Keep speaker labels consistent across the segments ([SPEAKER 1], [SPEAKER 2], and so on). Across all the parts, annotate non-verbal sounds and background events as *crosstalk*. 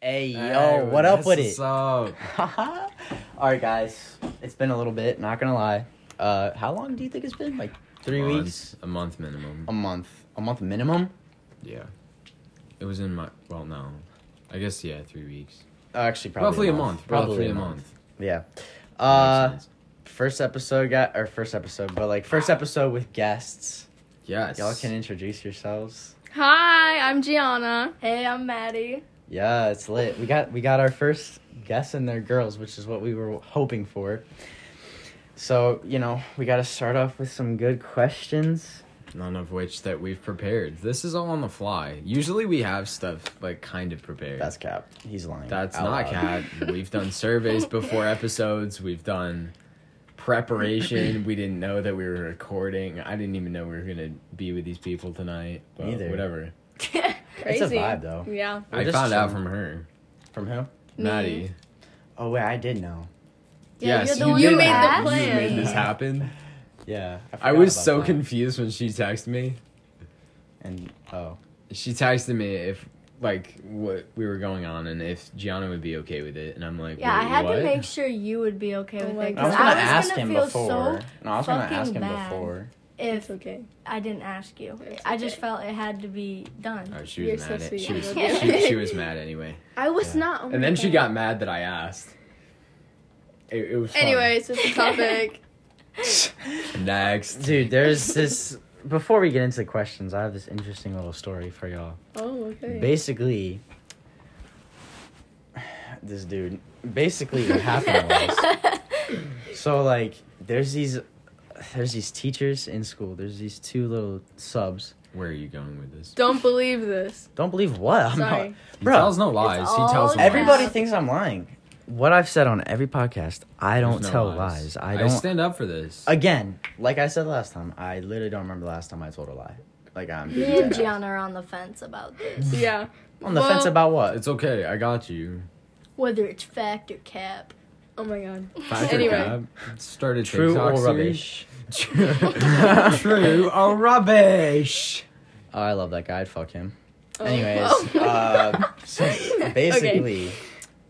[SPEAKER 1] Hey
[SPEAKER 2] Hey,
[SPEAKER 1] yo, what up with
[SPEAKER 2] what's
[SPEAKER 1] it?
[SPEAKER 2] up?
[SPEAKER 1] *laughs* All right, guys, it's been a little bit. Not gonna lie. Uh, how long do you think it's been? Like three
[SPEAKER 2] Month-
[SPEAKER 1] weeks, Um,
[SPEAKER 2] a month minimum.
[SPEAKER 1] a month, a month minimum.
[SPEAKER 2] Yeah, it was in my. Well, no, I guess yeah, three weeks.
[SPEAKER 1] Uh, Actually, probably
[SPEAKER 2] Roughly a month. Roughly a month.
[SPEAKER 1] Yeah.
[SPEAKER 2] That
[SPEAKER 1] Uh,
[SPEAKER 2] makes sense.
[SPEAKER 1] first episode got or first episode, but like first episode with guests.
[SPEAKER 2] yes.
[SPEAKER 1] Y'all can introduce yourselves.
[SPEAKER 3] Hi, I'm Gianna. Hey, I'm Maddie.
[SPEAKER 1] Yeah, it's lit. We got we got our first guests and their girls, which is what we were hoping for. So you know we got to start off with some good questions.
[SPEAKER 2] None of which that we've prepared. This is all on the fly. Usually we have stuff like kind of prepared.
[SPEAKER 1] That's cap. He's lying.
[SPEAKER 2] That's
[SPEAKER 1] Out
[SPEAKER 2] not
[SPEAKER 1] loud.
[SPEAKER 2] cat. We've
[SPEAKER 1] *laughs*
[SPEAKER 2] done surveys before episodes. We've done preparation. We didn't know that we were recording. I didn't even know we were gonna be with these people tonight. But
[SPEAKER 1] Neither.
[SPEAKER 2] whatever.
[SPEAKER 4] *laughs*
[SPEAKER 3] Crazy.
[SPEAKER 1] It's a vibe though.
[SPEAKER 3] Yeah.
[SPEAKER 1] We're
[SPEAKER 2] I
[SPEAKER 1] just
[SPEAKER 2] found out
[SPEAKER 1] chilling.
[SPEAKER 2] from her,
[SPEAKER 1] From who?
[SPEAKER 2] Mm-hmm. Maddie.
[SPEAKER 1] Oh wait, I did know.
[SPEAKER 3] Yeah,
[SPEAKER 2] yes,
[SPEAKER 3] you're the
[SPEAKER 2] you
[SPEAKER 3] one
[SPEAKER 2] did
[SPEAKER 3] who made the
[SPEAKER 2] you
[SPEAKER 3] plan.
[SPEAKER 2] made this
[SPEAKER 1] *laughs*
[SPEAKER 2] happen.
[SPEAKER 1] Yeah.
[SPEAKER 2] I
[SPEAKER 1] forgot
[SPEAKER 2] was
[SPEAKER 1] about
[SPEAKER 2] so
[SPEAKER 1] that.
[SPEAKER 2] confused when she texted me.
[SPEAKER 1] And oh,
[SPEAKER 2] She texted me if like what we were going on and if Gianna would be okay with it, and I'm like,
[SPEAKER 4] Yeah, I
[SPEAKER 2] "Wait,
[SPEAKER 4] had
[SPEAKER 2] what?"
[SPEAKER 4] to make sure you would be okay
[SPEAKER 3] Oh
[SPEAKER 4] with
[SPEAKER 3] my
[SPEAKER 4] it
[SPEAKER 1] I was
[SPEAKER 4] because
[SPEAKER 3] God.
[SPEAKER 1] gonna
[SPEAKER 4] I was
[SPEAKER 1] ask
[SPEAKER 4] gonna
[SPEAKER 1] him
[SPEAKER 4] feel
[SPEAKER 1] before.
[SPEAKER 4] so
[SPEAKER 1] no, I was gonna
[SPEAKER 4] fucking
[SPEAKER 1] ask him
[SPEAKER 4] bad.
[SPEAKER 1] before.
[SPEAKER 4] if
[SPEAKER 3] okay.
[SPEAKER 4] I didn't ask you.
[SPEAKER 3] It's
[SPEAKER 4] I just
[SPEAKER 3] okay.
[SPEAKER 4] felt it had to be done.
[SPEAKER 2] Oh, she was
[SPEAKER 3] You're so
[SPEAKER 2] mad. at,
[SPEAKER 3] sweet.
[SPEAKER 2] she
[SPEAKER 3] *laughs*
[SPEAKER 2] was
[SPEAKER 4] Yeah.
[SPEAKER 2] she, she was mad anyway.
[SPEAKER 3] I was
[SPEAKER 1] Yeah.
[SPEAKER 3] not. oh my
[SPEAKER 2] And then she
[SPEAKER 3] God.
[SPEAKER 2] got mad that I asked. It, it was. fun.
[SPEAKER 3] Anyways, it's a topic.
[SPEAKER 2] *laughs* next.
[SPEAKER 1] Dude, there's this. Before we get into the questions, I have this interesting little story for y'all.
[SPEAKER 3] *laughs* oh, okay.
[SPEAKER 1] Basically, this dude. Basically, what
[SPEAKER 4] *laughs*
[SPEAKER 1] happened was so like there's these there's these teachers in school. There's these two little subs.
[SPEAKER 2] Where are you going with this?
[SPEAKER 3] Don't believe this.
[SPEAKER 1] Don't believe what? I'm not-
[SPEAKER 3] Sorry.
[SPEAKER 2] He
[SPEAKER 1] Bro.
[SPEAKER 2] tells no lies. He
[SPEAKER 4] all
[SPEAKER 2] tells no
[SPEAKER 4] lies.
[SPEAKER 1] Everybody
[SPEAKER 2] Lies.
[SPEAKER 1] thinks I'm lying. What I've said on every podcast, I don't
[SPEAKER 2] There's no
[SPEAKER 1] tell lies. I don't.
[SPEAKER 2] stand up for this.
[SPEAKER 1] Again, like I said last time, I literally don't remember the last time I told a lie. Like I'm
[SPEAKER 4] *laughs* Me and Gianna are on the fence about this.
[SPEAKER 3] Yeah.
[SPEAKER 1] on the fence
[SPEAKER 3] Well-
[SPEAKER 1] about what?
[SPEAKER 2] It's okay. I got you.
[SPEAKER 4] Whether it's fact or cap.
[SPEAKER 3] Oh my God.
[SPEAKER 4] *laughs*
[SPEAKER 2] Fact
[SPEAKER 3] Anyway.
[SPEAKER 2] or cap? Started
[SPEAKER 1] True
[SPEAKER 2] TikTok
[SPEAKER 1] or
[SPEAKER 2] series.
[SPEAKER 1] rubbish?
[SPEAKER 2] *laughs* True or rubbish.
[SPEAKER 1] *laughs* Oh, I love that guy. I'd fuck him.
[SPEAKER 3] Oh. *laughs*
[SPEAKER 1] Anyways, uh, so basically,
[SPEAKER 3] Okay.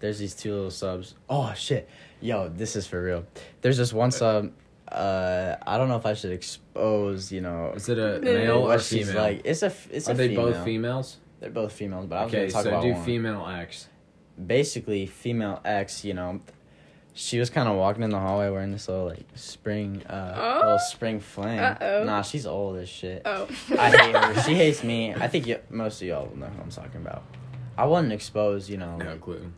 [SPEAKER 1] there's these two little subs. Oh shit, yo, this is for real. There's this one sub. Uh, I don't know if I should expose. You know,
[SPEAKER 2] Is it a
[SPEAKER 3] No, no,
[SPEAKER 2] male
[SPEAKER 3] no.
[SPEAKER 2] or
[SPEAKER 1] what she's
[SPEAKER 2] female?
[SPEAKER 1] like. It's a. f- It's
[SPEAKER 2] Are
[SPEAKER 1] a
[SPEAKER 2] they
[SPEAKER 1] female.
[SPEAKER 2] both females?
[SPEAKER 1] They're both females, but I was
[SPEAKER 2] Okay,
[SPEAKER 1] gonna talk
[SPEAKER 2] so
[SPEAKER 1] about
[SPEAKER 2] do
[SPEAKER 1] one.
[SPEAKER 2] female X.
[SPEAKER 1] basically female ex, you know, she was kind of walking in the hallway wearing this little like spring, uh,
[SPEAKER 3] Oh.
[SPEAKER 1] little spring fling.
[SPEAKER 3] Uh-oh.
[SPEAKER 1] Nah, she's old as shit.
[SPEAKER 3] Oh.
[SPEAKER 1] I hate her. She
[SPEAKER 3] *laughs*
[SPEAKER 1] hates me. I think y- most of y'all will know who I'm talking about. I wasn't exposed, you know.
[SPEAKER 2] No clue.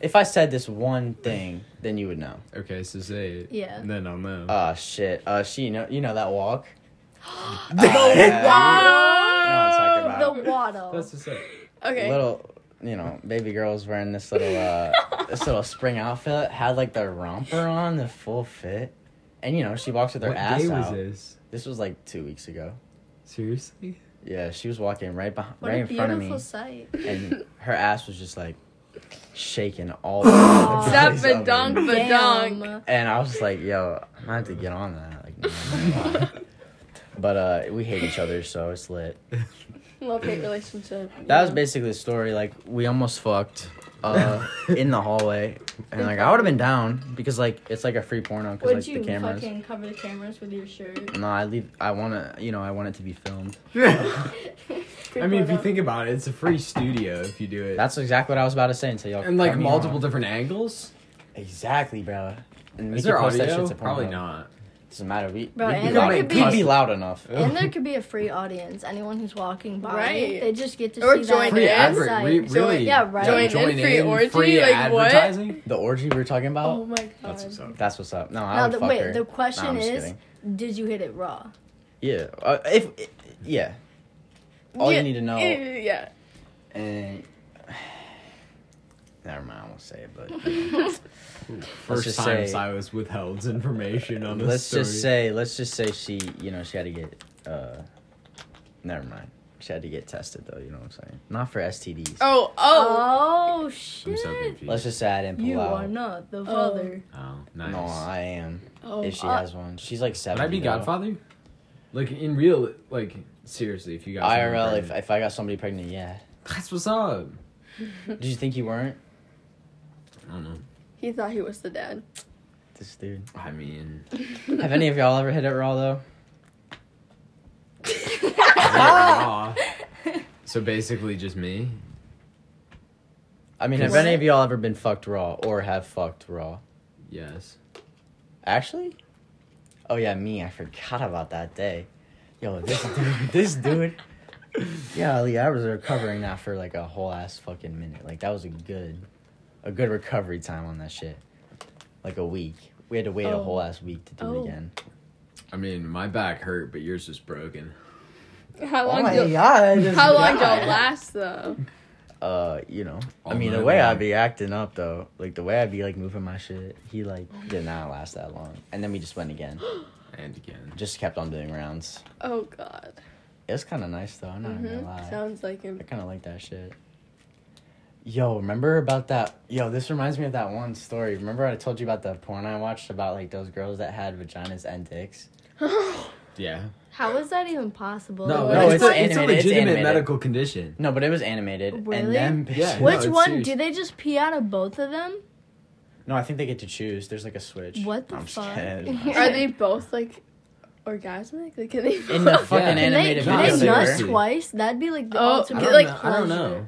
[SPEAKER 1] If I said this one thing, then you would know.
[SPEAKER 2] Okay, so say it.
[SPEAKER 4] Yeah.
[SPEAKER 2] and Then I'll know. *laughs*
[SPEAKER 1] Oh shit. Uh, she you know you know that walk.
[SPEAKER 2] The
[SPEAKER 1] Yeah.
[SPEAKER 3] Wow.
[SPEAKER 1] You know what I'm talking about.
[SPEAKER 4] The waddle.
[SPEAKER 2] That's just it.
[SPEAKER 3] Okay. *laughs*
[SPEAKER 1] little you know baby girls wearing this little
[SPEAKER 4] *laughs*
[SPEAKER 1] uh this little spring outfit had like the romper on the full fit and you know she walks with her
[SPEAKER 2] what
[SPEAKER 1] ass
[SPEAKER 2] day was
[SPEAKER 1] out
[SPEAKER 2] this?
[SPEAKER 1] this was like two weeks ago
[SPEAKER 2] Seriously?
[SPEAKER 1] yeah she was walking right behind
[SPEAKER 4] what
[SPEAKER 1] right
[SPEAKER 4] a
[SPEAKER 1] in front of me
[SPEAKER 4] beautiful sight. *laughs*
[SPEAKER 1] and her ass was just like shaking all over the
[SPEAKER 3] Stop
[SPEAKER 1] *laughs* place
[SPEAKER 3] a
[SPEAKER 1] of
[SPEAKER 3] dunk,
[SPEAKER 1] me.
[SPEAKER 3] but dunk.
[SPEAKER 4] Damn.
[SPEAKER 1] and i was just like yo i'm gonna have to get on that like *laughs* no, I'm not. but uh we hate each other so it's lit
[SPEAKER 3] Love hate relationship.
[SPEAKER 1] That was basically the story. Like we almost fucked
[SPEAKER 2] *laughs*
[SPEAKER 1] uh, in the hallway, and like I would have been down because like it's like a free porno because
[SPEAKER 4] Would
[SPEAKER 1] like
[SPEAKER 4] you
[SPEAKER 1] the cameras.
[SPEAKER 4] fucking cover the cameras with your shirt?
[SPEAKER 1] No, I leave. I wanna, you know, I want it to be filmed.
[SPEAKER 2] I mean, if
[SPEAKER 4] *laughs*
[SPEAKER 2] you think about it, it's a free studio if you do it.
[SPEAKER 1] That's exactly what I was about to say until y'all.
[SPEAKER 2] and like
[SPEAKER 1] cut me
[SPEAKER 2] multiple
[SPEAKER 1] off.
[SPEAKER 2] different angles.
[SPEAKER 1] Exactly, bro. And we
[SPEAKER 2] Is
[SPEAKER 1] could
[SPEAKER 2] there
[SPEAKER 1] post that
[SPEAKER 2] audio?
[SPEAKER 1] shit to
[SPEAKER 2] Probably
[SPEAKER 1] Pornhub.
[SPEAKER 2] not.
[SPEAKER 1] Doesn't matter. We
[SPEAKER 4] Bro,
[SPEAKER 1] we'd, be
[SPEAKER 4] and
[SPEAKER 2] there
[SPEAKER 1] loud,
[SPEAKER 2] could
[SPEAKER 1] we'd
[SPEAKER 2] be-
[SPEAKER 1] be loud enough.
[SPEAKER 2] *laughs*
[SPEAKER 4] And there could be a free audience. Anyone who's walking by,
[SPEAKER 3] Right.
[SPEAKER 4] they just get to
[SPEAKER 3] Or
[SPEAKER 4] see
[SPEAKER 3] join
[SPEAKER 4] that
[SPEAKER 2] Free
[SPEAKER 3] in.
[SPEAKER 4] website.
[SPEAKER 2] advert, re-
[SPEAKER 3] Join-
[SPEAKER 2] really?
[SPEAKER 4] yeah, right.
[SPEAKER 3] Join
[SPEAKER 2] Join
[SPEAKER 3] in, free orgy,
[SPEAKER 2] free
[SPEAKER 3] like, what?
[SPEAKER 2] advertising.
[SPEAKER 1] The orgy we were talking about.
[SPEAKER 3] Oh my God.
[SPEAKER 2] That's what's up.
[SPEAKER 1] That's what's up. No, I
[SPEAKER 4] Now,
[SPEAKER 1] would
[SPEAKER 4] the,
[SPEAKER 1] fuck
[SPEAKER 4] wait,
[SPEAKER 1] her.
[SPEAKER 4] the
[SPEAKER 1] No,
[SPEAKER 4] question
[SPEAKER 1] I'm just
[SPEAKER 4] is,
[SPEAKER 1] kidding.
[SPEAKER 4] did you hit it raw? *laughs*
[SPEAKER 1] yeah, uh, if yeah, all
[SPEAKER 3] Yeah,
[SPEAKER 1] you need to know.
[SPEAKER 3] *laughs* Yeah.
[SPEAKER 1] And Eh, *sighs* never mind, I won't say it. But
[SPEAKER 4] *laughs*
[SPEAKER 2] First
[SPEAKER 1] just say-
[SPEAKER 2] time Silas withheld information on this
[SPEAKER 1] let's
[SPEAKER 2] story.
[SPEAKER 1] just say, let's just say she, you know, she had to get. uh Never mind. She had to get tested, though. You know what I'm saying? Not for STDs.
[SPEAKER 3] Oh, oh.
[SPEAKER 4] Oh,
[SPEAKER 2] I'm
[SPEAKER 4] shit!
[SPEAKER 2] so confused.
[SPEAKER 1] Let's just say I didn't pull
[SPEAKER 4] you
[SPEAKER 1] out.
[SPEAKER 4] are not the
[SPEAKER 3] father.
[SPEAKER 2] *laughs*
[SPEAKER 4] father. *laughs*
[SPEAKER 2] oh, nice.
[SPEAKER 1] no, I am.
[SPEAKER 3] Oh.
[SPEAKER 1] if she
[SPEAKER 4] uh,
[SPEAKER 1] has one, she's like
[SPEAKER 2] Would
[SPEAKER 1] seven.
[SPEAKER 2] I be Godfather? Like in real, like seriously, if you got someone
[SPEAKER 1] IRL, if,
[SPEAKER 2] pregnant.
[SPEAKER 1] if I got somebody pregnant, yeah.
[SPEAKER 2] that's what's up.
[SPEAKER 1] Did you think you weren't?
[SPEAKER 2] I don't know.
[SPEAKER 3] *laughs* He thought he was the dad.
[SPEAKER 1] This dude.
[SPEAKER 2] I mean,
[SPEAKER 1] *laughs* Have any of y'all ever hit it raw though?
[SPEAKER 2] raw. so basically just me.
[SPEAKER 1] I mean, have
[SPEAKER 4] What?
[SPEAKER 1] any of y'all ever been fucked raw or have fucked raw? *laughs*
[SPEAKER 2] Yes.
[SPEAKER 1] Actually? Oh yeah, me. I forgot about that day. Yo, this dude, *laughs* this dude. Yeah, Ali, I was recovering that for like a whole ass fucking minute. Like that was a good, a good recovery time on that shit. Like a week. We had to wait a
[SPEAKER 3] Oh.
[SPEAKER 1] whole ass week to do
[SPEAKER 3] Oh.
[SPEAKER 1] it again.
[SPEAKER 2] I mean, my back hurt, but yours is broken.
[SPEAKER 3] How long?
[SPEAKER 1] Oh, my
[SPEAKER 3] do,
[SPEAKER 1] *laughs* god! this
[SPEAKER 3] Oh, *laughs* how long do
[SPEAKER 1] guy.
[SPEAKER 3] it last though?
[SPEAKER 1] Uh, you know. I
[SPEAKER 2] All
[SPEAKER 1] mean, the
[SPEAKER 2] night
[SPEAKER 1] way
[SPEAKER 2] long.
[SPEAKER 1] I'd be acting up though, like the way I'd be like moving my shit, he like did not last that long. And then we just went again.
[SPEAKER 2] And again.
[SPEAKER 1] Just kept on doing rounds.
[SPEAKER 3] Oh God.
[SPEAKER 1] It was kind of nice though. I'm not gonna
[SPEAKER 3] hmm
[SPEAKER 1] lie.
[SPEAKER 3] Sounds like him. *gasps*
[SPEAKER 1] I kind of like that shit. Yo, remember about that? Yo, this reminds me of that one story. Remember I told you about the porn I watched about like those girls that had vaginas and dicks?
[SPEAKER 2] Yeah.
[SPEAKER 4] How is that even possible?
[SPEAKER 1] No,
[SPEAKER 2] but
[SPEAKER 1] no, it's
[SPEAKER 2] a-
[SPEAKER 1] animated,
[SPEAKER 2] a
[SPEAKER 1] it's
[SPEAKER 2] legitimate
[SPEAKER 1] animated.
[SPEAKER 2] medical condition.
[SPEAKER 1] No, but it was animated.
[SPEAKER 4] Really?
[SPEAKER 1] And them bitches.
[SPEAKER 2] Yeah.
[SPEAKER 4] Which
[SPEAKER 2] No, it's
[SPEAKER 4] one?
[SPEAKER 2] serious.
[SPEAKER 4] Do they just pee out of both of them?
[SPEAKER 1] *laughs* No, I think they get to choose. There's like a switch.
[SPEAKER 4] What the
[SPEAKER 1] I'm just
[SPEAKER 4] fuck? *laughs*
[SPEAKER 1] kidding.
[SPEAKER 3] Are they both like orgasmic? Like can they?
[SPEAKER 1] In
[SPEAKER 3] *laughs*
[SPEAKER 1] the
[SPEAKER 3] both-
[SPEAKER 1] fucking
[SPEAKER 2] Yeah.
[SPEAKER 4] Can they,
[SPEAKER 1] animated
[SPEAKER 2] Nah,
[SPEAKER 4] can
[SPEAKER 1] video,
[SPEAKER 4] they
[SPEAKER 1] they
[SPEAKER 4] nut
[SPEAKER 2] seriously.
[SPEAKER 1] were.
[SPEAKER 4] twice? That'd be like the
[SPEAKER 3] Oh,
[SPEAKER 2] I
[SPEAKER 4] ultimate
[SPEAKER 2] don't,
[SPEAKER 4] like
[SPEAKER 2] know. I don't
[SPEAKER 4] pleasure.
[SPEAKER 2] know.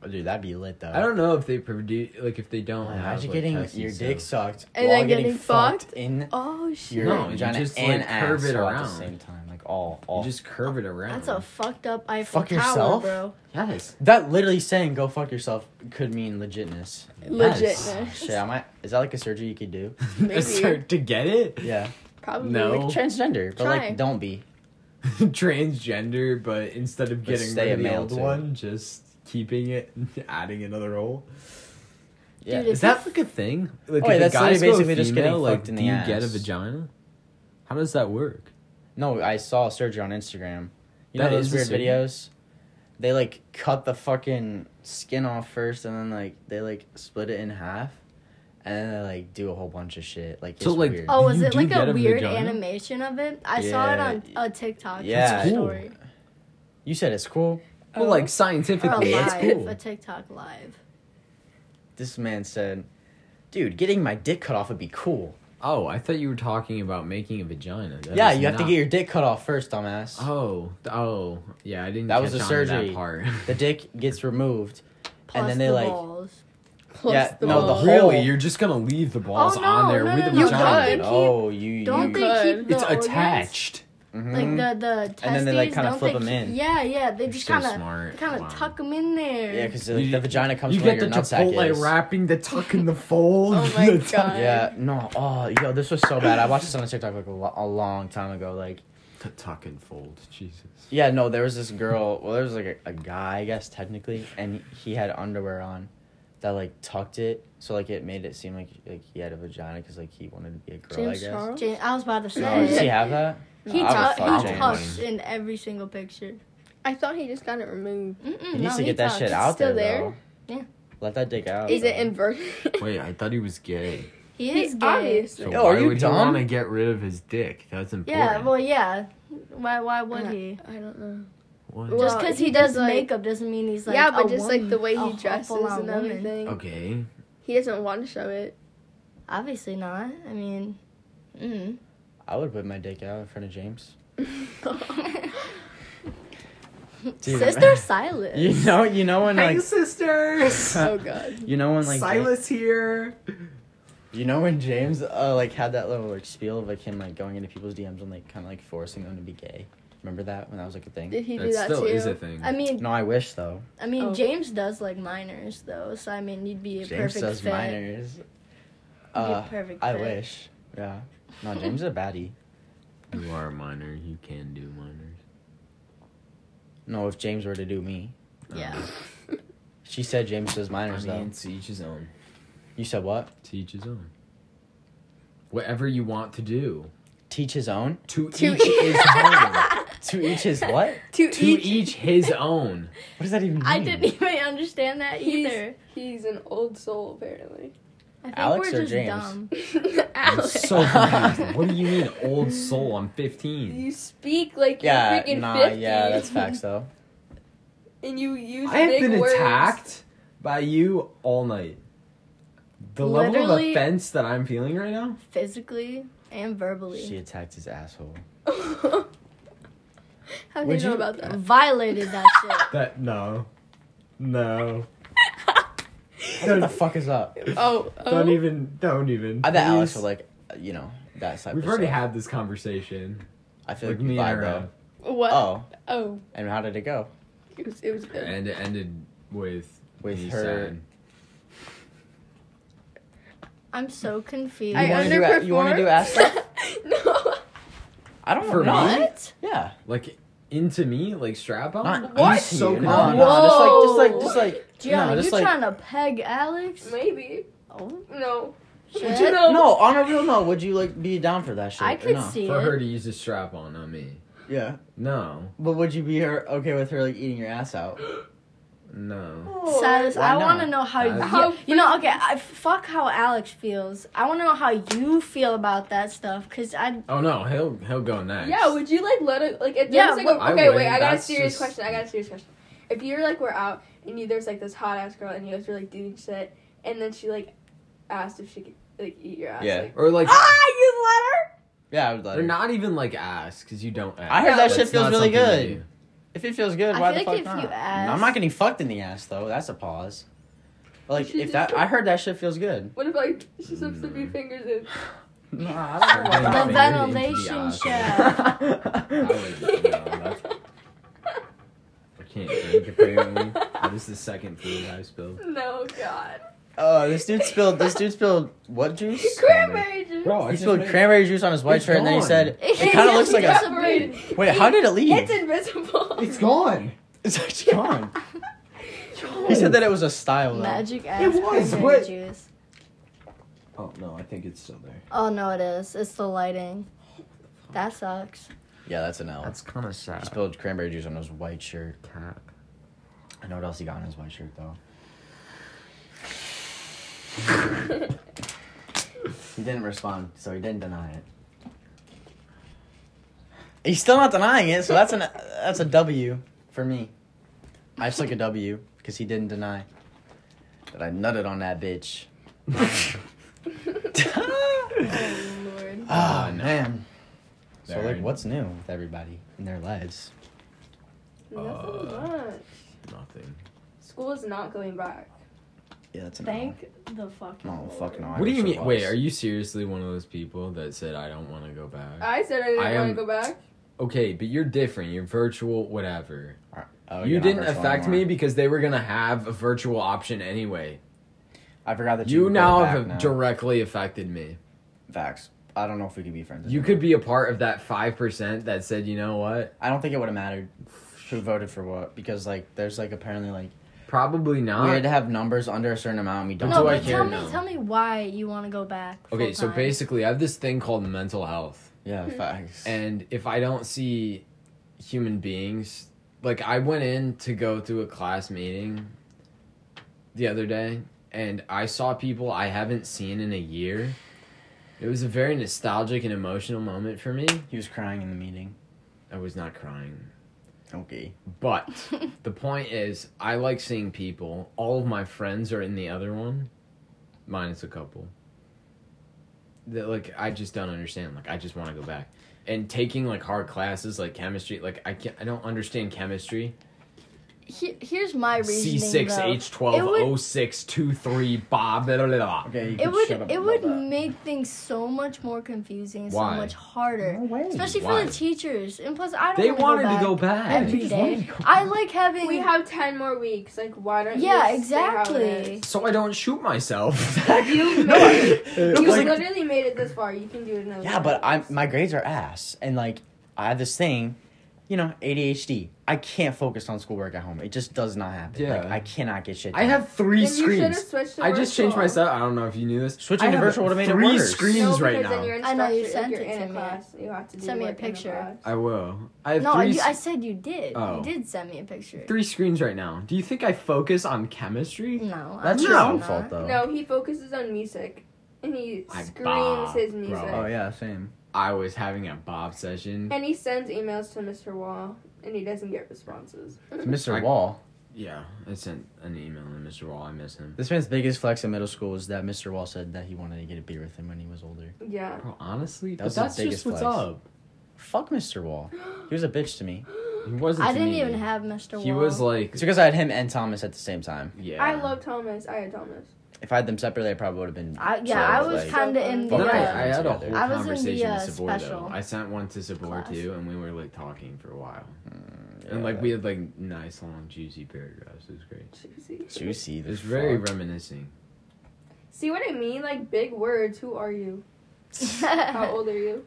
[SPEAKER 1] Oh, dude, that'd be lit though.
[SPEAKER 2] I don't know if they produce like if they don't
[SPEAKER 1] Oh,
[SPEAKER 2] have.
[SPEAKER 1] Imagine
[SPEAKER 2] like,
[SPEAKER 1] getting
[SPEAKER 2] testes,
[SPEAKER 1] your
[SPEAKER 2] so-
[SPEAKER 1] dick sucked
[SPEAKER 3] And
[SPEAKER 1] while
[SPEAKER 3] then
[SPEAKER 1] getting,
[SPEAKER 3] getting
[SPEAKER 1] fucked,
[SPEAKER 3] fucked?
[SPEAKER 1] in
[SPEAKER 4] Oh shit.
[SPEAKER 1] your
[SPEAKER 2] No, you
[SPEAKER 1] vagina
[SPEAKER 2] just, like,
[SPEAKER 1] and
[SPEAKER 2] curve
[SPEAKER 1] ass
[SPEAKER 2] it
[SPEAKER 1] all at the
[SPEAKER 2] around.
[SPEAKER 1] same time, like all, all.
[SPEAKER 2] You just curve it around.
[SPEAKER 4] That's a fucked up Eiffel
[SPEAKER 1] Fuck
[SPEAKER 4] Tower,
[SPEAKER 1] yourself?
[SPEAKER 4] bro.
[SPEAKER 2] yes.
[SPEAKER 1] That literally saying "go fuck yourself" could mean legitness.
[SPEAKER 3] Legitness.
[SPEAKER 2] *laughs*
[SPEAKER 1] Oh, shit, I might. Is that like a surgery you could do?
[SPEAKER 3] Maybe.
[SPEAKER 2] Start to get it.
[SPEAKER 1] Yeah.
[SPEAKER 3] Probably.
[SPEAKER 2] No.
[SPEAKER 1] Like transgender, but
[SPEAKER 3] Try.
[SPEAKER 1] like don't be.
[SPEAKER 2] *laughs* Transgender, but instead of
[SPEAKER 1] But
[SPEAKER 2] getting
[SPEAKER 1] stay
[SPEAKER 2] rid of
[SPEAKER 1] a
[SPEAKER 2] the
[SPEAKER 1] male,
[SPEAKER 2] old
[SPEAKER 1] too.
[SPEAKER 2] one, just keeping it, *laughs* adding another hole.
[SPEAKER 1] Yeah.
[SPEAKER 4] Dude,
[SPEAKER 2] Is that like a thing? Like,
[SPEAKER 1] Wait,
[SPEAKER 2] if
[SPEAKER 1] that's
[SPEAKER 2] a guy's
[SPEAKER 1] literally
[SPEAKER 2] go
[SPEAKER 1] basically just getting
[SPEAKER 2] female, like,
[SPEAKER 1] fucked in
[SPEAKER 2] do
[SPEAKER 1] the
[SPEAKER 2] you get a
[SPEAKER 1] ass.
[SPEAKER 2] vagina? How does that work?
[SPEAKER 1] no, I saw a surgery on Instagram. You know
[SPEAKER 2] That
[SPEAKER 1] those
[SPEAKER 2] is a
[SPEAKER 1] weird
[SPEAKER 2] surgery?
[SPEAKER 1] videos. They like cut the fucking skin off first, and then like they like split it in half, and then they like do a whole bunch of shit. Like
[SPEAKER 2] So,
[SPEAKER 1] it's
[SPEAKER 2] like-
[SPEAKER 1] weird.
[SPEAKER 4] Oh, was
[SPEAKER 2] You
[SPEAKER 4] it
[SPEAKER 2] do
[SPEAKER 4] like
[SPEAKER 2] get
[SPEAKER 4] a
[SPEAKER 2] a
[SPEAKER 4] weird
[SPEAKER 2] vagina?
[SPEAKER 4] animation of it? I saw it
[SPEAKER 1] Yeah.
[SPEAKER 4] on a TikTok
[SPEAKER 1] Yeah.
[SPEAKER 2] It's cool.
[SPEAKER 4] story.
[SPEAKER 1] You said it's cool.
[SPEAKER 3] Oh.
[SPEAKER 2] Well, like
[SPEAKER 4] Or a
[SPEAKER 2] scientifically, it's
[SPEAKER 4] live,
[SPEAKER 2] cool.
[SPEAKER 4] a TikTok live.
[SPEAKER 1] This man said, "Dude, getting my dick cut off would be cool."
[SPEAKER 2] Oh, I thought you were talking about making a vagina. That
[SPEAKER 1] yeah,
[SPEAKER 2] is
[SPEAKER 1] you have
[SPEAKER 2] not-
[SPEAKER 1] to get your dick cut off first, dumbass.
[SPEAKER 2] Oh, th- oh, yeah, I didn't.
[SPEAKER 1] That was
[SPEAKER 2] catch
[SPEAKER 1] a
[SPEAKER 2] on to
[SPEAKER 1] surgery.
[SPEAKER 2] That part.
[SPEAKER 1] The dick gets removed.
[SPEAKER 4] Plus
[SPEAKER 1] then they,
[SPEAKER 4] the
[SPEAKER 1] like-
[SPEAKER 4] balls.
[SPEAKER 3] Close
[SPEAKER 1] yeah,
[SPEAKER 2] *laughs*
[SPEAKER 3] the
[SPEAKER 1] no, *laughs* the
[SPEAKER 3] balls.
[SPEAKER 1] whole-
[SPEAKER 2] really? You're just gonna leave the balls
[SPEAKER 4] Oh,
[SPEAKER 2] on
[SPEAKER 4] no,
[SPEAKER 2] there
[SPEAKER 4] no,
[SPEAKER 2] with
[SPEAKER 4] no,
[SPEAKER 2] the
[SPEAKER 3] no. You
[SPEAKER 2] vagina?
[SPEAKER 4] could.
[SPEAKER 1] Oh, you
[SPEAKER 4] Don't
[SPEAKER 1] you,
[SPEAKER 4] they keep
[SPEAKER 3] could.
[SPEAKER 4] the
[SPEAKER 2] It's
[SPEAKER 4] organs?
[SPEAKER 2] attached.
[SPEAKER 1] mhm.
[SPEAKER 4] Like the the testes.
[SPEAKER 1] And then they, like, kinda
[SPEAKER 4] don't
[SPEAKER 1] flip
[SPEAKER 4] they
[SPEAKER 1] 'em
[SPEAKER 4] keep-
[SPEAKER 1] in.
[SPEAKER 4] Yeah, yeah. They
[SPEAKER 2] You're
[SPEAKER 4] just
[SPEAKER 2] so
[SPEAKER 4] kind of
[SPEAKER 2] smart.
[SPEAKER 4] kind
[SPEAKER 2] Wow.
[SPEAKER 4] of tuck them in there.
[SPEAKER 1] yeah, because like,
[SPEAKER 2] You-
[SPEAKER 1] the vagina comes
[SPEAKER 2] You
[SPEAKER 1] from where
[SPEAKER 2] get
[SPEAKER 1] your
[SPEAKER 2] the
[SPEAKER 1] nutsack
[SPEAKER 2] Chipotle
[SPEAKER 1] is.
[SPEAKER 2] wrapping, the tuck
[SPEAKER 4] *laughs*
[SPEAKER 2] and the fold.
[SPEAKER 3] Oh
[SPEAKER 2] *laughs*
[SPEAKER 3] my
[SPEAKER 2] the tuck-
[SPEAKER 3] God.
[SPEAKER 1] Yeah, no. Oh, yo, this was so bad. I watched this on TikTok like a, lo- a long time ago. Like,
[SPEAKER 2] The tuck and fold, Jesus.
[SPEAKER 1] yeah, no, there was this girl. Well, there was like a, a guy, I guess technically, and he had underwear on that like tucked it, so like it made it seem like like he had a vagina because like he wanted to be a girl.
[SPEAKER 3] James
[SPEAKER 1] I guess.
[SPEAKER 3] Charles?
[SPEAKER 4] Jane- I was about to say.
[SPEAKER 1] No, does he have that?
[SPEAKER 4] He,
[SPEAKER 1] No, I would
[SPEAKER 4] tu-
[SPEAKER 1] fuck
[SPEAKER 4] he
[SPEAKER 1] James.
[SPEAKER 4] tucks in every single picture.
[SPEAKER 3] I thought he just got it removed.
[SPEAKER 4] Mm-mm,
[SPEAKER 1] He needs
[SPEAKER 4] no,
[SPEAKER 1] to get that
[SPEAKER 4] tucks.
[SPEAKER 1] shit
[SPEAKER 3] It's
[SPEAKER 1] out
[SPEAKER 3] still
[SPEAKER 1] there.
[SPEAKER 3] there?
[SPEAKER 1] though.
[SPEAKER 4] Yeah.
[SPEAKER 1] Let that dick out.
[SPEAKER 3] Is it
[SPEAKER 1] though.
[SPEAKER 2] *laughs*
[SPEAKER 3] inverted?
[SPEAKER 2] Wait, I thought he was gay.
[SPEAKER 4] He
[SPEAKER 3] He
[SPEAKER 4] is gay.
[SPEAKER 3] obviously-
[SPEAKER 2] So
[SPEAKER 1] Yo,
[SPEAKER 2] why
[SPEAKER 1] Oh, are you
[SPEAKER 2] would
[SPEAKER 1] dumb?
[SPEAKER 2] he want to get rid of his dick? That's important.
[SPEAKER 4] Yeah, well, yeah. Why? Why would
[SPEAKER 3] Uh,
[SPEAKER 4] he?
[SPEAKER 3] I don't know.
[SPEAKER 2] What?
[SPEAKER 3] Well,
[SPEAKER 4] Just because he,
[SPEAKER 3] he
[SPEAKER 4] does
[SPEAKER 3] just, like-
[SPEAKER 4] makeup doesn't mean he's like
[SPEAKER 3] yeah, but
[SPEAKER 4] a
[SPEAKER 3] just like the
[SPEAKER 4] woman,
[SPEAKER 3] way
[SPEAKER 4] a
[SPEAKER 3] he dresses
[SPEAKER 4] full-on
[SPEAKER 3] and
[SPEAKER 4] woman.
[SPEAKER 3] everything,
[SPEAKER 2] okay.
[SPEAKER 3] he doesn't want to
[SPEAKER 2] *laughs*
[SPEAKER 3] show it. *laughs*
[SPEAKER 4] Obviously not. I mean, mm.
[SPEAKER 1] I would put my dick out in front of James.
[SPEAKER 3] Oh,
[SPEAKER 1] Dude. *laughs*
[SPEAKER 4] sister Silas.
[SPEAKER 1] You know, you know when like,
[SPEAKER 2] *laughs* sisters.
[SPEAKER 1] *laughs*
[SPEAKER 3] oh God.
[SPEAKER 1] you know when like, Ja-
[SPEAKER 2] here.
[SPEAKER 1] you know when James uh like had that little like spiel of like him like going into people's DMs and like kind of like forcing them to be gay. Remember that when that was like a thing?
[SPEAKER 3] Did he
[SPEAKER 2] That
[SPEAKER 3] do that
[SPEAKER 2] still
[SPEAKER 3] too?
[SPEAKER 2] is a thing.
[SPEAKER 4] I mean,
[SPEAKER 1] No, I wish though.
[SPEAKER 4] I mean,
[SPEAKER 3] Oh.
[SPEAKER 4] James does like minors though, so I mean, you'd be a
[SPEAKER 1] James
[SPEAKER 4] perfect
[SPEAKER 1] does
[SPEAKER 4] fit.
[SPEAKER 1] minors.
[SPEAKER 4] You'd be
[SPEAKER 1] Uh,
[SPEAKER 4] a perfect
[SPEAKER 1] I
[SPEAKER 4] fit.
[SPEAKER 1] wish. Yeah. No, James is a baddie.
[SPEAKER 2] You are a minor. You can do minors.
[SPEAKER 1] No, if James were to do me,
[SPEAKER 4] Yeah.
[SPEAKER 1] she said James does
[SPEAKER 2] Um, I
[SPEAKER 1] minors
[SPEAKER 2] mean,
[SPEAKER 1] though.
[SPEAKER 2] to each his own.
[SPEAKER 1] You said what?
[SPEAKER 2] To each his own. Whatever you want to do.
[SPEAKER 1] Teach his
[SPEAKER 4] *laughs*
[SPEAKER 1] own.
[SPEAKER 2] To,
[SPEAKER 3] To
[SPEAKER 2] each
[SPEAKER 3] each-
[SPEAKER 2] his
[SPEAKER 3] *laughs*
[SPEAKER 2] own.
[SPEAKER 1] To each his what?
[SPEAKER 4] to,
[SPEAKER 2] To each his own.
[SPEAKER 1] What does that even mean?
[SPEAKER 4] I didn't even understand that
[SPEAKER 3] He's-
[SPEAKER 4] either.
[SPEAKER 3] He's an old soul, apparently.
[SPEAKER 4] I think
[SPEAKER 1] Alex
[SPEAKER 4] we're
[SPEAKER 1] or
[SPEAKER 4] just
[SPEAKER 1] James?
[SPEAKER 4] dumb.
[SPEAKER 2] I'm
[SPEAKER 3] *laughs* Alex,
[SPEAKER 2] so confused. What do you mean, old soul? I'm 15.
[SPEAKER 3] you speak like
[SPEAKER 1] Yeah,
[SPEAKER 3] you're freaking
[SPEAKER 1] nah,
[SPEAKER 3] 50.
[SPEAKER 1] yeah, that's facts though.
[SPEAKER 3] And you use
[SPEAKER 2] I have
[SPEAKER 3] big
[SPEAKER 2] been
[SPEAKER 3] words.
[SPEAKER 2] attacked. by you all night. The level of
[SPEAKER 4] Literally-
[SPEAKER 2] offense that I'm feeling right now.
[SPEAKER 4] physically and verbally.
[SPEAKER 1] She attacked his asshole.
[SPEAKER 3] *laughs* How do you
[SPEAKER 1] Would
[SPEAKER 3] know
[SPEAKER 1] you-
[SPEAKER 3] about that?
[SPEAKER 4] Violated
[SPEAKER 1] *laughs*
[SPEAKER 4] that shit.
[SPEAKER 2] That no, no.
[SPEAKER 1] What the fuck is up?
[SPEAKER 3] Oh, oh.
[SPEAKER 2] Don't even. Don't even.
[SPEAKER 1] I bet Alex
[SPEAKER 2] please.
[SPEAKER 1] would like, uh, you know, that side.
[SPEAKER 2] We've already had this conversation.
[SPEAKER 1] I feel like
[SPEAKER 2] Like, me
[SPEAKER 1] you
[SPEAKER 2] and
[SPEAKER 1] lied
[SPEAKER 2] her
[SPEAKER 1] though.
[SPEAKER 3] *laughs* What?
[SPEAKER 1] Oh,
[SPEAKER 3] Oh,
[SPEAKER 1] and how did it go?
[SPEAKER 3] it was, it was good. *laughs*
[SPEAKER 2] And it ended with
[SPEAKER 1] With
[SPEAKER 2] me
[SPEAKER 1] her-
[SPEAKER 2] saying,
[SPEAKER 4] I'm so
[SPEAKER 1] You
[SPEAKER 4] confused.
[SPEAKER 3] I
[SPEAKER 1] wanna do a-
[SPEAKER 3] underperformed.
[SPEAKER 1] you wanna do ass
[SPEAKER 3] no.
[SPEAKER 1] I don't
[SPEAKER 2] For
[SPEAKER 1] know.
[SPEAKER 2] me?
[SPEAKER 4] what?
[SPEAKER 1] Yeah.
[SPEAKER 2] like into me, like strap on.
[SPEAKER 1] Not
[SPEAKER 2] I'm
[SPEAKER 1] into
[SPEAKER 2] so
[SPEAKER 1] you. No,
[SPEAKER 2] confident.
[SPEAKER 1] no, just like,
[SPEAKER 4] Whoa.
[SPEAKER 1] just like, just like,
[SPEAKER 4] Gianna,
[SPEAKER 1] no,
[SPEAKER 4] you
[SPEAKER 1] just like.
[SPEAKER 4] trying to peg Alex?
[SPEAKER 3] Maybe.
[SPEAKER 4] Oh,
[SPEAKER 3] No.
[SPEAKER 4] shit.
[SPEAKER 3] you know-
[SPEAKER 1] No, on a real note, would you like be down for that shit?
[SPEAKER 4] I
[SPEAKER 1] or
[SPEAKER 4] could
[SPEAKER 1] no?
[SPEAKER 4] see
[SPEAKER 2] for
[SPEAKER 4] it.
[SPEAKER 2] her to use a strap on on me.
[SPEAKER 1] Yeah,
[SPEAKER 2] No,
[SPEAKER 1] but would you be her okay with her like eating your ass out?
[SPEAKER 2] no.
[SPEAKER 4] Silas,
[SPEAKER 1] Why
[SPEAKER 4] I
[SPEAKER 1] not?
[SPEAKER 4] want to know how you,
[SPEAKER 2] Silas.
[SPEAKER 3] How
[SPEAKER 4] you know. Okay, I fuck how Alex feels. I want to know how you feel about that stuff, cause I
[SPEAKER 2] Oh no, he'll he'll go next.
[SPEAKER 3] Yeah, would you like let it like if
[SPEAKER 4] Yeah,
[SPEAKER 3] there was like
[SPEAKER 2] I
[SPEAKER 3] a, okay
[SPEAKER 2] would.
[SPEAKER 3] wait I got a
[SPEAKER 2] That's
[SPEAKER 3] serious
[SPEAKER 2] just-
[SPEAKER 3] question I got a serious question if you're like we're out and you there's like this hot ass girl and you guys were like doing shit and then she like asked if she could like eat your ass
[SPEAKER 1] Yeah.
[SPEAKER 3] like,
[SPEAKER 2] or like
[SPEAKER 3] ah
[SPEAKER 1] Yeah, I would let
[SPEAKER 2] or
[SPEAKER 1] her.
[SPEAKER 2] not even like ask because you don't. Ask.
[SPEAKER 1] I heard that
[SPEAKER 2] That's
[SPEAKER 1] shit feels
[SPEAKER 2] not
[SPEAKER 1] really
[SPEAKER 2] something
[SPEAKER 1] good.
[SPEAKER 2] you do.
[SPEAKER 1] If it feels good,
[SPEAKER 4] I
[SPEAKER 1] why
[SPEAKER 4] feel
[SPEAKER 1] the fuck
[SPEAKER 4] like if
[SPEAKER 1] not?
[SPEAKER 4] you ask-
[SPEAKER 1] I'm not getting fucked in the ass though. That's a pause. But, Like
[SPEAKER 3] You
[SPEAKER 1] if
[SPEAKER 3] should
[SPEAKER 1] that,
[SPEAKER 3] just-
[SPEAKER 1] I heard that shit feels good.
[SPEAKER 3] you let her what if like she slips a few
[SPEAKER 2] Mm.
[SPEAKER 3] fingers in
[SPEAKER 1] Nah, *laughs*
[SPEAKER 2] I don't know.
[SPEAKER 4] the
[SPEAKER 2] Maybe into the
[SPEAKER 4] ventilation
[SPEAKER 2] eyes.
[SPEAKER 4] *laughs*
[SPEAKER 1] *laughs*
[SPEAKER 2] would-
[SPEAKER 4] shaft.
[SPEAKER 2] no, that's- I can't drink apparently. that is the second food I spilled.
[SPEAKER 3] *laughs* no god
[SPEAKER 1] Oh, this dude spilled. This dude spilled what juice?
[SPEAKER 3] *laughs* cranberry juice
[SPEAKER 2] Bro, I
[SPEAKER 1] He
[SPEAKER 2] just
[SPEAKER 1] spilled
[SPEAKER 2] made-
[SPEAKER 1] cranberry juice on his white
[SPEAKER 2] It's
[SPEAKER 1] shirt, and then he
[SPEAKER 2] gone.
[SPEAKER 1] said, "It kind of looks like a."
[SPEAKER 4] Separated.
[SPEAKER 1] Wait, how did it leave?
[SPEAKER 3] it's invisible
[SPEAKER 2] *laughs* It's gone.
[SPEAKER 1] It's actually gone. He said that it was a style. Though.
[SPEAKER 4] Magic ass
[SPEAKER 2] was,
[SPEAKER 4] cranberry
[SPEAKER 2] what-
[SPEAKER 4] juice.
[SPEAKER 2] Oh no, I think it's still there.
[SPEAKER 4] Oh no, it is. It's the lighting. That sucks.
[SPEAKER 1] Yeah, that's an L.
[SPEAKER 2] kind of
[SPEAKER 1] he
[SPEAKER 2] sad.
[SPEAKER 1] spilled cranberry juice on his white shirt. I know what else he got on his white shirt though. He didn't respond, so he didn't deny it. He's still not denying it, so that's an that's a W for me. I just like a W because he didn't deny that I nutted on that bitch. *laughs*
[SPEAKER 2] *laughs*
[SPEAKER 1] oh
[SPEAKER 3] *laughs* oh lord
[SPEAKER 1] *laughs*
[SPEAKER 2] Oh, no.
[SPEAKER 1] Ah, man! So
[SPEAKER 2] Darn.
[SPEAKER 1] like, what's new with everybody in their lives?
[SPEAKER 3] nothing much
[SPEAKER 2] Nothing.
[SPEAKER 3] school is not going back
[SPEAKER 1] Yeah, that's an
[SPEAKER 3] thank the fucking
[SPEAKER 1] No, fuck
[SPEAKER 3] Lord.
[SPEAKER 1] no. I
[SPEAKER 2] What do
[SPEAKER 1] wish
[SPEAKER 2] you
[SPEAKER 1] it
[SPEAKER 2] mean? Wait,
[SPEAKER 1] was.
[SPEAKER 2] are you seriously one of those people that said I don't want to go back?
[SPEAKER 3] I said I didn't
[SPEAKER 2] I
[SPEAKER 3] want
[SPEAKER 2] am-
[SPEAKER 3] to go back
[SPEAKER 2] Okay, but you're different. You're virtual, whatever.
[SPEAKER 1] Oh,
[SPEAKER 2] you
[SPEAKER 1] you're not
[SPEAKER 2] didn't
[SPEAKER 1] virtual
[SPEAKER 2] affect
[SPEAKER 1] anymore.
[SPEAKER 2] me because they were gonna have a virtual option anyway.
[SPEAKER 1] I forgot that you,
[SPEAKER 2] You now have
[SPEAKER 1] have direct
[SPEAKER 2] directly affected me.
[SPEAKER 1] facts. I don't know if we could be friends.
[SPEAKER 2] You
[SPEAKER 1] anymore.
[SPEAKER 2] could be a part of that five percent that said, you know what?
[SPEAKER 1] I don't think it would have mattered who voted for what because like there's like apparently like
[SPEAKER 2] Probably
[SPEAKER 1] we had
[SPEAKER 2] not.
[SPEAKER 1] to have numbers under a certain amount. And we don't.
[SPEAKER 4] No,
[SPEAKER 2] do I
[SPEAKER 4] but
[SPEAKER 2] care
[SPEAKER 4] tell me,
[SPEAKER 2] now?
[SPEAKER 4] tell me why you want to go back.
[SPEAKER 2] Okay,
[SPEAKER 4] full
[SPEAKER 2] so
[SPEAKER 4] time.
[SPEAKER 2] basically, I have this thing called mental health,
[SPEAKER 4] Hmm.
[SPEAKER 1] Yeah, facts.
[SPEAKER 2] and if I don't see human beings, like I went in to go to a class meeting the other day, and I saw people I haven't seen in a year. It was a very nostalgic and emotional moment for me.
[SPEAKER 1] he was crying in the meeting.
[SPEAKER 2] I was not crying.
[SPEAKER 1] Okay.
[SPEAKER 2] But the point is, I like seeing people. All of my friends are in the other one, minus a couple. That like I just don't understand. Like I just want to go back and taking like hard classes like chemistry. Like I can't. I don't understand chemistry.
[SPEAKER 4] *laughs* He- here's my
[SPEAKER 2] C
[SPEAKER 4] reasoning.
[SPEAKER 2] six
[SPEAKER 4] though.
[SPEAKER 2] H twelve
[SPEAKER 4] It would-
[SPEAKER 2] O six two three blah blah blah. blah.
[SPEAKER 1] Okay. You
[SPEAKER 4] It
[SPEAKER 1] can
[SPEAKER 4] would
[SPEAKER 1] shut up
[SPEAKER 4] it
[SPEAKER 1] about
[SPEAKER 4] would
[SPEAKER 1] that.
[SPEAKER 4] make things so much more confusing,
[SPEAKER 2] Why?
[SPEAKER 4] so much harder,
[SPEAKER 1] No way.
[SPEAKER 4] especially
[SPEAKER 2] Why?
[SPEAKER 4] for the teachers. And plus, I don't.
[SPEAKER 2] They
[SPEAKER 4] wanna
[SPEAKER 2] wanted to go
[SPEAKER 4] back
[SPEAKER 2] back.
[SPEAKER 4] every
[SPEAKER 1] Teachers wanted
[SPEAKER 4] day.
[SPEAKER 1] to go
[SPEAKER 4] I like having.
[SPEAKER 3] We have ten more weeks. Like, why don't
[SPEAKER 4] yeah,
[SPEAKER 3] you? stay how it
[SPEAKER 4] exactly.
[SPEAKER 3] is?
[SPEAKER 2] So I don't shoot myself. *laughs*
[SPEAKER 3] You
[SPEAKER 1] No,
[SPEAKER 3] made it.
[SPEAKER 1] it
[SPEAKER 3] You
[SPEAKER 1] was like-
[SPEAKER 3] literally made it this far. You can do it another.
[SPEAKER 1] yeah, but
[SPEAKER 3] time.
[SPEAKER 1] I'm my grades are ass, and like I have this thing, you know, ADHD. I can't focus on schoolwork at home. It just does not happen. Like,
[SPEAKER 2] Yeah.
[SPEAKER 1] I cannot get shit.
[SPEAKER 2] I
[SPEAKER 1] done.
[SPEAKER 2] have three
[SPEAKER 3] Then you should have
[SPEAKER 2] screens.
[SPEAKER 3] switched to
[SPEAKER 2] I just changed
[SPEAKER 3] virtual.
[SPEAKER 2] myself. I don't know if you knew this.
[SPEAKER 1] Switching
[SPEAKER 2] I
[SPEAKER 1] to
[SPEAKER 2] have
[SPEAKER 1] virtual would've made it
[SPEAKER 2] three
[SPEAKER 1] worse.
[SPEAKER 2] screens
[SPEAKER 3] No,
[SPEAKER 2] right
[SPEAKER 3] because
[SPEAKER 2] now.
[SPEAKER 3] then you're in
[SPEAKER 4] I know, you
[SPEAKER 3] structure.
[SPEAKER 4] sent
[SPEAKER 3] if you're
[SPEAKER 4] it
[SPEAKER 3] in
[SPEAKER 4] to
[SPEAKER 3] a
[SPEAKER 4] me.
[SPEAKER 3] class, you have to do
[SPEAKER 4] Send me a
[SPEAKER 3] work in the
[SPEAKER 4] picture.
[SPEAKER 3] class.
[SPEAKER 2] I will. I have
[SPEAKER 4] No,
[SPEAKER 2] three.
[SPEAKER 4] you,
[SPEAKER 2] s-
[SPEAKER 4] I said you did.
[SPEAKER 2] Oh.
[SPEAKER 4] You did send me a picture.
[SPEAKER 2] three screens right now. Do you think I focus on chemistry?
[SPEAKER 4] No,
[SPEAKER 1] That's
[SPEAKER 4] I'm
[SPEAKER 1] your
[SPEAKER 4] not.
[SPEAKER 1] own fault though.
[SPEAKER 3] No, he focuses on music, and he
[SPEAKER 2] I
[SPEAKER 3] screams
[SPEAKER 2] bob,
[SPEAKER 3] his
[SPEAKER 2] bro.
[SPEAKER 3] music,
[SPEAKER 1] Oh yeah, same.
[SPEAKER 2] I was having a Bob session. *laughs*
[SPEAKER 3] and he sends emails to Mr. Wall, and he doesn't get responses.
[SPEAKER 1] Mr.
[SPEAKER 2] I-
[SPEAKER 1] Wall.
[SPEAKER 2] Yeah, I sent an email to Mr. Wall. I miss him.
[SPEAKER 1] This man's biggest flex in middle school was that Mr. Wall said that he wanted to get a beer with him when he was older.
[SPEAKER 3] Yeah. *gasps*
[SPEAKER 2] Bro, honestly,
[SPEAKER 1] That
[SPEAKER 2] but
[SPEAKER 1] was his
[SPEAKER 2] that's just
[SPEAKER 1] biggest
[SPEAKER 2] what's
[SPEAKER 1] flex.
[SPEAKER 2] up.
[SPEAKER 1] Fuck Mr. Wall. He was a bitch to *laughs* me.
[SPEAKER 2] He wasn't.
[SPEAKER 4] I
[SPEAKER 2] to
[SPEAKER 4] didn't
[SPEAKER 2] me,
[SPEAKER 4] even
[SPEAKER 2] dude.
[SPEAKER 4] have Mr.
[SPEAKER 2] He
[SPEAKER 4] Wall.
[SPEAKER 2] was like,
[SPEAKER 1] It's because I had him and Thomas at the same time.
[SPEAKER 2] yeah.
[SPEAKER 3] I love Thomas. I had Thomas.
[SPEAKER 1] If I had them separately, I probably would have been.
[SPEAKER 4] I, yeah,
[SPEAKER 1] so,
[SPEAKER 4] I was
[SPEAKER 1] like,
[SPEAKER 4] kind of in the. uh,
[SPEAKER 2] But
[SPEAKER 1] Fuck
[SPEAKER 2] then
[SPEAKER 1] Yeah.
[SPEAKER 2] I, I had a whole
[SPEAKER 1] I
[SPEAKER 4] was in the,
[SPEAKER 2] conversation
[SPEAKER 4] uh,
[SPEAKER 2] with Sabor though.
[SPEAKER 4] special
[SPEAKER 2] I sent one to Sabor
[SPEAKER 4] class.
[SPEAKER 2] too, and we were like talking for a while,
[SPEAKER 1] mm, yeah.
[SPEAKER 2] and like we had like nice long juicy paragraphs. It was great.
[SPEAKER 3] Juicy.
[SPEAKER 1] juicy.
[SPEAKER 2] It
[SPEAKER 1] the
[SPEAKER 2] was very
[SPEAKER 1] fuck.
[SPEAKER 2] reminiscing.
[SPEAKER 3] See what I mean? Like big words. Who are
[SPEAKER 4] *laughs*
[SPEAKER 3] you? How old are you?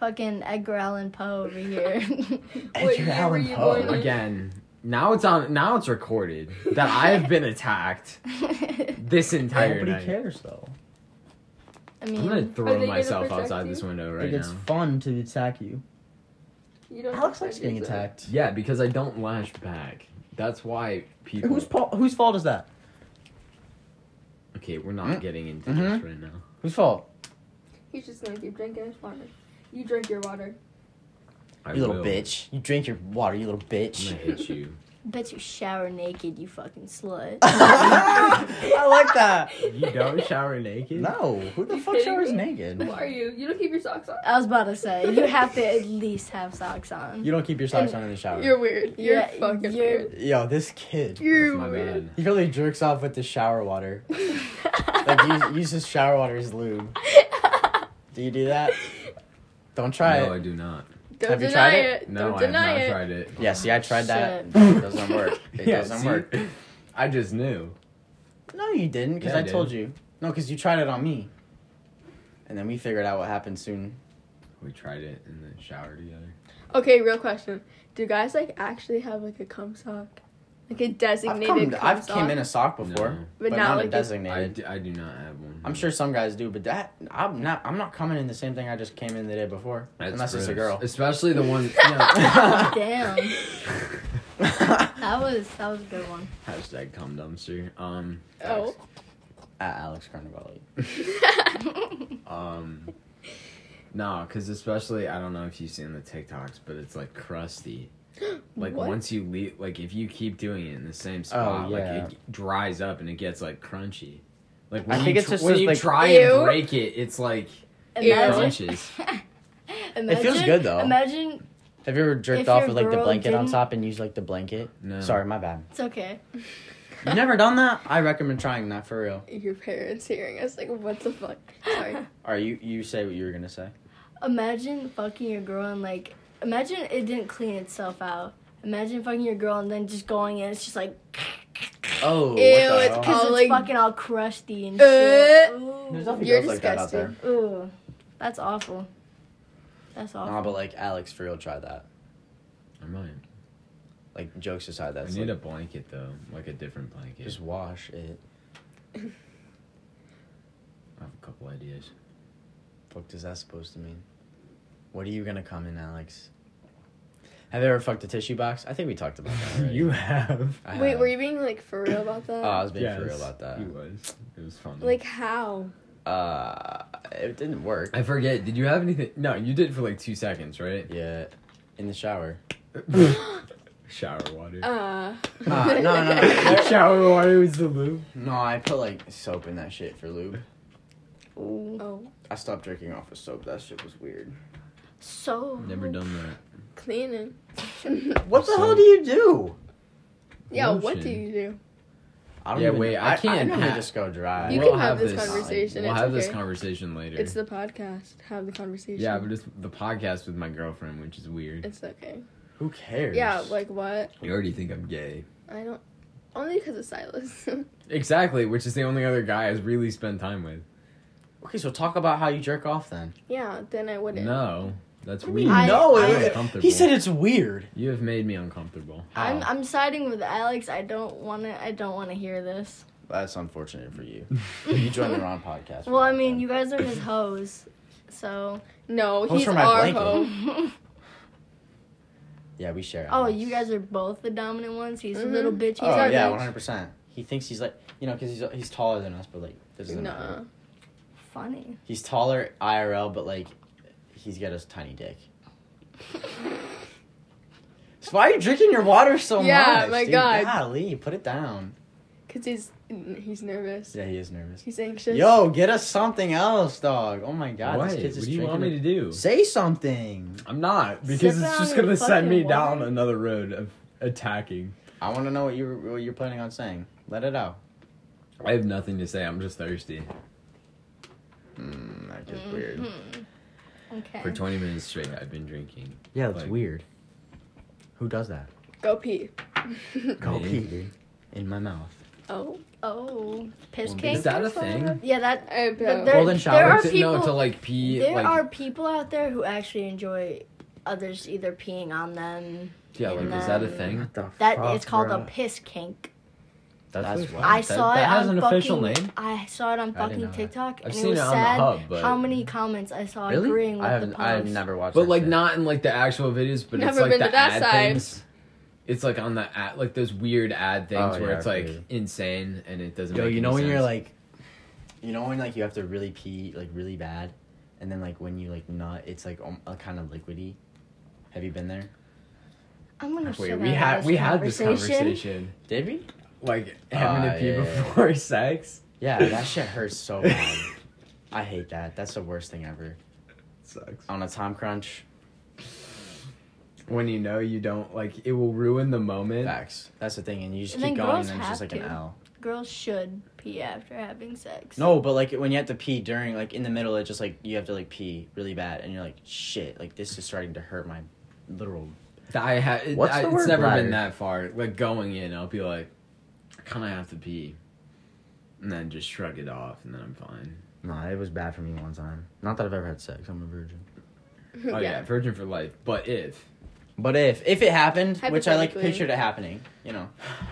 [SPEAKER 4] Fucking Edgar Allan Poe over here. *laughs*
[SPEAKER 1] Edgar
[SPEAKER 3] year
[SPEAKER 1] Allan
[SPEAKER 3] were you
[SPEAKER 1] Poe.
[SPEAKER 3] born in?
[SPEAKER 2] Again, now it's on. Now it's recorded that I have been attacked this entire
[SPEAKER 1] *laughs* Nobody
[SPEAKER 2] night.
[SPEAKER 1] cares though.
[SPEAKER 4] I
[SPEAKER 2] I'm gonna
[SPEAKER 4] mean,
[SPEAKER 3] Are they
[SPEAKER 2] throw
[SPEAKER 3] gonna
[SPEAKER 2] myself
[SPEAKER 3] protect
[SPEAKER 2] outside
[SPEAKER 3] you?
[SPEAKER 2] this window right
[SPEAKER 1] like it's
[SPEAKER 2] now.
[SPEAKER 1] fun to attack you.
[SPEAKER 3] You don't.
[SPEAKER 1] Alex
[SPEAKER 3] think
[SPEAKER 1] likes getting
[SPEAKER 3] yourself.
[SPEAKER 1] attacked.
[SPEAKER 2] Yeah, because I don't lash back. That's why people.
[SPEAKER 1] Whose pa- whose fault is that?
[SPEAKER 2] okay, we're not
[SPEAKER 1] Mm.
[SPEAKER 2] getting into
[SPEAKER 1] Mhm.
[SPEAKER 2] this right now.
[SPEAKER 1] Whose fault?
[SPEAKER 3] He's just gonna keep drinking his water. You drink your water.
[SPEAKER 2] I
[SPEAKER 1] you little
[SPEAKER 2] will.
[SPEAKER 1] bitch. You drink your water. You little
[SPEAKER 2] I'm
[SPEAKER 1] bitch.
[SPEAKER 2] gonna
[SPEAKER 1] *laughs*
[SPEAKER 2] hit you.
[SPEAKER 4] bet you shower naked, you fucking slut.
[SPEAKER 1] *laughs* I like that.
[SPEAKER 2] You
[SPEAKER 3] *laughs*
[SPEAKER 2] don't shower naked?
[SPEAKER 1] No, who the
[SPEAKER 3] You
[SPEAKER 1] fuck
[SPEAKER 3] kidding
[SPEAKER 1] showers
[SPEAKER 3] me?
[SPEAKER 1] naked?
[SPEAKER 3] Who are you? You don't keep your socks on.
[SPEAKER 4] I was about to say, you have to at least have socks on.
[SPEAKER 1] You don't keep your socks on in the shower.
[SPEAKER 3] You're weird. You're
[SPEAKER 4] Yeah,
[SPEAKER 3] fucking
[SPEAKER 4] you're-
[SPEAKER 3] weird.
[SPEAKER 1] Yo, this kid.
[SPEAKER 2] That's
[SPEAKER 3] You're
[SPEAKER 2] my
[SPEAKER 4] *laughs*
[SPEAKER 3] weird.
[SPEAKER 2] bad.
[SPEAKER 1] He really jerks off with the shower water. Like
[SPEAKER 4] *laughs*
[SPEAKER 1] use, *laughs* uses shower water as lube. Do you do that? Don't try
[SPEAKER 2] No, I
[SPEAKER 1] it.
[SPEAKER 2] do not.
[SPEAKER 3] Don't
[SPEAKER 1] Have you
[SPEAKER 3] deny
[SPEAKER 1] tried
[SPEAKER 3] it.
[SPEAKER 1] it?
[SPEAKER 2] No,
[SPEAKER 3] don't
[SPEAKER 2] I have
[SPEAKER 3] deny
[SPEAKER 2] not
[SPEAKER 3] it.
[SPEAKER 2] tried it.
[SPEAKER 1] Yeah, see, I tried that.
[SPEAKER 4] Shit.
[SPEAKER 1] It doesn't work. It *laughs*
[SPEAKER 2] Yeah,
[SPEAKER 1] doesn't
[SPEAKER 2] see?
[SPEAKER 1] work.
[SPEAKER 2] *laughs* I just knew.
[SPEAKER 1] No, you didn't, because
[SPEAKER 2] Yeah, I
[SPEAKER 1] I,
[SPEAKER 2] did.
[SPEAKER 1] told you. No, because you tried it on me. And then we figured out what happened soon.
[SPEAKER 2] We tried it in the shower together.
[SPEAKER 3] Okay, real question. Do guys like actually have like a cum sock? Like a
[SPEAKER 1] I've,
[SPEAKER 3] designated
[SPEAKER 1] come,
[SPEAKER 3] cum
[SPEAKER 1] I've
[SPEAKER 3] sock?
[SPEAKER 1] came in a sock before,
[SPEAKER 2] No.
[SPEAKER 1] but,
[SPEAKER 3] But not
[SPEAKER 1] not, a
[SPEAKER 2] I,
[SPEAKER 3] like a-
[SPEAKER 1] designated.
[SPEAKER 2] d- I do not have one.
[SPEAKER 1] I'm sure some guys do, but that I'm not. I'm not coming in the same thing I just came in the day before,
[SPEAKER 2] That's
[SPEAKER 1] unless it's a
[SPEAKER 2] gross.
[SPEAKER 1] girl.
[SPEAKER 2] Especially the
[SPEAKER 3] *laughs*
[SPEAKER 2] one. Yeah. *laughs*
[SPEAKER 4] Damn, that was that was a good
[SPEAKER 3] *laughs*
[SPEAKER 4] one.
[SPEAKER 2] Hashtag cum dumpster. Um.
[SPEAKER 3] Oh.
[SPEAKER 1] *laughs* At Alex Carnivale.
[SPEAKER 2] Um, no, because especially I don't know if you've seen the TikToks, but it's like
[SPEAKER 3] *gasps*
[SPEAKER 2] crusty. Like
[SPEAKER 3] What?
[SPEAKER 2] once you leave, like if you keep doing it in the same spot,
[SPEAKER 1] Oh, yeah.
[SPEAKER 2] like it dries up and it gets like crunchy. Like
[SPEAKER 1] I
[SPEAKER 2] when
[SPEAKER 1] think
[SPEAKER 2] you,
[SPEAKER 1] it's
[SPEAKER 2] tr-
[SPEAKER 1] just
[SPEAKER 2] when
[SPEAKER 1] this,
[SPEAKER 2] you
[SPEAKER 1] like-
[SPEAKER 2] try
[SPEAKER 3] Ew.
[SPEAKER 2] and break it, it's like
[SPEAKER 3] Ew.
[SPEAKER 4] *laughs*
[SPEAKER 2] crunches.
[SPEAKER 1] It feels good, though.
[SPEAKER 4] Imagine
[SPEAKER 1] Have you ever jerked
[SPEAKER 4] If
[SPEAKER 1] off
[SPEAKER 4] your
[SPEAKER 1] with like the
[SPEAKER 4] girl
[SPEAKER 1] blanket on
[SPEAKER 4] didn't-
[SPEAKER 1] top and used like the blanket?
[SPEAKER 2] No.
[SPEAKER 1] Sorry, my
[SPEAKER 4] *laughs*
[SPEAKER 1] bad.
[SPEAKER 4] it's okay.
[SPEAKER 1] You never done that? I recommend trying that for real.
[SPEAKER 3] Your parents hearing us like what the fuck? Sorry.
[SPEAKER 1] All right, you you say what you were gonna say.
[SPEAKER 4] Imagine fucking your girl and like imagine it didn't clean itself out. Imagine fucking your girl and then just going in, it's just like
[SPEAKER 1] Oh, what
[SPEAKER 3] Ew,
[SPEAKER 1] the
[SPEAKER 3] it's
[SPEAKER 1] hell?
[SPEAKER 4] because
[SPEAKER 3] Oh,
[SPEAKER 4] it's
[SPEAKER 3] like-
[SPEAKER 4] fucking all crusty and
[SPEAKER 3] Uh,
[SPEAKER 4] shit.
[SPEAKER 1] There's
[SPEAKER 4] Ooh.
[SPEAKER 1] nothing
[SPEAKER 3] You're
[SPEAKER 1] girls like that out there.
[SPEAKER 3] disgusting.
[SPEAKER 4] Ooh, that's awful. That's awful.
[SPEAKER 1] Nah, but like Alex for real, try that.
[SPEAKER 2] I might.
[SPEAKER 1] Like jokes aside,
[SPEAKER 2] I
[SPEAKER 1] that's
[SPEAKER 2] need
[SPEAKER 1] like,
[SPEAKER 2] a blanket though, like a different blanket.
[SPEAKER 1] just wash it.
[SPEAKER 2] I have a couple
[SPEAKER 1] *laughs*
[SPEAKER 2] ideas.
[SPEAKER 1] Fuck does that supposed to mean? What are you gonna come in, Alex? Have you ever fucked a tissue box? I think we talked about *laughs* that. Already.
[SPEAKER 2] you have.
[SPEAKER 1] *laughs* I
[SPEAKER 3] Wait,
[SPEAKER 1] have.
[SPEAKER 3] were you being like for real about that?
[SPEAKER 1] Oh, I was being for real about that.
[SPEAKER 2] He was. It was fun.
[SPEAKER 1] *laughs*
[SPEAKER 3] like how?
[SPEAKER 1] Uh, it didn't work.
[SPEAKER 2] I forget. Did you have anything? No, you did for like two seconds,
[SPEAKER 1] *laughs*
[SPEAKER 2] right?
[SPEAKER 1] Yeah, in the shower.
[SPEAKER 3] *laughs*
[SPEAKER 2] Shower water.
[SPEAKER 3] Uh
[SPEAKER 1] Ah, Uh, no, no,
[SPEAKER 3] *laughs*
[SPEAKER 1] no.
[SPEAKER 2] *laughs* Shower water was the lube.
[SPEAKER 1] No, I put like soap in that shit for lube.
[SPEAKER 4] Ooh.
[SPEAKER 3] Oh,
[SPEAKER 1] I stopped drinking off of soap. That shit was weird.
[SPEAKER 4] So
[SPEAKER 2] Never done that.
[SPEAKER 1] *laughs*
[SPEAKER 3] cleaning.
[SPEAKER 1] What the
[SPEAKER 2] Soap.
[SPEAKER 1] hell do you do?
[SPEAKER 3] yeah, what do
[SPEAKER 2] Lotion.
[SPEAKER 3] you do?
[SPEAKER 1] I
[SPEAKER 2] Yeah, wait, I
[SPEAKER 1] I,
[SPEAKER 2] can't
[SPEAKER 1] normally
[SPEAKER 2] ha-
[SPEAKER 1] just go dry.
[SPEAKER 3] You
[SPEAKER 2] Uh, We'll
[SPEAKER 3] can have this conversation,
[SPEAKER 2] We'll
[SPEAKER 3] it's
[SPEAKER 2] have this
[SPEAKER 3] okay.
[SPEAKER 2] conversation later.
[SPEAKER 3] It's the podcast. Have the conversation.
[SPEAKER 2] yeah, but it's the podcast with my girlfriend, which is weird.
[SPEAKER 3] it's okay.
[SPEAKER 1] Who cares?
[SPEAKER 3] Yeah, like what?
[SPEAKER 2] you already think I'm gay.
[SPEAKER 3] I don't only because of Silas.
[SPEAKER 2] Exactly, which is the only other guy I've really spent time with.
[SPEAKER 1] Okay, so talk about how you jerk off then.
[SPEAKER 3] *laughs* yeah, then I wouldn't.
[SPEAKER 2] No, that's
[SPEAKER 1] What do
[SPEAKER 2] weird.
[SPEAKER 1] you mean, no,
[SPEAKER 4] I-
[SPEAKER 1] it-
[SPEAKER 2] Uncomfortable.
[SPEAKER 1] he said it's weird.
[SPEAKER 2] You have made me
[SPEAKER 1] *laughs*
[SPEAKER 2] uncomfortable.
[SPEAKER 4] I'm
[SPEAKER 1] How?
[SPEAKER 4] I'm siding with Alex. I don't want to. I don't want to hear this.
[SPEAKER 1] That's unfortunate for you.
[SPEAKER 2] *laughs*
[SPEAKER 1] you joined the
[SPEAKER 4] *laughs*
[SPEAKER 1] wrong podcast.
[SPEAKER 4] Well, I mean, you guys are his hoes, so.
[SPEAKER 3] No,
[SPEAKER 1] Those
[SPEAKER 3] he's
[SPEAKER 1] are my
[SPEAKER 3] our
[SPEAKER 1] blanket.
[SPEAKER 3] hoe.
[SPEAKER 1] Yeah, we share.
[SPEAKER 4] *laughs* oh,
[SPEAKER 1] Alex.
[SPEAKER 4] you guys are both the dominant ones. He's
[SPEAKER 3] Mhm.
[SPEAKER 4] a little bitch. He's
[SPEAKER 1] oh
[SPEAKER 4] our
[SPEAKER 1] yeah,
[SPEAKER 4] bitch.
[SPEAKER 1] one hundred percent. He thinks he's like you know because he's he's taller than us, but like this doesn't
[SPEAKER 3] Nah.
[SPEAKER 1] matter.
[SPEAKER 4] Funny.
[SPEAKER 1] He's taller IRL, but like he's got a tiny dick. Why are you drinking your water so
[SPEAKER 3] Yeah,
[SPEAKER 1] much?
[SPEAKER 3] my
[SPEAKER 1] dude?
[SPEAKER 3] God.
[SPEAKER 1] Golly, put it down.
[SPEAKER 3] Cause he's he's nervous.
[SPEAKER 1] Yeah, he is nervous.
[SPEAKER 3] He's anxious.
[SPEAKER 1] Yo, get us something else, dog. Oh my god,
[SPEAKER 2] what?
[SPEAKER 1] this kid's
[SPEAKER 2] what
[SPEAKER 1] just
[SPEAKER 2] do you
[SPEAKER 1] drinking.
[SPEAKER 2] want me to do?
[SPEAKER 1] Say something.
[SPEAKER 2] I'm not because
[SPEAKER 4] Sip
[SPEAKER 2] it's
[SPEAKER 4] on
[SPEAKER 2] just
[SPEAKER 4] your
[SPEAKER 2] gonna send me
[SPEAKER 4] fucking
[SPEAKER 2] down
[SPEAKER 4] water.
[SPEAKER 2] another road of attacking.
[SPEAKER 1] I want to know what you're what you're planning on saying. Let it out.
[SPEAKER 2] I have nothing to say. I'm just thirsty
[SPEAKER 1] Mm, that gets weird.
[SPEAKER 4] Mhm. Okay.
[SPEAKER 2] for 20 minutes straight. I've been drinking.
[SPEAKER 1] Yeah,
[SPEAKER 2] Like-
[SPEAKER 1] weird. Who does that?
[SPEAKER 3] Go pee. *laughs*
[SPEAKER 1] Go
[SPEAKER 2] Me.
[SPEAKER 1] pee, dude. In my mouth.
[SPEAKER 3] oh.
[SPEAKER 4] oh, piss
[SPEAKER 1] Well,
[SPEAKER 4] cake.
[SPEAKER 2] Is that a thing?
[SPEAKER 4] yeah, that.
[SPEAKER 3] I
[SPEAKER 4] But
[SPEAKER 3] poo.
[SPEAKER 4] there,
[SPEAKER 1] Golden shower.
[SPEAKER 4] there are
[SPEAKER 2] To-
[SPEAKER 4] people.
[SPEAKER 2] no, to like pee.
[SPEAKER 4] there
[SPEAKER 2] like,
[SPEAKER 4] are people out there who actually enjoy others either peeing on them.
[SPEAKER 2] yeah, like is that a thing?
[SPEAKER 1] the
[SPEAKER 4] That
[SPEAKER 1] fuck,
[SPEAKER 4] it's called
[SPEAKER 1] bro?
[SPEAKER 4] a piss kink.
[SPEAKER 1] That's
[SPEAKER 2] what-
[SPEAKER 1] Wow,
[SPEAKER 4] I
[SPEAKER 2] that-
[SPEAKER 4] saw
[SPEAKER 2] Oh, that
[SPEAKER 4] it
[SPEAKER 2] has
[SPEAKER 4] on
[SPEAKER 2] an
[SPEAKER 4] fucking,
[SPEAKER 2] official name.
[SPEAKER 4] I saw it on fucking
[SPEAKER 1] know that.
[SPEAKER 4] TikTok,
[SPEAKER 2] I've
[SPEAKER 4] and
[SPEAKER 2] seen
[SPEAKER 4] it was
[SPEAKER 2] it on the
[SPEAKER 4] sad
[SPEAKER 2] hub, but-
[SPEAKER 4] how many comments I saw
[SPEAKER 1] Really?
[SPEAKER 4] agreeing with
[SPEAKER 1] I
[SPEAKER 4] the
[SPEAKER 1] have,
[SPEAKER 4] post.
[SPEAKER 1] I have never watched.
[SPEAKER 2] But
[SPEAKER 1] that
[SPEAKER 2] like
[SPEAKER 1] shit.
[SPEAKER 2] not in like the actual videos, but it's
[SPEAKER 3] Never
[SPEAKER 2] like
[SPEAKER 3] been
[SPEAKER 2] the
[SPEAKER 3] to that
[SPEAKER 2] ad
[SPEAKER 3] side.
[SPEAKER 2] things. It's like on the ad, like those weird ad things
[SPEAKER 1] Oh,
[SPEAKER 2] where
[SPEAKER 1] yeah,
[SPEAKER 2] it's like
[SPEAKER 1] crazy.
[SPEAKER 2] insane and it doesn't.
[SPEAKER 1] Yo,
[SPEAKER 2] make
[SPEAKER 1] you know
[SPEAKER 2] any
[SPEAKER 1] when you're
[SPEAKER 2] sense.
[SPEAKER 1] like, you know when like you have to really pee like really bad, and then like when you like nut, it's like um, uh, kind of liquidy. Have you been there?
[SPEAKER 4] I'm gonna
[SPEAKER 2] Wait,
[SPEAKER 4] shut
[SPEAKER 2] we
[SPEAKER 4] out of
[SPEAKER 2] had
[SPEAKER 4] this
[SPEAKER 2] we had this conversation.
[SPEAKER 1] Did we?
[SPEAKER 2] Like having
[SPEAKER 1] Ah,
[SPEAKER 2] to pee
[SPEAKER 1] yeah, yeah,
[SPEAKER 2] before *laughs* sex.
[SPEAKER 1] *laughs* Yeah, that shit hurts so
[SPEAKER 2] Oh, *laughs*
[SPEAKER 1] bad. I hate that. That's the worst thing ever.
[SPEAKER 2] Sucks.
[SPEAKER 1] On a time crunch,
[SPEAKER 2] When you know you don't like, it will ruin the moment.
[SPEAKER 1] facts. That's the thing, and you just
[SPEAKER 4] And
[SPEAKER 1] keep
[SPEAKER 4] then
[SPEAKER 1] going, and
[SPEAKER 4] girls
[SPEAKER 1] then it's just
[SPEAKER 4] have
[SPEAKER 1] like an
[SPEAKER 4] to.
[SPEAKER 1] L.
[SPEAKER 4] Girls should pee after having sex.
[SPEAKER 1] No, but like when you have to pee during, like in the middle, it just like you have to like pee really bad, and you're like, shit, like this is starting to hurt my literal.
[SPEAKER 2] I ha- it-
[SPEAKER 1] What's
[SPEAKER 2] I-
[SPEAKER 1] the
[SPEAKER 2] it's
[SPEAKER 1] word,
[SPEAKER 2] never
[SPEAKER 1] bladder?
[SPEAKER 2] been that far. Like going in, I'll be like, I kind of have to pee, and then just shrug it off, and then I'm fine.
[SPEAKER 1] No, it was bad for me one time. Not that I've ever had sex. I'm a virgin.
[SPEAKER 3] *laughs*
[SPEAKER 2] Oh yeah, virgin for life. But if
[SPEAKER 1] But if if it happened, which I like
[SPEAKER 3] Hypothetically.
[SPEAKER 1] pictured it happening, you know,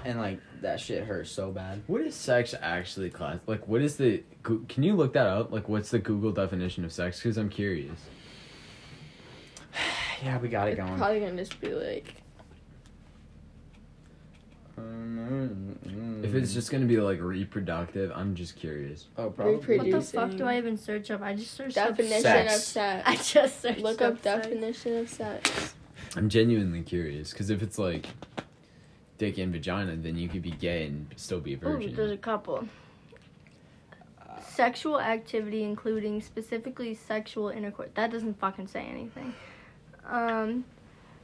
[SPEAKER 1] and like that shit hurts so bad. *sighs*
[SPEAKER 2] What is sex actually class? Like, what is the? Goo- Can you look that up? Like, what's the Google definition of sex? Because I'm curious.
[SPEAKER 1] Yeah, we got it
[SPEAKER 3] It's
[SPEAKER 1] going.
[SPEAKER 3] probably gonna just be like
[SPEAKER 1] Mm-hmm.
[SPEAKER 2] If it's
[SPEAKER 1] Mm.
[SPEAKER 2] just gonna be like reproductive, I'm just curious.
[SPEAKER 1] oh, probably.
[SPEAKER 4] What the
[SPEAKER 3] Reproduce.
[SPEAKER 4] fuck do I even search up? I just searched
[SPEAKER 3] definition
[SPEAKER 4] up
[SPEAKER 1] Sex.
[SPEAKER 3] of sex.
[SPEAKER 4] *laughs*
[SPEAKER 3] *laughs*
[SPEAKER 4] I just searched
[SPEAKER 3] Look up
[SPEAKER 4] sex.
[SPEAKER 3] definition of sex.
[SPEAKER 2] I'm genuinely curious because if it's like dick and vagina, then you could be gay and still be a
[SPEAKER 4] Ooh, there's
[SPEAKER 2] virgin.
[SPEAKER 4] a couple. Sexual activity, including specifically sexual intercourse. That doesn't fucking say anything. Um,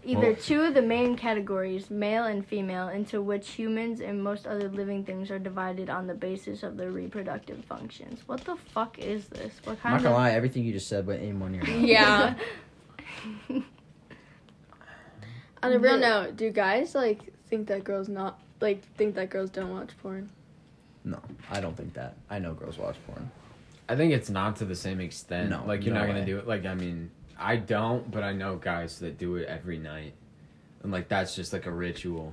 [SPEAKER 4] either
[SPEAKER 2] Well-
[SPEAKER 4] two of the main categories, male and female, into which humans and most other living things are divided on the basis of their reproductive functions. What the fuck is this? What
[SPEAKER 1] I'm
[SPEAKER 4] kind
[SPEAKER 1] not gonna
[SPEAKER 4] of?
[SPEAKER 1] lie, everything you just said went in one ear.
[SPEAKER 4] *laughs*
[SPEAKER 1] and out.
[SPEAKER 3] Yeah. On a real
[SPEAKER 4] But-
[SPEAKER 3] note, do guys like think that girls not like think that girls don't watch porn?
[SPEAKER 1] I don't think that. I know girls watch porn.
[SPEAKER 2] I think it's not to the same extent.
[SPEAKER 1] No,
[SPEAKER 2] like you're
[SPEAKER 1] no
[SPEAKER 2] not
[SPEAKER 1] way.
[SPEAKER 2] gonna do it. Like I mean, I don't, but I know guys that do it every night, and like that's just like a ritual.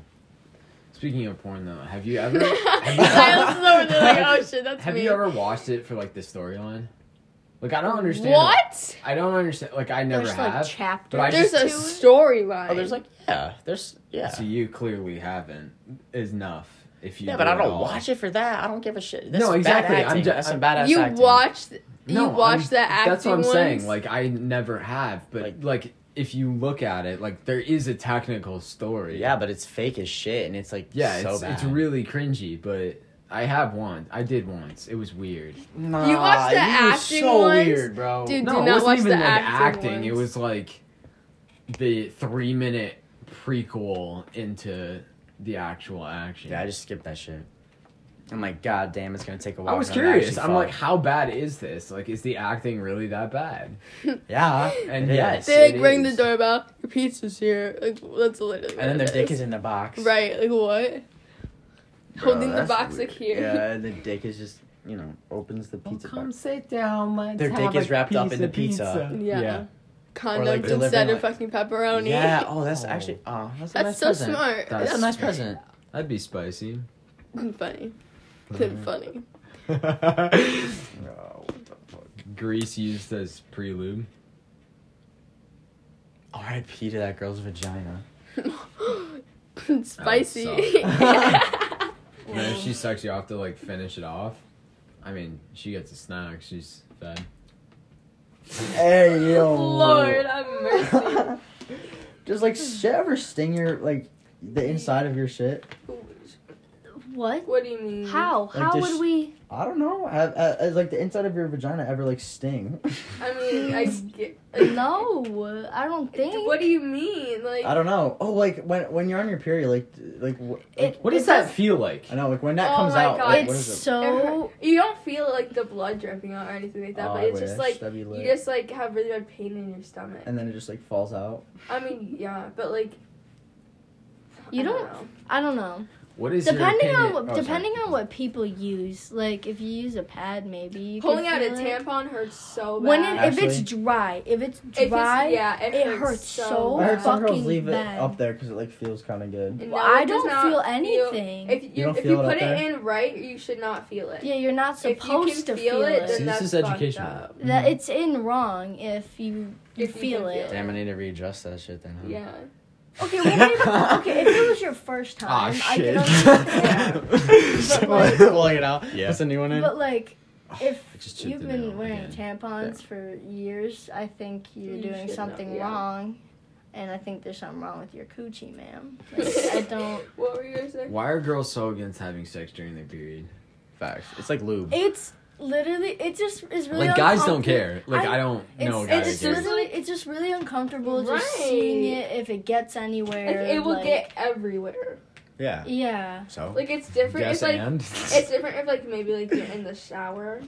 [SPEAKER 2] Speaking of porn, though, have you
[SPEAKER 3] *laughs*
[SPEAKER 2] ever? have you-
[SPEAKER 3] Silence is over there, like, oh shit, that's
[SPEAKER 2] Have
[SPEAKER 3] me.
[SPEAKER 2] you ever watched it for like the storyline? Like I don't understand.
[SPEAKER 3] What?
[SPEAKER 2] I don't understand. Like I never
[SPEAKER 4] There's like
[SPEAKER 2] have.
[SPEAKER 4] chapters.
[SPEAKER 2] but I
[SPEAKER 3] There's
[SPEAKER 2] just
[SPEAKER 3] a
[SPEAKER 4] to it.
[SPEAKER 3] storyline.
[SPEAKER 1] Oh, there's like yeah, there's yeah.
[SPEAKER 2] so you clearly haven't. Is enough if you.
[SPEAKER 1] Yeah,
[SPEAKER 2] do
[SPEAKER 1] but I
[SPEAKER 2] it
[SPEAKER 1] don't
[SPEAKER 2] all.
[SPEAKER 1] watch it for that. I don't give a shit. That's
[SPEAKER 2] No, exactly.
[SPEAKER 1] Bad
[SPEAKER 2] I'm
[SPEAKER 1] acting.
[SPEAKER 2] ju-
[SPEAKER 1] that's
[SPEAKER 2] I'm-
[SPEAKER 1] some badass
[SPEAKER 3] you
[SPEAKER 1] acting.
[SPEAKER 3] watch th-
[SPEAKER 2] No,
[SPEAKER 3] you watch
[SPEAKER 2] I'm-
[SPEAKER 3] the acting
[SPEAKER 2] That's what I'm saying.
[SPEAKER 3] ones?
[SPEAKER 2] Like I never have, but
[SPEAKER 1] Like-
[SPEAKER 2] like, if you look at it, like there is a technical story.
[SPEAKER 1] Yeah, but it's fake as shit, and it's like
[SPEAKER 2] Yeah,
[SPEAKER 1] so
[SPEAKER 2] it's
[SPEAKER 1] bad.
[SPEAKER 2] it's really cringy, but I have one. I did once. It was weird.
[SPEAKER 1] Nah,
[SPEAKER 3] You watch the
[SPEAKER 1] were
[SPEAKER 3] acting
[SPEAKER 1] so
[SPEAKER 3] ones?
[SPEAKER 1] weird, bro.
[SPEAKER 3] Dude,
[SPEAKER 2] no,
[SPEAKER 3] do
[SPEAKER 2] it
[SPEAKER 3] not
[SPEAKER 2] wasn't
[SPEAKER 3] watch
[SPEAKER 2] even
[SPEAKER 3] the
[SPEAKER 2] like
[SPEAKER 3] acting
[SPEAKER 2] acting. It
[SPEAKER 3] ones.
[SPEAKER 2] was like the three minute prequel into the actual action.
[SPEAKER 1] yeah, I just skipped that shit. I'm like, god damn, it's gonna take a
[SPEAKER 2] I
[SPEAKER 1] while.
[SPEAKER 2] was
[SPEAKER 1] for them to actually
[SPEAKER 2] curious. I'm
[SPEAKER 1] follow."
[SPEAKER 2] like, how bad is this? Like, is the acting really that bad?
[SPEAKER 1] yeah,
[SPEAKER 2] And
[SPEAKER 1] it
[SPEAKER 2] yes,
[SPEAKER 1] is.
[SPEAKER 3] they like
[SPEAKER 2] it
[SPEAKER 3] ring
[SPEAKER 2] is.
[SPEAKER 3] the doorbell. Your pizza's here. Like that's literally.
[SPEAKER 1] *laughs*
[SPEAKER 3] what
[SPEAKER 1] and then
[SPEAKER 3] it
[SPEAKER 1] their dick
[SPEAKER 3] is
[SPEAKER 1] is in the box,
[SPEAKER 3] right. Like what?
[SPEAKER 1] Bro,
[SPEAKER 3] Holding the
[SPEAKER 1] that's
[SPEAKER 3] box
[SPEAKER 1] weird.
[SPEAKER 3] like here.
[SPEAKER 1] Yeah, and the dick is just you know opens the pizza box.
[SPEAKER 2] sit down. Let's
[SPEAKER 1] Their dick have is a wrapped up piece in the of pizza.
[SPEAKER 3] Yeah. Condoms
[SPEAKER 1] like, delivering,
[SPEAKER 3] instead of
[SPEAKER 1] like-
[SPEAKER 3] fucking pepperoni. *laughs*
[SPEAKER 1] Yeah. Oh, that's
[SPEAKER 2] Oh.
[SPEAKER 1] actually. Oh, that's, a
[SPEAKER 3] That's
[SPEAKER 1] nice
[SPEAKER 3] so
[SPEAKER 1] present.
[SPEAKER 3] smart.
[SPEAKER 2] That's-
[SPEAKER 1] That's a nice present.
[SPEAKER 2] That'd
[SPEAKER 1] *laughs*
[SPEAKER 2] be spicy.
[SPEAKER 3] *laughs* funny.
[SPEAKER 4] Mm.
[SPEAKER 3] That's funny.
[SPEAKER 2] Grease used as prelude.
[SPEAKER 1] R.I.P. to that girl's vagina.
[SPEAKER 3] *laughs* Spicy. *laughs*
[SPEAKER 2] suck.
[SPEAKER 4] Ooh.
[SPEAKER 2] And then if she sucks you off to like finish it off, I mean, she gets a snack. She's fed.
[SPEAKER 1] Hey yo.
[SPEAKER 3] Lord have mercy.
[SPEAKER 1] Does like shit ever sting your like the inside of your shit?
[SPEAKER 4] What?
[SPEAKER 3] What do you mean?
[SPEAKER 4] How?
[SPEAKER 1] Like
[SPEAKER 4] How
[SPEAKER 1] this-
[SPEAKER 2] *laughs*
[SPEAKER 4] would we?
[SPEAKER 1] I don't know. Have, uh, has, like the inside of your vagina ever like sting?
[SPEAKER 3] I
[SPEAKER 1] *laughs*
[SPEAKER 3] mean,
[SPEAKER 4] *laughs*
[SPEAKER 3] I get.
[SPEAKER 4] No, I don't think.
[SPEAKER 3] What do you mean? Like,
[SPEAKER 1] I don't know. Oh, like when when you're on your period, like like wh- like,
[SPEAKER 4] It-
[SPEAKER 2] What does
[SPEAKER 4] it
[SPEAKER 2] that
[SPEAKER 4] does-
[SPEAKER 2] feel like?
[SPEAKER 1] I know, like when that
[SPEAKER 3] Oh
[SPEAKER 1] comes
[SPEAKER 3] my
[SPEAKER 1] out,
[SPEAKER 3] God.
[SPEAKER 1] like, what
[SPEAKER 4] it's
[SPEAKER 1] is it?
[SPEAKER 4] so.
[SPEAKER 3] you don't feel like the blood dripping out or anything like that,
[SPEAKER 1] Oh,
[SPEAKER 3] but
[SPEAKER 1] I
[SPEAKER 3] it's just
[SPEAKER 1] wish.
[SPEAKER 3] like
[SPEAKER 1] That'd be
[SPEAKER 3] you
[SPEAKER 1] lit.
[SPEAKER 3] just like have really bad pain in your stomach.
[SPEAKER 1] and then it just like falls out.
[SPEAKER 3] I mean, yeah, but like.
[SPEAKER 4] You
[SPEAKER 3] I
[SPEAKER 4] don't-
[SPEAKER 3] know.
[SPEAKER 4] I don't know.
[SPEAKER 2] What is your
[SPEAKER 4] Depending on
[SPEAKER 2] opinion-
[SPEAKER 4] what,
[SPEAKER 2] Oh, sorry.
[SPEAKER 4] depending on what people use, like if you use a pad, maybe you can
[SPEAKER 3] Pulling out a
[SPEAKER 4] feel it.
[SPEAKER 3] tampon hurts so bad.
[SPEAKER 4] When it, if
[SPEAKER 1] Actually-
[SPEAKER 4] it's dry, if it's
[SPEAKER 3] If it's-
[SPEAKER 4] dry,
[SPEAKER 3] yeah, it,
[SPEAKER 4] it
[SPEAKER 3] hurts,
[SPEAKER 4] hurts so
[SPEAKER 1] I
[SPEAKER 3] bad.
[SPEAKER 1] heard some girls
[SPEAKER 4] fucking
[SPEAKER 1] leave
[SPEAKER 4] bad.
[SPEAKER 1] it up there because it like feels kind of good.
[SPEAKER 3] No,
[SPEAKER 4] well, I
[SPEAKER 3] it does
[SPEAKER 4] don't
[SPEAKER 3] not
[SPEAKER 4] feel anything.
[SPEAKER 3] If you,
[SPEAKER 1] don't
[SPEAKER 3] if
[SPEAKER 1] feel
[SPEAKER 3] you
[SPEAKER 1] it
[SPEAKER 3] put
[SPEAKER 1] up
[SPEAKER 3] it
[SPEAKER 1] there?
[SPEAKER 3] in right, you should not feel it.
[SPEAKER 4] yeah, you're not
[SPEAKER 3] If you
[SPEAKER 4] supposed
[SPEAKER 3] can
[SPEAKER 4] to
[SPEAKER 3] feel
[SPEAKER 4] feel
[SPEAKER 3] it,
[SPEAKER 4] it.
[SPEAKER 2] See, Mm-hmm.
[SPEAKER 3] then
[SPEAKER 2] this
[SPEAKER 3] that's
[SPEAKER 2] is
[SPEAKER 3] fucked
[SPEAKER 2] educational.
[SPEAKER 3] up.
[SPEAKER 4] that it's in wrong if you, you
[SPEAKER 3] If you
[SPEAKER 4] feel
[SPEAKER 3] can
[SPEAKER 4] it.
[SPEAKER 3] feel it.
[SPEAKER 1] Damn, I need to readjust that shit then. Huh?
[SPEAKER 3] Yeah.
[SPEAKER 4] Okay, well, maybe, okay, if it was your first
[SPEAKER 2] Ah,
[SPEAKER 4] time, I
[SPEAKER 2] shit.
[SPEAKER 4] can
[SPEAKER 2] *laughs*
[SPEAKER 4] understand.
[SPEAKER 1] Just
[SPEAKER 4] But, like-
[SPEAKER 1] Blowing it out.
[SPEAKER 2] Yeah.
[SPEAKER 1] Puts a new one in.
[SPEAKER 2] *sighs*
[SPEAKER 4] But like, if
[SPEAKER 2] I just chipped
[SPEAKER 4] you've
[SPEAKER 2] the
[SPEAKER 4] been
[SPEAKER 2] nail
[SPEAKER 4] wearing
[SPEAKER 2] again.
[SPEAKER 4] tampons for years, I think you're
[SPEAKER 3] You
[SPEAKER 4] doing
[SPEAKER 3] should
[SPEAKER 4] something
[SPEAKER 3] know, yeah.
[SPEAKER 4] wrong, and I think there's something wrong with your coochie,
[SPEAKER 2] *laughs*
[SPEAKER 4] ma'am. Like, I don't.
[SPEAKER 3] What were you gonna say?
[SPEAKER 2] Why are girls so against having sex during their period?
[SPEAKER 1] Facts. It's like lube.
[SPEAKER 4] It's literally. It just is really.
[SPEAKER 2] like guys don't
[SPEAKER 4] uncomfortable.
[SPEAKER 2] care. Like I,
[SPEAKER 4] I-
[SPEAKER 2] don't
[SPEAKER 4] It's,
[SPEAKER 2] know guys.
[SPEAKER 4] it's
[SPEAKER 2] who cares.
[SPEAKER 3] just-
[SPEAKER 4] literally it's just really uncomfortable just
[SPEAKER 3] Right.
[SPEAKER 4] seeing it if it gets anywhere.
[SPEAKER 3] Like, it will
[SPEAKER 4] like-
[SPEAKER 3] get everywhere.
[SPEAKER 1] yeah.
[SPEAKER 4] Yeah.
[SPEAKER 1] So.
[SPEAKER 3] Like it's different.
[SPEAKER 2] Yes
[SPEAKER 3] it's like
[SPEAKER 2] and
[SPEAKER 3] it's different if like maybe like you're in the shower,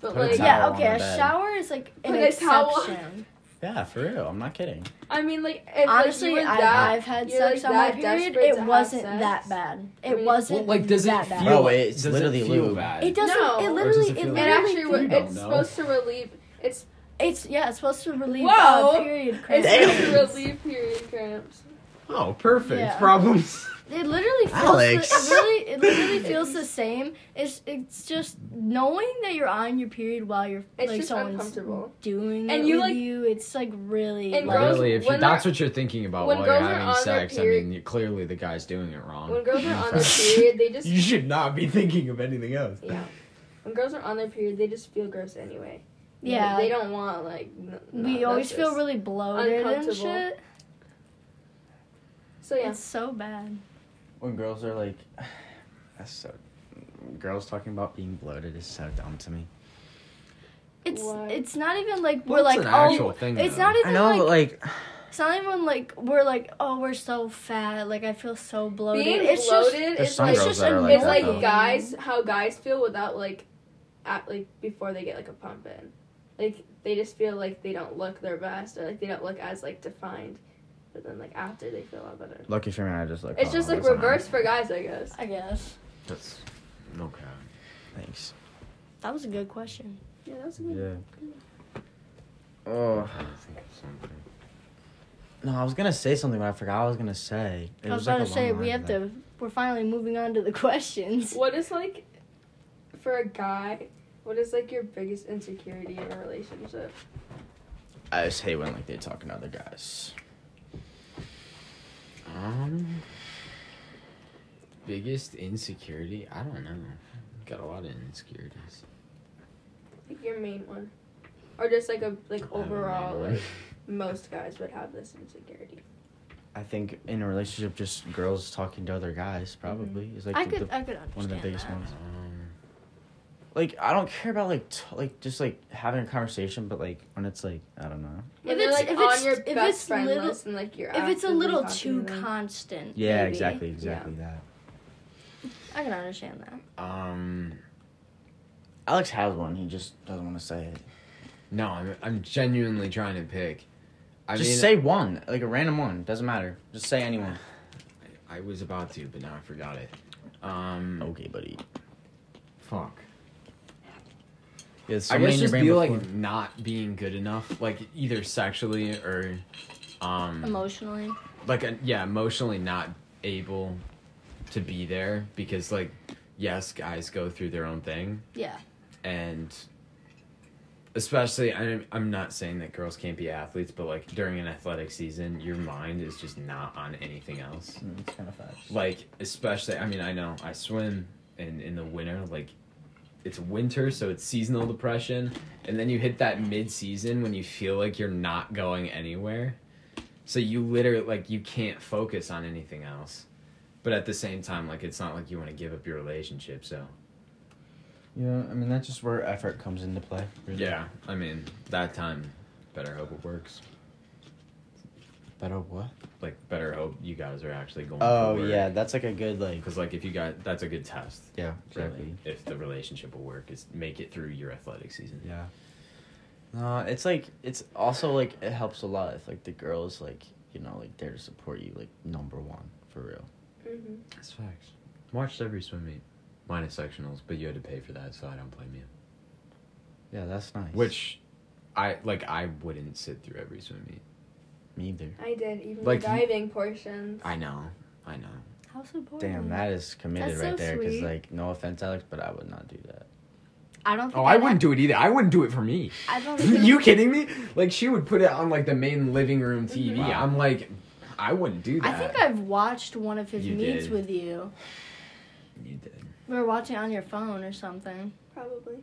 [SPEAKER 3] but
[SPEAKER 2] Put a
[SPEAKER 3] like
[SPEAKER 2] towel.
[SPEAKER 4] Yeah.
[SPEAKER 1] on
[SPEAKER 4] Okay.
[SPEAKER 1] the
[SPEAKER 4] A
[SPEAKER 1] bed.
[SPEAKER 4] shower is like an
[SPEAKER 3] Put a towel on-
[SPEAKER 4] exception.
[SPEAKER 1] *laughs* yeah, for real. I'm not kidding.
[SPEAKER 3] I mean like if,
[SPEAKER 4] Honestly,
[SPEAKER 3] like, you were
[SPEAKER 4] I,
[SPEAKER 3] that,
[SPEAKER 4] I've had
[SPEAKER 3] you're,
[SPEAKER 4] sex
[SPEAKER 3] like,
[SPEAKER 4] on my
[SPEAKER 3] that
[SPEAKER 4] period.
[SPEAKER 3] desperate to
[SPEAKER 4] It
[SPEAKER 3] have
[SPEAKER 4] wasn't
[SPEAKER 3] sex.
[SPEAKER 4] that bad.
[SPEAKER 3] Really?
[SPEAKER 4] It
[SPEAKER 3] Well,
[SPEAKER 4] wasn't
[SPEAKER 2] well, like does it
[SPEAKER 4] that
[SPEAKER 2] feel?
[SPEAKER 4] bad.
[SPEAKER 1] Bro, it's
[SPEAKER 2] does
[SPEAKER 1] literally
[SPEAKER 2] it feel
[SPEAKER 1] lube.
[SPEAKER 2] bad?
[SPEAKER 4] It doesn't.
[SPEAKER 3] No. Or
[SPEAKER 4] It
[SPEAKER 3] does
[SPEAKER 4] literally.
[SPEAKER 2] it
[SPEAKER 4] It,
[SPEAKER 2] feel
[SPEAKER 3] it
[SPEAKER 2] like-
[SPEAKER 4] literally.
[SPEAKER 3] actually
[SPEAKER 2] You
[SPEAKER 3] was,
[SPEAKER 2] don't
[SPEAKER 3] it's
[SPEAKER 2] know.
[SPEAKER 3] supposed to relieve. It's
[SPEAKER 4] It's yeah. It's supposed to relieve
[SPEAKER 3] Whoa!
[SPEAKER 4] uh, period cramps.
[SPEAKER 3] it's
[SPEAKER 1] Damn.
[SPEAKER 3] supposed to relieve period cramps.
[SPEAKER 2] Oh, perfect.
[SPEAKER 4] Yeah. *laughs*
[SPEAKER 2] Problems.
[SPEAKER 4] *laughs* It literally feels.
[SPEAKER 1] Alex.
[SPEAKER 4] The, it really. It literally feels the same. It's. It's just knowing that you're on your period while you're
[SPEAKER 3] It's
[SPEAKER 4] like
[SPEAKER 3] just
[SPEAKER 4] someone's
[SPEAKER 3] uncomfortable.
[SPEAKER 4] doing
[SPEAKER 3] And
[SPEAKER 4] it
[SPEAKER 3] you,
[SPEAKER 4] with
[SPEAKER 3] like-
[SPEAKER 4] you. It's like really.
[SPEAKER 3] And
[SPEAKER 4] like,
[SPEAKER 3] girls-
[SPEAKER 2] Literally, if you,
[SPEAKER 3] when
[SPEAKER 2] that's
[SPEAKER 3] they're-
[SPEAKER 2] what you're thinking about
[SPEAKER 3] when
[SPEAKER 2] while you're
[SPEAKER 3] girls are
[SPEAKER 2] having
[SPEAKER 3] on their
[SPEAKER 2] sex, I
[SPEAKER 3] period-
[SPEAKER 2] mean, you, clearly the guy's doing it wrong.
[SPEAKER 3] When girls are on their period, they just
[SPEAKER 2] you should not be thinking of anything else.
[SPEAKER 3] yeah. When girls are on their period, they just feel gross anyway.
[SPEAKER 4] Yeah.
[SPEAKER 3] They don't want like. N-
[SPEAKER 4] we
[SPEAKER 3] no,
[SPEAKER 4] always
[SPEAKER 3] that's
[SPEAKER 4] feel
[SPEAKER 3] just-
[SPEAKER 4] really bloated and
[SPEAKER 3] uncomfortable.
[SPEAKER 4] shit.
[SPEAKER 3] So yeah.
[SPEAKER 4] It's so bad.
[SPEAKER 1] When girls are like, *sighs* that's so. Girls talking about being bloated is so dumb to me.
[SPEAKER 4] It's
[SPEAKER 3] What?
[SPEAKER 4] it's not even like
[SPEAKER 2] Well,
[SPEAKER 4] we're
[SPEAKER 2] it's
[SPEAKER 4] like
[SPEAKER 2] an actual
[SPEAKER 4] oh
[SPEAKER 2] thing,
[SPEAKER 4] it's
[SPEAKER 2] though.
[SPEAKER 4] not even
[SPEAKER 1] I know,
[SPEAKER 4] like,
[SPEAKER 1] but like,
[SPEAKER 4] it's not even like we're like oh we're so fat like I feel so bloated.
[SPEAKER 3] Being
[SPEAKER 4] it's just
[SPEAKER 3] bloated
[SPEAKER 1] There's
[SPEAKER 3] is
[SPEAKER 1] some
[SPEAKER 3] like
[SPEAKER 1] girls
[SPEAKER 4] it's just
[SPEAKER 1] that are
[SPEAKER 4] annoying.
[SPEAKER 1] like
[SPEAKER 3] it's
[SPEAKER 1] that,
[SPEAKER 3] like
[SPEAKER 1] though.
[SPEAKER 3] guys how guys feel without like at like before they get like a pump in like they just feel like they don't look their best or like they don't look as like defined but then like after they feel a lot better
[SPEAKER 1] lucky for me, I just like.
[SPEAKER 3] it's
[SPEAKER 1] oh,
[SPEAKER 3] just like
[SPEAKER 1] that's an
[SPEAKER 3] reverse for guys i guess
[SPEAKER 4] I guess
[SPEAKER 2] That's okay.
[SPEAKER 1] hour. Thanks.
[SPEAKER 4] that was a good question.
[SPEAKER 3] yeah that's a good
[SPEAKER 1] Yeah.
[SPEAKER 2] Uh,
[SPEAKER 1] Oh no! I was gonna say something, but I forgot what I was gonna say. It
[SPEAKER 4] I was about
[SPEAKER 1] like,
[SPEAKER 4] to
[SPEAKER 1] a
[SPEAKER 4] say
[SPEAKER 1] long
[SPEAKER 4] we
[SPEAKER 1] line
[SPEAKER 4] have
[SPEAKER 1] thing.
[SPEAKER 4] to. We're finally moving on to the *laughs* questions.
[SPEAKER 3] what is like for a guy what is like your biggest insecurity in a relationship
[SPEAKER 1] I just hate when like they talking to other guys.
[SPEAKER 2] Um, biggest insecurity? I don't know. Got a lot of insecurities.
[SPEAKER 3] like your main one or just like a like
[SPEAKER 2] I have a main
[SPEAKER 3] overall
[SPEAKER 2] one.
[SPEAKER 3] like most guys would have this insecurity
[SPEAKER 1] I think in a relationship, just girls talking to other guys probably is like
[SPEAKER 4] Mm-hmm. I
[SPEAKER 1] the-
[SPEAKER 4] could
[SPEAKER 1] the-
[SPEAKER 4] I could understand
[SPEAKER 1] one of the biggest
[SPEAKER 4] that.
[SPEAKER 1] ones.
[SPEAKER 2] *laughs* Um,
[SPEAKER 1] Like I don't care about like t- like just like having a conversation, but like when it's like I don't know.
[SPEAKER 3] When
[SPEAKER 4] If
[SPEAKER 3] they're
[SPEAKER 4] it's-
[SPEAKER 3] like
[SPEAKER 4] if
[SPEAKER 3] on
[SPEAKER 4] it's-
[SPEAKER 3] your
[SPEAKER 4] if
[SPEAKER 3] best
[SPEAKER 4] it's
[SPEAKER 3] friend
[SPEAKER 4] little-
[SPEAKER 3] list and like you're
[SPEAKER 4] If it's a
[SPEAKER 3] actively
[SPEAKER 4] little
[SPEAKER 3] talking
[SPEAKER 4] too
[SPEAKER 3] to them.
[SPEAKER 4] constant.
[SPEAKER 1] Yeah,
[SPEAKER 4] maybe.
[SPEAKER 1] exactly, exactly that.
[SPEAKER 4] I can understand that.
[SPEAKER 2] um,
[SPEAKER 1] Alex has one. He just doesn't want to say it.
[SPEAKER 2] no, I'm I'm genuinely trying to pick. I
[SPEAKER 1] just
[SPEAKER 2] mean,
[SPEAKER 1] say one, like a random one. Doesn't matter. Just say anyone.
[SPEAKER 2] I was about to, but now I forgot it. Um,
[SPEAKER 1] Okay, buddy.
[SPEAKER 2] fuck.
[SPEAKER 1] Yeah,
[SPEAKER 2] I guess just be like not being good enough, like either sexually or,
[SPEAKER 1] Mm.
[SPEAKER 2] um,
[SPEAKER 4] Emotionally.
[SPEAKER 2] like uh, yeah, emotionally not able to be there because like, yes, guys go through their own thing,
[SPEAKER 4] Yeah.
[SPEAKER 2] and especially I'm I'm not saying that girls can't be athletes, but like during an athletic season, your mind is just not on anything else.
[SPEAKER 1] It's kind of fast.
[SPEAKER 2] Like especially, I mean, I know I swim and in the winter, like it's winter, so it's seasonal depression, and then you hit that mid season when you feel like you're not going anywhere. So you literally like you can't focus on anything else. But at the same time, like it's not like you want to give up your relationship, so
[SPEAKER 1] Yeah, I mean that's just where effort comes into play. really.
[SPEAKER 2] yeah. I mean, that time better hope it works.
[SPEAKER 1] Better what?
[SPEAKER 2] Like better hope you guys are actually going
[SPEAKER 1] Oh yeah, that's like a good like
[SPEAKER 2] Because like if you got that's a good test.
[SPEAKER 1] yeah
[SPEAKER 2] Really, if the relationship will work, is make it through your athletic season.
[SPEAKER 1] Yeah. No, it's like it's also like it helps a lot if like the girls like you know like there to support you like number one for real.
[SPEAKER 3] Mm-hmm.
[SPEAKER 2] That's facts. Watched every swim meet, minus sectionals, but you had to pay for that, so I don't blame you.
[SPEAKER 1] Yeah, that's nice.
[SPEAKER 2] Which, I like. I wouldn't sit through every swim meet.
[SPEAKER 1] me either.
[SPEAKER 3] I did even
[SPEAKER 2] Like,
[SPEAKER 3] the
[SPEAKER 2] you-
[SPEAKER 3] diving portions.
[SPEAKER 2] I know. I know.
[SPEAKER 4] How supportive.
[SPEAKER 1] Damn, that is committed
[SPEAKER 4] That's
[SPEAKER 1] right
[SPEAKER 4] so
[SPEAKER 1] there. Because
[SPEAKER 4] sweet.
[SPEAKER 1] like no offense, Alex, but I would not do that.
[SPEAKER 4] I don't. Think
[SPEAKER 2] Oh, I
[SPEAKER 4] I'd-
[SPEAKER 2] wouldn't do it either. I wouldn't do it for me.
[SPEAKER 4] I
[SPEAKER 1] *laughs*
[SPEAKER 4] don't. Think
[SPEAKER 2] you kidding me? Like she would put it on like the main living room TV.
[SPEAKER 1] Wow.
[SPEAKER 2] I'm like, I wouldn't do
[SPEAKER 4] I
[SPEAKER 2] that.
[SPEAKER 4] think I've watched one of his
[SPEAKER 2] You
[SPEAKER 4] meets
[SPEAKER 2] did.
[SPEAKER 4] with you.
[SPEAKER 2] You did.
[SPEAKER 4] We were watching on your phone or something.
[SPEAKER 3] Probably.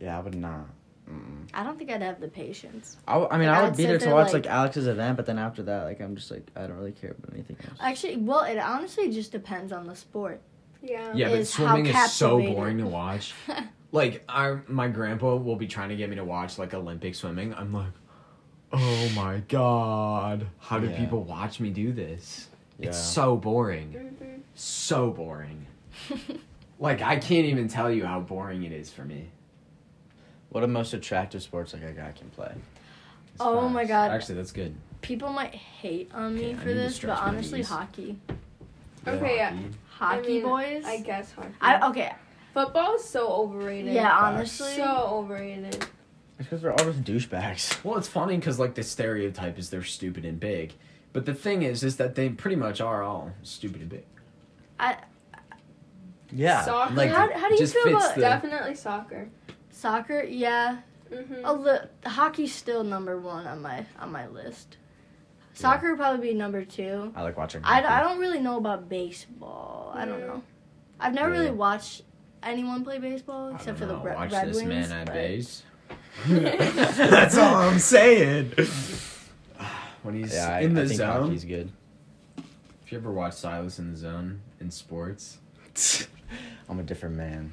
[SPEAKER 1] Yeah, I would not. Mm-mm.
[SPEAKER 4] I don't think I'd have the patience.
[SPEAKER 1] I, w- I mean,
[SPEAKER 4] Like, I
[SPEAKER 1] I would
[SPEAKER 4] would
[SPEAKER 1] be
[SPEAKER 4] sit
[SPEAKER 1] there to
[SPEAKER 4] there,
[SPEAKER 1] watch
[SPEAKER 4] like-
[SPEAKER 1] like, Alex's event, but then after that, like I'm just like I don't really care about anything else.
[SPEAKER 4] Actually, well, it honestly just depends on the sport. *laughs*
[SPEAKER 3] Yeah.
[SPEAKER 2] Yeah, but
[SPEAKER 4] Is how
[SPEAKER 2] swimming is so
[SPEAKER 4] captivating.
[SPEAKER 2] boring to watch. like I, my grandpa will be trying to get me to watch like Olympic swimming. I'm like, oh my god, how do
[SPEAKER 1] Yeah.
[SPEAKER 2] people watch me do this? It's
[SPEAKER 1] Yeah.
[SPEAKER 2] so boring,
[SPEAKER 3] Mm-hmm.
[SPEAKER 2] so boring. Like I can't even tell you how boring it is for me.
[SPEAKER 1] What are most attractive sports like a guy can play?
[SPEAKER 2] It's
[SPEAKER 4] Oh my God.
[SPEAKER 2] Actually, that's good.
[SPEAKER 4] People might hate on me
[SPEAKER 2] Okay, I
[SPEAKER 4] for
[SPEAKER 2] need to
[SPEAKER 4] this,
[SPEAKER 2] stretch
[SPEAKER 4] but
[SPEAKER 2] my
[SPEAKER 4] honestly,
[SPEAKER 2] knees.
[SPEAKER 4] hockey,
[SPEAKER 3] Okay, yeah.
[SPEAKER 2] Hockey.
[SPEAKER 4] hockey
[SPEAKER 3] I mean,
[SPEAKER 4] boys.
[SPEAKER 3] I guess hockey.
[SPEAKER 4] I okay.
[SPEAKER 3] Football is so overrated.
[SPEAKER 4] Yeah, honestly.
[SPEAKER 3] So overrated.
[SPEAKER 1] It's because they're all just douchebags.
[SPEAKER 2] Well, it's funny because like the stereotype is they're stupid and big, but the thing is, is that they pretty much are all stupid and big.
[SPEAKER 1] *laughs* Yeah.
[SPEAKER 3] Soccer.
[SPEAKER 2] Like
[SPEAKER 4] How- how do you
[SPEAKER 2] just
[SPEAKER 4] feel
[SPEAKER 2] fits
[SPEAKER 4] about-
[SPEAKER 2] the-
[SPEAKER 3] Definitely soccer.
[SPEAKER 4] Soccer, yeah.
[SPEAKER 3] Mm-hmm.
[SPEAKER 4] A li- hockey's still number one on my on my list. Soccer would probably be number two.
[SPEAKER 1] I like watching.
[SPEAKER 4] I, d- I
[SPEAKER 1] hockey.
[SPEAKER 4] don't really know about baseball. I don't
[SPEAKER 3] Yeah.
[SPEAKER 4] know. I've never really
[SPEAKER 1] Yeah.
[SPEAKER 4] watched anyone play baseball
[SPEAKER 2] I
[SPEAKER 4] except for
[SPEAKER 2] don't
[SPEAKER 4] the
[SPEAKER 2] know,
[SPEAKER 4] Bre-
[SPEAKER 2] watch
[SPEAKER 4] Red
[SPEAKER 2] this
[SPEAKER 4] Wings.
[SPEAKER 2] man at *laughs*
[SPEAKER 4] but-
[SPEAKER 2] base. That's all I'm saying. when he's
[SPEAKER 1] Yeah, I,
[SPEAKER 2] in the
[SPEAKER 1] I think
[SPEAKER 2] zone.
[SPEAKER 1] hockey's good.
[SPEAKER 2] If you ever watch Silas in the zone in sports, *laughs*
[SPEAKER 1] I'm a different man.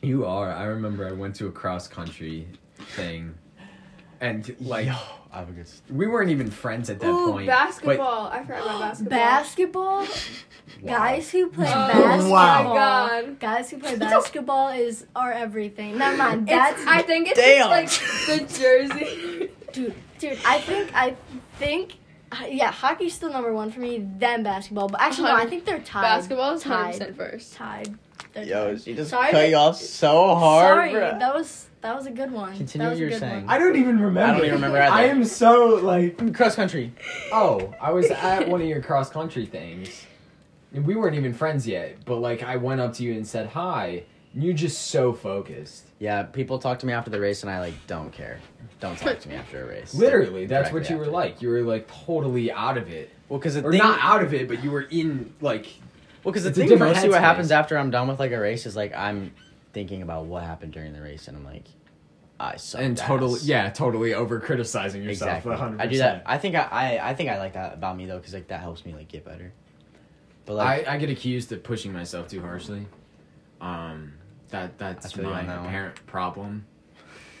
[SPEAKER 2] you are. I remember I went to a cross country thing, and like
[SPEAKER 1] Yo, I have a good.
[SPEAKER 2] we weren't even friends at that
[SPEAKER 3] Ooh,
[SPEAKER 2] point. but-
[SPEAKER 3] basketball. I forgot about basketball.
[SPEAKER 4] *gasps*
[SPEAKER 1] *laughs*
[SPEAKER 4] Basketball,
[SPEAKER 2] Wow.
[SPEAKER 4] guys who play
[SPEAKER 3] Oh
[SPEAKER 4] basketball.
[SPEAKER 2] *laughs* Wow.
[SPEAKER 3] my god.
[SPEAKER 4] Guys who play basketball is are everything. Never mind. That's
[SPEAKER 3] It's, I think it's
[SPEAKER 1] Damn.
[SPEAKER 3] just, like
[SPEAKER 2] *laughs*
[SPEAKER 3] the jersey.
[SPEAKER 4] dude, dude. I think I think uh, yeah, hockey's still number one for me. Then basketball, but actually no, I think they're tied.
[SPEAKER 3] Basketball is
[SPEAKER 4] Tied.
[SPEAKER 3] 100% first.
[SPEAKER 4] tied. They're
[SPEAKER 1] Yo,
[SPEAKER 4] tied.
[SPEAKER 1] she just
[SPEAKER 4] Sorry
[SPEAKER 1] cut
[SPEAKER 4] that-
[SPEAKER 1] you off so hard.
[SPEAKER 4] Sorry,
[SPEAKER 1] bruh.
[SPEAKER 4] that was that was a good one.
[SPEAKER 1] Continue
[SPEAKER 4] that
[SPEAKER 1] what
[SPEAKER 4] was a
[SPEAKER 1] you're
[SPEAKER 4] good
[SPEAKER 1] saying.
[SPEAKER 4] One.
[SPEAKER 2] I don't even remember.
[SPEAKER 1] I don't even remember either.
[SPEAKER 2] I am so like.
[SPEAKER 1] cross country.
[SPEAKER 2] Oh, I was at one of your cross country things. And We weren't even friends yet, but like I went up to you and said hi. And you're just so focused.
[SPEAKER 1] Yeah, people talk to me after the race, and I like don't care. Don't talk to me after a race.
[SPEAKER 2] Literally, that's
[SPEAKER 1] Directly
[SPEAKER 2] what you were
[SPEAKER 1] after.
[SPEAKER 2] like. You were like totally out of it.
[SPEAKER 1] Well, because the
[SPEAKER 2] Or
[SPEAKER 1] thing,
[SPEAKER 2] not out of it, but you were in like
[SPEAKER 1] well, because the
[SPEAKER 2] it's a
[SPEAKER 1] thing
[SPEAKER 2] different
[SPEAKER 1] mostly what
[SPEAKER 2] headspace.
[SPEAKER 1] happens after I'm done with like a race is like I'm thinking about what happened during the race, and I'm like, I suck.
[SPEAKER 2] and totally yeah, totally over criticizing yourself.
[SPEAKER 1] exactly.
[SPEAKER 2] 100%.
[SPEAKER 1] I do that. I think I, I I think I like that about me though, because like that helps me like get better. But like,
[SPEAKER 2] I, I get accused of pushing myself too harshly. Um, that that's
[SPEAKER 1] feel you
[SPEAKER 2] my
[SPEAKER 1] on that one.
[SPEAKER 2] apparent problem.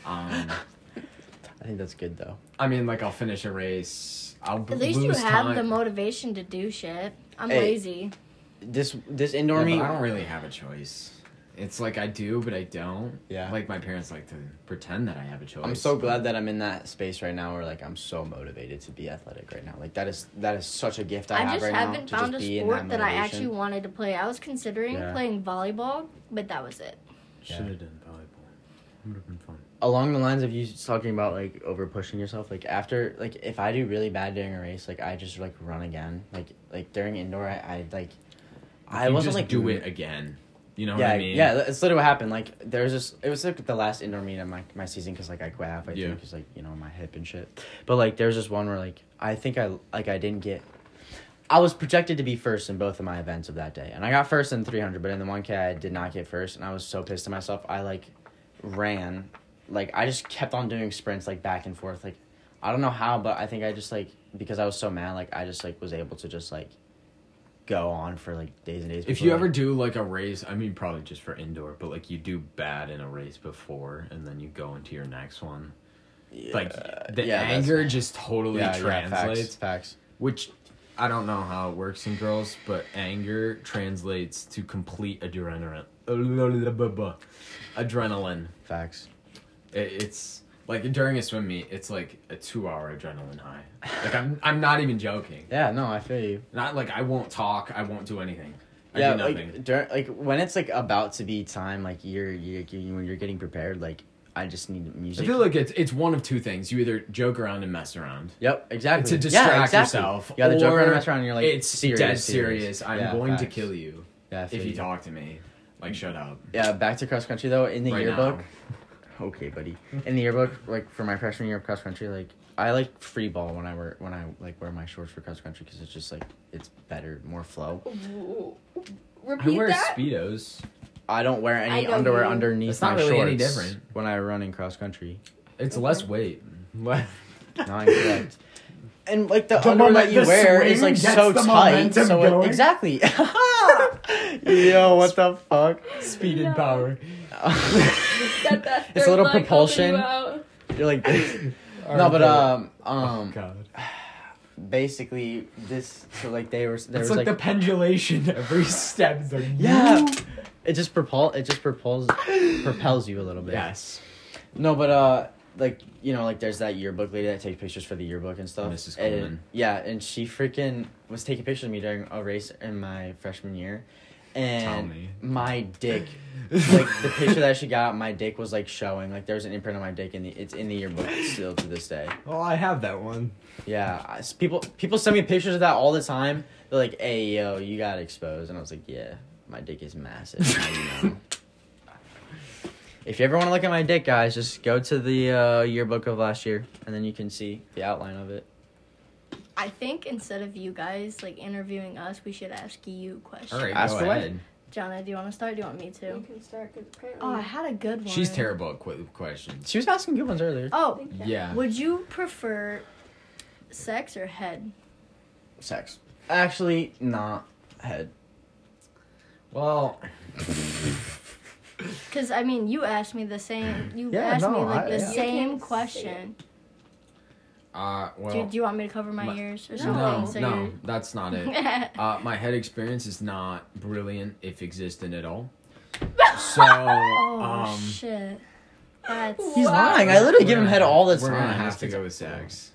[SPEAKER 2] Um,
[SPEAKER 1] *laughs* I think that's good though.
[SPEAKER 2] I mean, like I'll finish a race. I'll b-
[SPEAKER 4] At least you
[SPEAKER 2] lose
[SPEAKER 4] have
[SPEAKER 2] time.
[SPEAKER 4] the motivation to do shit. I'm
[SPEAKER 1] Hey.
[SPEAKER 4] lazy.
[SPEAKER 1] This this indoor
[SPEAKER 2] Yeah,
[SPEAKER 1] meet.
[SPEAKER 2] but I don't really have a choice. It's like I do, but I don't.
[SPEAKER 1] Yeah.
[SPEAKER 2] Like my parents like to pretend that I have a choice.
[SPEAKER 1] I'm so glad that I'm in that space right now where like I'm so motivated to be athletic right now. Like that is that is such a gift I,
[SPEAKER 4] I
[SPEAKER 1] have
[SPEAKER 4] just
[SPEAKER 1] right now.
[SPEAKER 4] haven't
[SPEAKER 1] to
[SPEAKER 4] found a
[SPEAKER 1] just be in
[SPEAKER 4] sport that, I
[SPEAKER 1] motivation.
[SPEAKER 4] actually wanted to play. I was considering
[SPEAKER 1] Yeah.
[SPEAKER 4] playing volleyball, but that was it.
[SPEAKER 1] Shoulda
[SPEAKER 2] have done volleyball. Would have been fun.
[SPEAKER 1] along the lines of you talking about like over pushing yourself like after like if i do really bad during a race like i just like run again like like during indoor i, I like i
[SPEAKER 2] you
[SPEAKER 1] wasn't
[SPEAKER 2] just
[SPEAKER 1] like
[SPEAKER 2] do it again. You know
[SPEAKER 1] yeah
[SPEAKER 2] what I mean?
[SPEAKER 1] yeah it's literally what happened like there's this it was like the last indoor meet of my, my season because like i quit halfway through
[SPEAKER 2] Yeah.
[SPEAKER 1] 'cause because like you know my hip and shit but like there's this one where like i think i like i didn't get i was projected to be first in both of my events of that day and i got first in 300 but in the 1k i did not get first and i was so pissed at myself i like ran like i just kept on doing sprints like back and forth like I don't know how, but I think I just like because I was so mad, like I just like was able to just like go on for like days and days.
[SPEAKER 2] If
[SPEAKER 1] before,
[SPEAKER 2] you
[SPEAKER 1] like-
[SPEAKER 2] ever do like a race, I mean probably just for indoor, but like you do bad in a race before and then you go into your next one. Like the
[SPEAKER 1] yeah, that's-
[SPEAKER 2] anger just totally
[SPEAKER 1] yeah, yeah,
[SPEAKER 2] translates.
[SPEAKER 1] facts, facts.
[SPEAKER 2] Which I don't know how it works in girls, but anger translates to complete adrenaline. Adrenaline.
[SPEAKER 1] Facts.
[SPEAKER 2] It, it's like during a swim meet, it's like a two-hour adrenaline high. Like I'm, I'm not even joking.
[SPEAKER 1] Yeah, no, I feel you.
[SPEAKER 2] Not like I won't talk. I won't do anything. I
[SPEAKER 1] yeah,
[SPEAKER 2] do nothing.
[SPEAKER 1] like during, like when it's like about to be time, like you're you you- when you're getting prepared, like I just need
[SPEAKER 2] I
[SPEAKER 1] music.
[SPEAKER 2] feel like it's it's one of two things. You either joke around and mess around
[SPEAKER 1] yep, exactly.
[SPEAKER 2] to distract
[SPEAKER 1] yeah, exactly.
[SPEAKER 2] yourself.
[SPEAKER 1] Yeah, the joke
[SPEAKER 2] or
[SPEAKER 1] around mess around, and you're like
[SPEAKER 2] it's
[SPEAKER 1] serious,
[SPEAKER 2] dead serious. I'm
[SPEAKER 1] Yeah,
[SPEAKER 2] going to
[SPEAKER 1] facts.
[SPEAKER 2] kill you
[SPEAKER 1] Yeah, I feel
[SPEAKER 2] if you talk to me. Like shut up.
[SPEAKER 1] Yeah, back to cross country though. In the
[SPEAKER 2] Right
[SPEAKER 1] yearbook,
[SPEAKER 2] now.
[SPEAKER 1] okay,
[SPEAKER 2] *laughs*
[SPEAKER 1] buddy. In the yearbook, like for my freshman year of cross country, like I like free ball when I wear when I like wear my shorts for cross country because it's just like it's better, more flow.
[SPEAKER 3] W-
[SPEAKER 2] I
[SPEAKER 3] Repeat
[SPEAKER 2] wear
[SPEAKER 3] that.
[SPEAKER 2] speedos.
[SPEAKER 1] I don't wear
[SPEAKER 3] I
[SPEAKER 1] any
[SPEAKER 3] know
[SPEAKER 1] underwear
[SPEAKER 3] you.
[SPEAKER 1] underneath
[SPEAKER 2] It's not
[SPEAKER 1] my
[SPEAKER 2] really
[SPEAKER 1] shorts
[SPEAKER 2] any different.
[SPEAKER 1] when I run in cross country.
[SPEAKER 2] It's less weight. *laughs* Not
[SPEAKER 1] Not *laughs* correct. And like the,
[SPEAKER 2] The
[SPEAKER 1] underwear
[SPEAKER 2] moment
[SPEAKER 1] that you
[SPEAKER 2] the
[SPEAKER 1] wear is
[SPEAKER 2] swing
[SPEAKER 1] like
[SPEAKER 2] gets
[SPEAKER 1] so
[SPEAKER 2] the
[SPEAKER 1] tight,
[SPEAKER 2] momentum
[SPEAKER 1] so it,
[SPEAKER 2] going.
[SPEAKER 1] exactly. *laughs* Yo, what the *laughs* fuck?
[SPEAKER 2] Speed
[SPEAKER 3] No.
[SPEAKER 2] and *laughs* power.
[SPEAKER 3] That, that
[SPEAKER 1] *laughs* It's a
[SPEAKER 3] third
[SPEAKER 1] little
[SPEAKER 3] leg helping
[SPEAKER 1] propulsion.
[SPEAKER 3] you out.
[SPEAKER 1] You're like
[SPEAKER 2] *laughs*
[SPEAKER 1] this. no,
[SPEAKER 2] Alright,
[SPEAKER 1] but um um
[SPEAKER 2] Oh, God.
[SPEAKER 1] basically this so like they were there
[SPEAKER 2] It's
[SPEAKER 1] was
[SPEAKER 2] like, the pendulation *laughs* every step. It's like,
[SPEAKER 1] Yeah. It just propel it just propels propels you a little bit.
[SPEAKER 2] Yes.
[SPEAKER 1] No, but uh like you know, like there's that yearbook lady that takes pictures for the yearbook and stuff. And-
[SPEAKER 2] Mrs. Coleman.
[SPEAKER 1] yeah, and she freaking was taking pictures of me during a race in my freshman year. And
[SPEAKER 2] Tell me.
[SPEAKER 1] my dick like the picture
[SPEAKER 2] *laughs*
[SPEAKER 1] that she got, my dick was like showing. Like there was an imprint of my dick in the it's in the yearbook still to this day.
[SPEAKER 2] Oh, I have that one.
[SPEAKER 1] Yeah, I s people people send me pictures of that all the time. They're like, "Hey, yo, you got exposed," and I was like, "Yeah, my dick is massive." now you know. If you ever want to look at my dick, guys, just go to the uh, yearbook of last year, and then you can see the outline of it.
[SPEAKER 4] I think instead of you guys like interviewing us, we should ask you questions.
[SPEAKER 2] All right,
[SPEAKER 1] Ask
[SPEAKER 2] go
[SPEAKER 1] away.
[SPEAKER 2] ahead.
[SPEAKER 4] Jonna, do you want to start? Do you want me to?
[SPEAKER 3] You can start 'cause apparently.
[SPEAKER 4] Oh, I had a good one.
[SPEAKER 2] She's terrible at qu- questions.
[SPEAKER 1] She was asking good ones earlier.
[SPEAKER 3] I
[SPEAKER 4] Oh,
[SPEAKER 3] think that-
[SPEAKER 2] Yeah.
[SPEAKER 4] would you prefer sex or head?
[SPEAKER 1] Sex. Actually, not head.
[SPEAKER 2] Well,
[SPEAKER 4] Because I mean, you asked me
[SPEAKER 2] *clears throat*
[SPEAKER 4] the same. You
[SPEAKER 1] Yeah,
[SPEAKER 4] asked me
[SPEAKER 1] no,
[SPEAKER 4] like
[SPEAKER 1] I-
[SPEAKER 4] the
[SPEAKER 1] yeah.
[SPEAKER 3] You
[SPEAKER 4] same
[SPEAKER 3] can say
[SPEAKER 4] question.
[SPEAKER 2] uh, well,
[SPEAKER 4] do, do you want me to cover my,
[SPEAKER 2] my-
[SPEAKER 4] ears or something?
[SPEAKER 2] no,
[SPEAKER 4] so
[SPEAKER 2] no,
[SPEAKER 4] you're-
[SPEAKER 2] that's not *laughs* it. Uh, my head experience is not brilliant, if existent at *laughs* all. So,
[SPEAKER 4] *laughs* oh
[SPEAKER 2] um,
[SPEAKER 4] shit! That's *laughs*
[SPEAKER 1] He's
[SPEAKER 3] Wow.
[SPEAKER 1] lying. I literally give him
[SPEAKER 2] we're
[SPEAKER 1] head
[SPEAKER 2] gonna-
[SPEAKER 1] all the
[SPEAKER 2] We're
[SPEAKER 1] time.
[SPEAKER 2] gonna have to go with sex.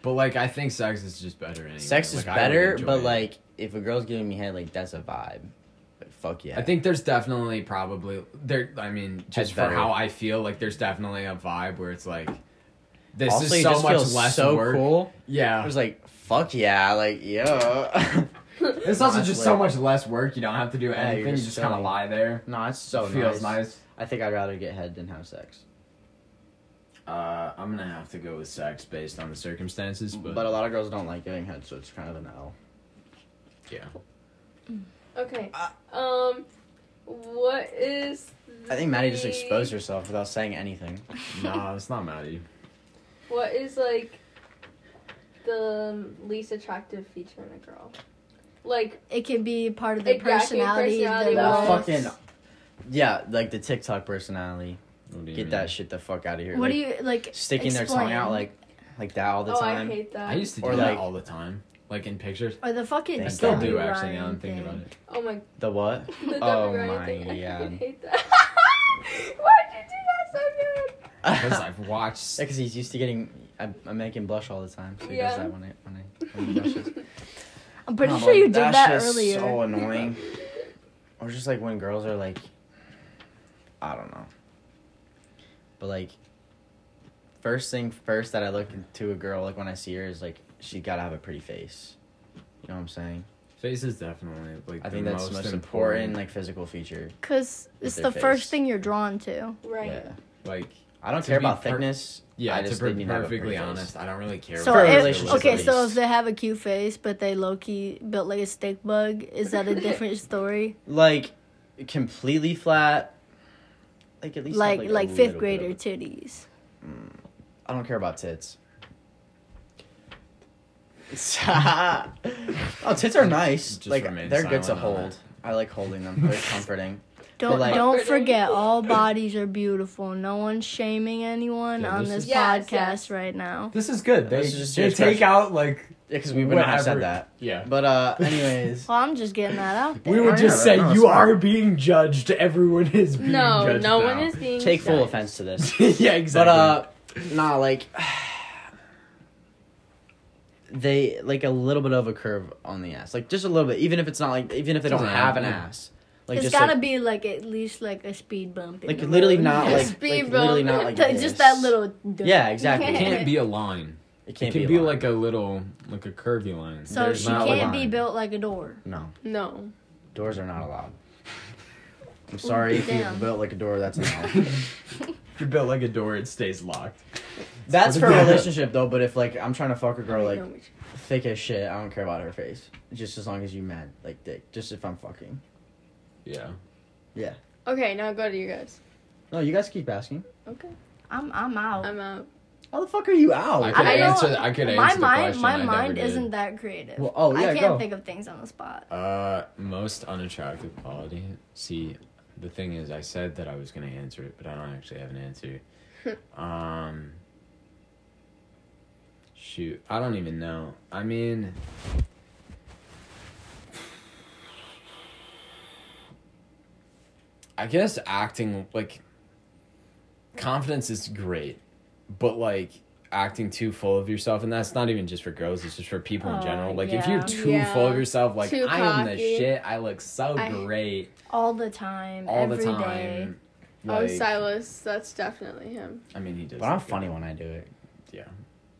[SPEAKER 2] But like, I think sex is just better. Anyway.
[SPEAKER 1] Sex is
[SPEAKER 2] Like, I would
[SPEAKER 1] better,
[SPEAKER 2] enjoy
[SPEAKER 1] but
[SPEAKER 2] it.
[SPEAKER 1] like if a girl's giving me head, like that's a vibe. Like, fuck yeah.
[SPEAKER 2] I think there's definitely probably there. I mean, just
[SPEAKER 1] Head's
[SPEAKER 2] for
[SPEAKER 1] better.
[SPEAKER 2] how I feel, like there's definitely a vibe where it's like, this
[SPEAKER 1] also
[SPEAKER 2] is
[SPEAKER 1] you
[SPEAKER 2] so
[SPEAKER 1] just
[SPEAKER 2] much
[SPEAKER 1] feel
[SPEAKER 2] less
[SPEAKER 1] so
[SPEAKER 2] work.
[SPEAKER 1] cool. I
[SPEAKER 2] Yeah,
[SPEAKER 1] was like, fuck yeah, like yeah. *laughs*
[SPEAKER 2] it's also just so much
[SPEAKER 1] Honestly.
[SPEAKER 2] less work. You don't have to do
[SPEAKER 1] Yeah, you're
[SPEAKER 2] anything. you
[SPEAKER 1] just
[SPEAKER 2] just kind of
[SPEAKER 1] chilling.
[SPEAKER 2] lie there.
[SPEAKER 1] no, it's so
[SPEAKER 2] feels
[SPEAKER 1] nice.
[SPEAKER 2] nice.
[SPEAKER 1] I think I'd rather get head than have sex.
[SPEAKER 2] Uh, I'm gonna have to go with sex based on the circumstances, but,
[SPEAKER 1] But, a lot of girls don't like getting head, so it's kind of an L.
[SPEAKER 2] yeah,
[SPEAKER 3] *laughs* Okay. Um, what is?
[SPEAKER 1] Uh, I think Maddie just
[SPEAKER 3] the-
[SPEAKER 1] exposed herself without saying anything.
[SPEAKER 2] no, it's not Maddie.
[SPEAKER 3] What is like the least attractive feature in a girl? Like
[SPEAKER 4] it could be part of the
[SPEAKER 3] Exactly,
[SPEAKER 4] personality.
[SPEAKER 3] personality
[SPEAKER 4] the
[SPEAKER 1] That
[SPEAKER 3] was-
[SPEAKER 4] looks.
[SPEAKER 1] fucking yeah, like the TikTok personality.
[SPEAKER 2] What do you
[SPEAKER 1] Get
[SPEAKER 2] mean?
[SPEAKER 1] that shit the fuck out of here.
[SPEAKER 4] What
[SPEAKER 1] like,
[SPEAKER 4] do you like?
[SPEAKER 1] sticking their
[SPEAKER 4] explain.
[SPEAKER 1] tongue out like like that all the
[SPEAKER 3] oh,
[SPEAKER 1] time?
[SPEAKER 3] I hate that.
[SPEAKER 2] I used to do
[SPEAKER 1] Or
[SPEAKER 2] that
[SPEAKER 1] like-
[SPEAKER 2] all the time, like in pictures.
[SPEAKER 4] Or the fucking.
[SPEAKER 1] They
[SPEAKER 2] I
[SPEAKER 1] Thank
[SPEAKER 2] still
[SPEAKER 1] God.
[SPEAKER 2] do
[SPEAKER 4] Debbie
[SPEAKER 2] actually. Now
[SPEAKER 4] Ryan
[SPEAKER 2] I'm thinking
[SPEAKER 4] thing.
[SPEAKER 2] about it.
[SPEAKER 3] oh my. *laughs*
[SPEAKER 1] the
[SPEAKER 2] *laughs*
[SPEAKER 1] what?
[SPEAKER 3] The Debbie
[SPEAKER 1] Oh
[SPEAKER 3] Ryan
[SPEAKER 1] my
[SPEAKER 3] thing. I
[SPEAKER 1] God.
[SPEAKER 3] fucking hate that. *laughs* Why'd you do that so good?
[SPEAKER 1] *laughs*
[SPEAKER 2] Because I've watched.
[SPEAKER 1] Because he's used to getting, I, I make him blush all the time, so he
[SPEAKER 3] Yeah.
[SPEAKER 1] does that when I when I, when he blushes.
[SPEAKER 3] *laughs*
[SPEAKER 4] I'm pretty
[SPEAKER 1] No,
[SPEAKER 4] sure
[SPEAKER 1] but
[SPEAKER 4] you did
[SPEAKER 1] that
[SPEAKER 4] that
[SPEAKER 1] shit's
[SPEAKER 4] earlier.
[SPEAKER 1] So annoying. or just like when girls are like, I don't know. But like, first thing first that I look into a girl like when I see her is like she gotta have a pretty face. You know what I'm saying?
[SPEAKER 2] Face is definitely like
[SPEAKER 1] I
[SPEAKER 2] the
[SPEAKER 1] think that's
[SPEAKER 2] most,
[SPEAKER 1] the most important
[SPEAKER 2] important.
[SPEAKER 1] like physical feature.
[SPEAKER 4] Cause it's
[SPEAKER 1] their
[SPEAKER 4] the first
[SPEAKER 1] face.
[SPEAKER 4] thing you're drawn to.
[SPEAKER 3] Right.
[SPEAKER 1] Yeah.
[SPEAKER 2] Like,
[SPEAKER 1] I don't
[SPEAKER 2] To
[SPEAKER 1] care
[SPEAKER 2] be
[SPEAKER 1] about
[SPEAKER 2] per-
[SPEAKER 1] thickness.
[SPEAKER 2] yeah,
[SPEAKER 1] I
[SPEAKER 2] to
[SPEAKER 1] just
[SPEAKER 2] be
[SPEAKER 1] didn't even have a
[SPEAKER 2] perfectly
[SPEAKER 1] pretty face.
[SPEAKER 2] honest, I don't really care.
[SPEAKER 4] So
[SPEAKER 1] For
[SPEAKER 2] about
[SPEAKER 1] a
[SPEAKER 4] if,
[SPEAKER 1] relationship,
[SPEAKER 4] okay,
[SPEAKER 1] at
[SPEAKER 4] so if
[SPEAKER 1] least.
[SPEAKER 4] they have a cute face but they low key built like a steak bug, is
[SPEAKER 1] *laughs*
[SPEAKER 4] that a different story?
[SPEAKER 1] Like, completely flat. Like at least have,
[SPEAKER 4] Like
[SPEAKER 1] a
[SPEAKER 4] like
[SPEAKER 1] little
[SPEAKER 4] fifth
[SPEAKER 1] bit of
[SPEAKER 4] grader
[SPEAKER 1] a-
[SPEAKER 4] titties.
[SPEAKER 2] *laughs*
[SPEAKER 1] I don't care about tits. oh, tits are nice.
[SPEAKER 2] Just
[SPEAKER 1] like
[SPEAKER 2] remain
[SPEAKER 1] they're good to
[SPEAKER 2] silent on
[SPEAKER 1] hold.
[SPEAKER 2] that.
[SPEAKER 1] I like holding them.
[SPEAKER 2] *laughs*
[SPEAKER 1] They're comforting.
[SPEAKER 4] Don't
[SPEAKER 1] like-
[SPEAKER 4] don't forget, all bodies are beautiful. No one's shaming anyone
[SPEAKER 2] Yeah,
[SPEAKER 4] on
[SPEAKER 2] this
[SPEAKER 4] this
[SPEAKER 2] is-
[SPEAKER 3] Yes,
[SPEAKER 4] podcast
[SPEAKER 3] yes.
[SPEAKER 4] right now.
[SPEAKER 2] This is good. They,
[SPEAKER 1] This is just
[SPEAKER 2] they
[SPEAKER 1] your
[SPEAKER 2] take
[SPEAKER 1] expression.
[SPEAKER 2] out like
[SPEAKER 1] Because we wouldn't have said
[SPEAKER 2] whatever-
[SPEAKER 1] that.
[SPEAKER 2] Yeah.
[SPEAKER 1] But uh, anyways,
[SPEAKER 4] Well, I'm just getting that out there.
[SPEAKER 2] we would
[SPEAKER 1] Yeah,
[SPEAKER 2] just
[SPEAKER 1] but
[SPEAKER 2] say
[SPEAKER 1] no, it's
[SPEAKER 2] you
[SPEAKER 1] fine.
[SPEAKER 2] are being judged. Everyone is being
[SPEAKER 3] No,
[SPEAKER 2] judged.
[SPEAKER 3] no
[SPEAKER 2] now."
[SPEAKER 3] one is
[SPEAKER 1] *laughs*
[SPEAKER 3] being
[SPEAKER 1] take full
[SPEAKER 3] judged.
[SPEAKER 1] offense to this.
[SPEAKER 2] *laughs* yeah,
[SPEAKER 1] But
[SPEAKER 2] exactly.
[SPEAKER 1] uh, nah, like they like a little bit of a curve on the ass, like just a little bit. Even if it's not like, even if they don't
[SPEAKER 2] Doesn't
[SPEAKER 1] have an
[SPEAKER 2] have-
[SPEAKER 1] ass, like
[SPEAKER 4] it's
[SPEAKER 1] just
[SPEAKER 4] gotta
[SPEAKER 1] like,
[SPEAKER 4] be like at least like a speed bump. in
[SPEAKER 1] like
[SPEAKER 4] the
[SPEAKER 1] literally
[SPEAKER 4] road. *laughs*
[SPEAKER 1] not like, like
[SPEAKER 3] Speed
[SPEAKER 1] literally
[SPEAKER 3] bump.
[SPEAKER 1] not like
[SPEAKER 4] Th-
[SPEAKER 1] this.
[SPEAKER 4] *laughs* just that little. dip.
[SPEAKER 1] Yeah,
[SPEAKER 4] *laughs*
[SPEAKER 1] exactly.
[SPEAKER 2] it can't be
[SPEAKER 1] *laughs*
[SPEAKER 2] a line.
[SPEAKER 1] It
[SPEAKER 2] It
[SPEAKER 1] can't
[SPEAKER 2] can
[SPEAKER 1] be,
[SPEAKER 2] be
[SPEAKER 1] a line.
[SPEAKER 2] like a little, like a curvy line. *laughs*
[SPEAKER 4] So
[SPEAKER 1] There's
[SPEAKER 4] she
[SPEAKER 1] not a
[SPEAKER 4] can't be
[SPEAKER 1] line.
[SPEAKER 4] built like a door.
[SPEAKER 1] no
[SPEAKER 3] No.
[SPEAKER 1] doors are not
[SPEAKER 2] *laughs*
[SPEAKER 1] allowed. I'm sorry if
[SPEAKER 4] damn.
[SPEAKER 1] you built like a door. That's
[SPEAKER 2] *laughs*
[SPEAKER 1] not. allowed.
[SPEAKER 2] You're built like a door. It stays locked.
[SPEAKER 1] that's
[SPEAKER 2] What
[SPEAKER 1] for a
[SPEAKER 2] about-
[SPEAKER 1] relationship though. But if like I'm trying to fuck a girl like
[SPEAKER 3] No, which-
[SPEAKER 1] thick as shit, I don't care about her face. Just as long as you mad like dick. Just if I'm fucking.
[SPEAKER 2] Yeah.
[SPEAKER 3] okay, now go to you guys.
[SPEAKER 1] No, you guys keep asking.
[SPEAKER 3] Okay.
[SPEAKER 4] I'm I'm out.
[SPEAKER 3] I'm out.
[SPEAKER 1] How the fuck are you out?
[SPEAKER 2] I could
[SPEAKER 4] I know-
[SPEAKER 2] answer. I could answer
[SPEAKER 4] my
[SPEAKER 2] the
[SPEAKER 4] mind
[SPEAKER 2] question. I
[SPEAKER 4] my
[SPEAKER 2] never
[SPEAKER 4] mind
[SPEAKER 2] did.
[SPEAKER 4] isn't that creative.
[SPEAKER 1] Well, oh yeah,
[SPEAKER 4] I can't
[SPEAKER 1] go.
[SPEAKER 4] think of things on the spot.
[SPEAKER 2] Uh, most unattractive quality. See, the thing is, I said that I was gonna answer it, but I don't actually have an answer. um, shoot, I don't even know. I mean, I guess acting like confidence is great, but like acting too full of yourself, and that's not even just for girls; it's just for people in
[SPEAKER 4] Oh,
[SPEAKER 2] general. Like if
[SPEAKER 4] yeah.
[SPEAKER 2] you're too
[SPEAKER 3] Yeah.
[SPEAKER 2] full of yourself, like
[SPEAKER 3] Too
[SPEAKER 2] I am the
[SPEAKER 3] cocky.
[SPEAKER 2] shit. I look so
[SPEAKER 3] I-
[SPEAKER 2] great
[SPEAKER 4] All the time,
[SPEAKER 2] all
[SPEAKER 4] every
[SPEAKER 2] the time.
[SPEAKER 4] day.
[SPEAKER 3] oh,
[SPEAKER 2] Like,
[SPEAKER 3] Silas, that's definitely him.
[SPEAKER 2] I mean, he does.
[SPEAKER 1] But I'm
[SPEAKER 2] look
[SPEAKER 1] funny
[SPEAKER 2] good.
[SPEAKER 1] when I do it.
[SPEAKER 2] Yeah,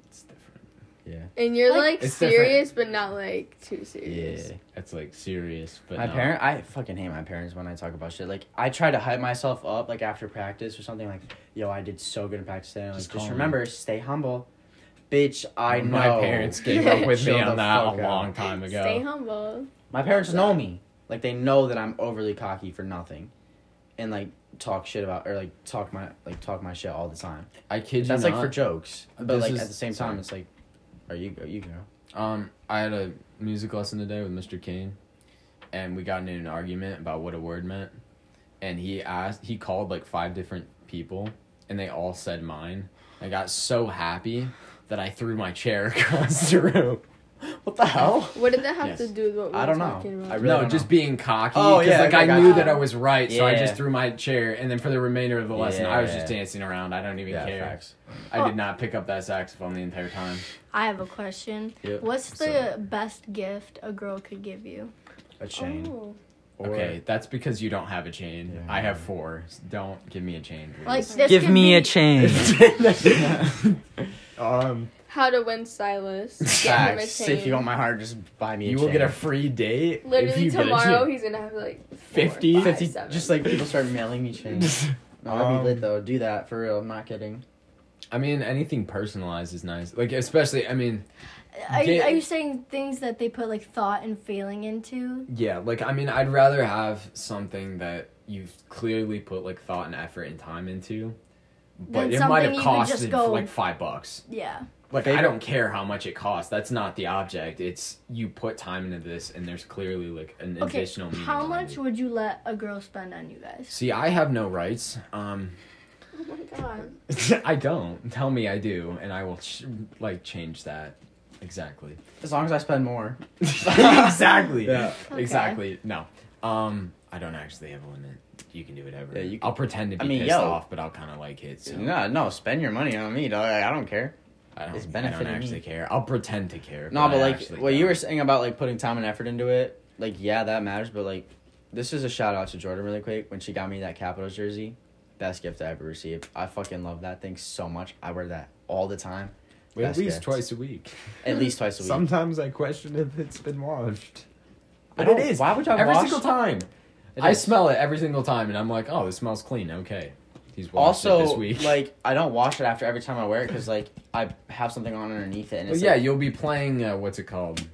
[SPEAKER 2] it's different.
[SPEAKER 3] And you're
[SPEAKER 4] Like-
[SPEAKER 3] like,
[SPEAKER 2] It's
[SPEAKER 3] serious, but not like too serious.
[SPEAKER 2] It's like serious, but
[SPEAKER 1] my
[SPEAKER 2] not-
[SPEAKER 1] parent, I fucking hate my parents when I talk about shit. Like I try to hype myself up, like after practice or something. Like, yo, I did so good in practice today. I'm Like,
[SPEAKER 2] Just
[SPEAKER 1] just,
[SPEAKER 2] call me.
[SPEAKER 1] remember, stay humble, bitch. I know.
[SPEAKER 2] My *laughs* parents gave
[SPEAKER 1] *laughs*
[SPEAKER 2] up with me
[SPEAKER 1] Chill the
[SPEAKER 2] on that a
[SPEAKER 1] fuck out.
[SPEAKER 2] long time ago.
[SPEAKER 3] Stay humble.
[SPEAKER 1] My parents know me. Like they know that I'm overly cocky for nothing, and like talk shit about or like talk my like talk my shit all the time.
[SPEAKER 2] I kid you
[SPEAKER 1] That's
[SPEAKER 2] not.
[SPEAKER 1] like for jokes, but
[SPEAKER 2] This
[SPEAKER 1] like
[SPEAKER 2] is-
[SPEAKER 1] at the same
[SPEAKER 2] sorry.
[SPEAKER 1] time, it's like, are you go? You go.
[SPEAKER 2] Um, I had a music lesson today with Mr. Kane, and we got into an argument about what a word meant. And he asked, he called like five different people, and they all said mine. I got so happy that I threw my chair *laughs* across the room. What the hell?
[SPEAKER 3] What did that have
[SPEAKER 1] Yes.
[SPEAKER 3] to do with what we were
[SPEAKER 1] I don't know.
[SPEAKER 3] talking about?
[SPEAKER 1] I really
[SPEAKER 2] No,
[SPEAKER 1] don't know.
[SPEAKER 2] just being cocky.
[SPEAKER 1] Oh,
[SPEAKER 2] 'cause,
[SPEAKER 1] yeah,
[SPEAKER 2] Like
[SPEAKER 1] okay,
[SPEAKER 2] I
[SPEAKER 1] gotcha.
[SPEAKER 2] knew that I was right, so I
[SPEAKER 1] Yeah.
[SPEAKER 2] just threw my chair, and then for the remainder of the lesson, I was just
[SPEAKER 1] Yeah.
[SPEAKER 2] dancing around. I don't
[SPEAKER 1] *laughs*
[SPEAKER 2] even
[SPEAKER 1] Yeah,
[SPEAKER 2] care.
[SPEAKER 1] facts.
[SPEAKER 2] I did not pick up that saxophone the entire time.
[SPEAKER 4] I have a question.
[SPEAKER 1] Yep.
[SPEAKER 4] What's the
[SPEAKER 1] So-
[SPEAKER 4] best gift a girl could give you?
[SPEAKER 1] A chain.
[SPEAKER 3] Oh.
[SPEAKER 1] Or-
[SPEAKER 2] okay, that's because you don't have a chain.
[SPEAKER 1] Yeah.
[SPEAKER 2] I have four. Don't give me a chain. *laughs*
[SPEAKER 4] Like
[SPEAKER 2] please.
[SPEAKER 4] this could
[SPEAKER 1] *laughs*
[SPEAKER 4] be-
[SPEAKER 1] chain.
[SPEAKER 2] um,
[SPEAKER 3] How to win Silas. Get him a
[SPEAKER 1] Facts.
[SPEAKER 3] chain.
[SPEAKER 1] If you want my heart, just buy me.
[SPEAKER 2] you
[SPEAKER 1] a
[SPEAKER 2] will get a
[SPEAKER 1] chain.
[SPEAKER 2] free date. if
[SPEAKER 3] Literally
[SPEAKER 2] you get a
[SPEAKER 3] tomorrow,
[SPEAKER 2] chain.
[SPEAKER 3] he's gonna have like four,
[SPEAKER 2] 50,
[SPEAKER 3] five,
[SPEAKER 1] 50
[SPEAKER 3] seven.
[SPEAKER 1] Just like people start mailing me
[SPEAKER 2] *laughs*
[SPEAKER 1] chains. No, that'd
[SPEAKER 2] Um,
[SPEAKER 1] be lit though. Do that for real. I'm not kidding.
[SPEAKER 2] I mean, anything personalized is nice. Like especially, I mean,
[SPEAKER 4] Are you,
[SPEAKER 2] Ga-
[SPEAKER 4] are you saying things that they put like thought and feeling into?
[SPEAKER 2] yeah. Like I mean, I'd rather have something that you've clearly put like thought and effort and time into. But
[SPEAKER 4] Then
[SPEAKER 2] it might
[SPEAKER 4] something
[SPEAKER 2] have
[SPEAKER 4] you could just
[SPEAKER 2] costed
[SPEAKER 4] go-
[SPEAKER 2] like five bucks.
[SPEAKER 4] Yeah.
[SPEAKER 2] Like I
[SPEAKER 1] Favorite-
[SPEAKER 2] don't care how much it costs. That's not the object. It's you put time into this, and there's clearly like an
[SPEAKER 4] Okay.
[SPEAKER 2] additional. meaning
[SPEAKER 4] How
[SPEAKER 2] behind it.
[SPEAKER 4] much would you let a girl spend on you guys?
[SPEAKER 2] See, I have no rights. Um, *laughs*
[SPEAKER 3] oh my god.
[SPEAKER 2] I don't. Tell me I do, and I will ch- like change that. Exactly.
[SPEAKER 1] As long as I spend more.
[SPEAKER 2] *laughs* exactly.
[SPEAKER 1] Yeah.
[SPEAKER 4] Okay.
[SPEAKER 2] Exactly. No. Um, I don't actually have a limit. You can do whatever.
[SPEAKER 1] Yeah, you
[SPEAKER 2] I'll pretend to be
[SPEAKER 1] I mean,
[SPEAKER 2] pissed
[SPEAKER 1] yo.
[SPEAKER 2] off, but I'll kind of like it. So
[SPEAKER 1] No, no, spend your money on me, dog. I don't care.
[SPEAKER 2] I don't.
[SPEAKER 1] It's
[SPEAKER 2] I
[SPEAKER 1] benefiting
[SPEAKER 2] don't actually
[SPEAKER 1] me.
[SPEAKER 2] care. I'll pretend to care.
[SPEAKER 1] No, but
[SPEAKER 2] I
[SPEAKER 1] like
[SPEAKER 2] actually
[SPEAKER 1] what you
[SPEAKER 2] don't.
[SPEAKER 1] were saying about like putting time and effort into it, like yeah, that matters. But like, this is a shout out to Jordan really quick when she got me that Capitals jersey, best gift I ever received. I fucking love that thing so much. I wear that all the time,
[SPEAKER 2] At
[SPEAKER 1] Best
[SPEAKER 2] least
[SPEAKER 1] gift.
[SPEAKER 2] twice a week.
[SPEAKER 1] at least twice a week.
[SPEAKER 2] Sometimes I question if it's been washed.
[SPEAKER 1] I
[SPEAKER 2] But it
[SPEAKER 1] don't-
[SPEAKER 2] is.
[SPEAKER 1] Why would y'all
[SPEAKER 2] every
[SPEAKER 1] wash-
[SPEAKER 2] single time.
[SPEAKER 1] It
[SPEAKER 2] I
[SPEAKER 1] is.
[SPEAKER 2] smell it every single time, and I'm like, oh, this smells clean. Okay, he's washed it
[SPEAKER 1] Also,
[SPEAKER 2] this week. *laughs*
[SPEAKER 1] like I don't wash it after every time I wear it because like I have something on underneath it and
[SPEAKER 2] Well,
[SPEAKER 1] it's
[SPEAKER 2] yeah,
[SPEAKER 1] like,
[SPEAKER 2] you'll be playing. Uh, what's it called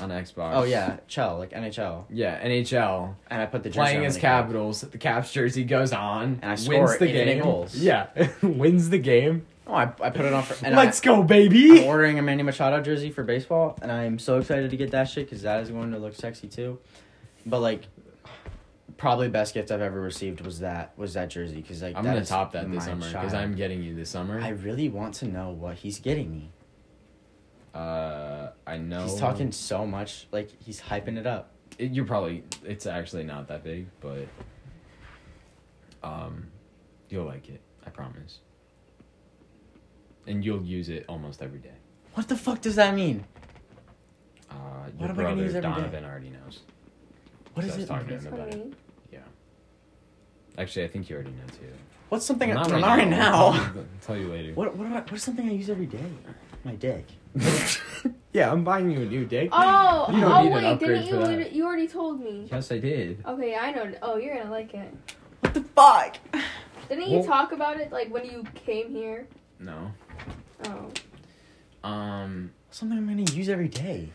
[SPEAKER 2] on Xbox?
[SPEAKER 1] oh yeah, chell like NHL,
[SPEAKER 2] yeah, NHL.
[SPEAKER 1] and I put the jersey
[SPEAKER 2] Playing
[SPEAKER 1] on
[SPEAKER 2] as
[SPEAKER 1] the cap.
[SPEAKER 2] Capitals, the Caps jersey goes on,
[SPEAKER 1] And I score
[SPEAKER 2] wins the *laughs*
[SPEAKER 1] infinite
[SPEAKER 2] game.
[SPEAKER 1] goals.
[SPEAKER 2] Yeah, wins the game,
[SPEAKER 1] Oh, I, I put it on for.
[SPEAKER 2] *laughs*
[SPEAKER 1] And
[SPEAKER 2] Let's
[SPEAKER 1] I,
[SPEAKER 2] go,
[SPEAKER 1] I'm
[SPEAKER 2] baby.
[SPEAKER 1] ordering a Manny Machado jersey for baseball, and I'm so excited to get that shit because that is going to look sexy too. But like, probably best gift I've ever received was that was that jersey because like
[SPEAKER 2] I'm
[SPEAKER 1] that
[SPEAKER 2] gonna
[SPEAKER 1] is
[SPEAKER 2] top that this
[SPEAKER 1] my
[SPEAKER 2] summer because
[SPEAKER 1] child.
[SPEAKER 2] I'm getting you this summer.
[SPEAKER 1] I really want to know what he's getting me.
[SPEAKER 2] uh, I know
[SPEAKER 1] He's talking so much, like he's hyping it up.
[SPEAKER 2] It, you're probably. It's actually not that big, but um, you'll like it. I promise. And you'll use it almost every day.
[SPEAKER 1] What the fuck does that mean?
[SPEAKER 2] Uh,
[SPEAKER 1] am
[SPEAKER 2] your
[SPEAKER 1] I gonna
[SPEAKER 2] brother
[SPEAKER 1] use every day?
[SPEAKER 2] Donovan already knows.
[SPEAKER 1] What
[SPEAKER 2] So
[SPEAKER 1] is
[SPEAKER 2] I was
[SPEAKER 1] it?
[SPEAKER 2] talking to
[SPEAKER 3] That's
[SPEAKER 2] him
[SPEAKER 3] what
[SPEAKER 2] about
[SPEAKER 3] I
[SPEAKER 2] it.
[SPEAKER 3] mean.
[SPEAKER 2] Actually, I think you already know too.
[SPEAKER 1] What's something?
[SPEAKER 2] Well,
[SPEAKER 1] I, not right now.
[SPEAKER 2] I'll tell you- tell you
[SPEAKER 1] *laughs*
[SPEAKER 2] later.
[SPEAKER 1] What what, do I, what is something I use every day? My dick.
[SPEAKER 2] *laughs* yeah, I'm buying you a new dick.
[SPEAKER 3] Oh,
[SPEAKER 2] You don't need
[SPEAKER 3] oh
[SPEAKER 2] an
[SPEAKER 3] wait,
[SPEAKER 2] upgrade
[SPEAKER 3] didn't
[SPEAKER 2] for
[SPEAKER 3] you?
[SPEAKER 2] that.
[SPEAKER 3] already- You already told me.
[SPEAKER 2] Yes, I did.
[SPEAKER 3] Okay, I know. Oh, you're gonna like it.
[SPEAKER 1] What the fuck?
[SPEAKER 3] Didn't you
[SPEAKER 2] Well-
[SPEAKER 3] talk about it like when you came here?
[SPEAKER 2] No.
[SPEAKER 3] Oh,
[SPEAKER 2] Um,
[SPEAKER 1] Something I'm gonna use every day.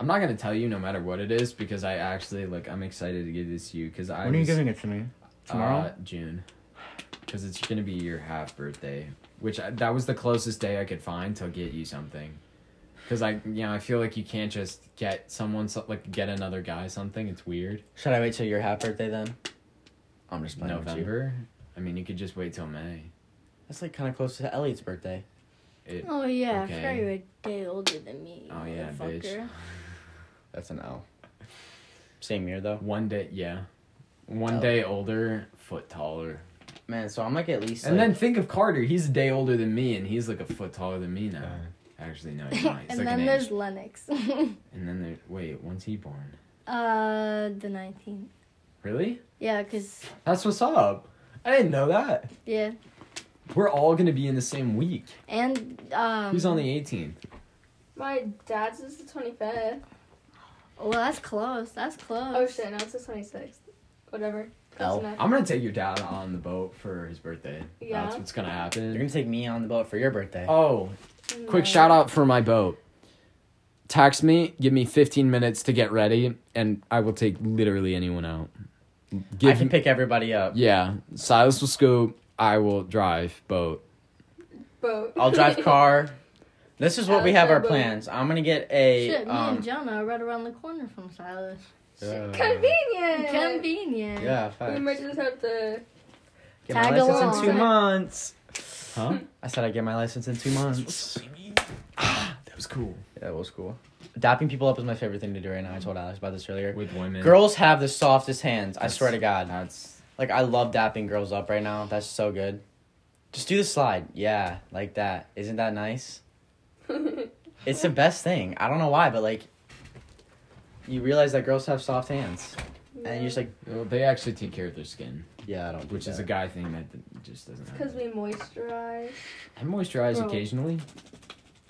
[SPEAKER 2] I'm not gonna tell you no matter what it is because I actually like I'm excited to give this to you because I. was-
[SPEAKER 1] it to me?
[SPEAKER 2] uh, June. Because it's gonna be your half birthday, which I, that was the closest day I could find to get you something. Because I, you know, I feel like you can't just get someone so, like get another guy something. It's weird.
[SPEAKER 1] Should I wait till your half birthday then? I'm just playing with you.
[SPEAKER 2] November. I mean, you could just wait till May.
[SPEAKER 1] That's like kind of close to Elliot's birthday.
[SPEAKER 2] It.
[SPEAKER 4] Oh yeah, I forgot
[SPEAKER 2] Okay.
[SPEAKER 4] you were a day older than me. you
[SPEAKER 2] Oh, yeah, bitch.
[SPEAKER 4] motherfucker.
[SPEAKER 1] That's an L. Same year though.
[SPEAKER 2] One day, yeah. One
[SPEAKER 1] Oh.
[SPEAKER 2] day older, foot taller.
[SPEAKER 1] Man, so I'm like at least.
[SPEAKER 2] and
[SPEAKER 1] like-
[SPEAKER 2] then think of Carter. He's a day older than me, and he's like a foot taller than me now. Actually,
[SPEAKER 4] *laughs*
[SPEAKER 2] no, he's not. He's
[SPEAKER 4] and
[SPEAKER 2] like
[SPEAKER 4] then
[SPEAKER 2] an
[SPEAKER 4] there's
[SPEAKER 2] inch.
[SPEAKER 4] Lennox. *laughs*
[SPEAKER 2] And then there. Wait, when's he born?
[SPEAKER 4] uh, the nineteenth.
[SPEAKER 2] Really?
[SPEAKER 4] Yeah, cause
[SPEAKER 2] That's what's up. I didn't know that.
[SPEAKER 4] yeah,
[SPEAKER 2] We're all gonna be in the same week.
[SPEAKER 4] and um.
[SPEAKER 2] Who's on the 18th?
[SPEAKER 3] my dad's is the twenty fifth.
[SPEAKER 4] Well, that's close. That's close.
[SPEAKER 3] Oh shit, no, it's the twenty sixth. Whatever. Close
[SPEAKER 1] Oh,
[SPEAKER 3] enough.
[SPEAKER 2] I'm gonna take your dad on the boat for his birthday.
[SPEAKER 3] Yeah.
[SPEAKER 2] That's what's gonna
[SPEAKER 1] you're
[SPEAKER 2] happen.
[SPEAKER 1] gonna take me on the boat for your birthday.
[SPEAKER 2] Oh,
[SPEAKER 3] No.
[SPEAKER 2] quick shout out for my boat. Text me, give me 15 minutes to get ready, and I will take literally anyone out.
[SPEAKER 1] I can pick everybody up.
[SPEAKER 2] Yeah, Silas will scoop. I will drive boat.
[SPEAKER 3] Boat.
[SPEAKER 1] I'll
[SPEAKER 2] *laughs*
[SPEAKER 1] drive
[SPEAKER 3] *laughs*
[SPEAKER 1] car. This is what we
[SPEAKER 3] Alex,
[SPEAKER 1] have our
[SPEAKER 3] I will-
[SPEAKER 1] plans. I'm gonna get a.
[SPEAKER 4] Shit, me and
[SPEAKER 1] um,
[SPEAKER 4] Jonah are right around the corner from Silas.
[SPEAKER 1] Yeah.
[SPEAKER 3] Convenient.
[SPEAKER 4] Convenient.
[SPEAKER 1] Yeah,
[SPEAKER 3] We
[SPEAKER 1] facts.
[SPEAKER 3] might just have to. *laughs*
[SPEAKER 1] Get my
[SPEAKER 4] Tag
[SPEAKER 1] license
[SPEAKER 4] along.
[SPEAKER 1] in two months.
[SPEAKER 4] *laughs*
[SPEAKER 2] Huh?
[SPEAKER 1] I said I get my license in two months.
[SPEAKER 2] that was cool.
[SPEAKER 1] *laughs* Yeah, well, school. Dapping people up is my favorite thing to do right now. I told Alex about this earlier.
[SPEAKER 2] With women.
[SPEAKER 1] Girls have the softest hands. I
[SPEAKER 2] That's-
[SPEAKER 1] swear to God.
[SPEAKER 2] That's.
[SPEAKER 1] Like I love dapping girls up right now. That's so good. Just do the slide. Yeah, like that. Isn't that nice? It's the best thing. I don't know why, but like, you realize that girls have soft hands, and you're just like,
[SPEAKER 2] Well, they actually take care of their skin,
[SPEAKER 1] yeah, I don't. do
[SPEAKER 2] which is
[SPEAKER 1] that.
[SPEAKER 2] a guy thing that just doesn't happen.
[SPEAKER 3] Because we moisturize.
[SPEAKER 2] I moisturize
[SPEAKER 4] Bro.
[SPEAKER 2] occasionally.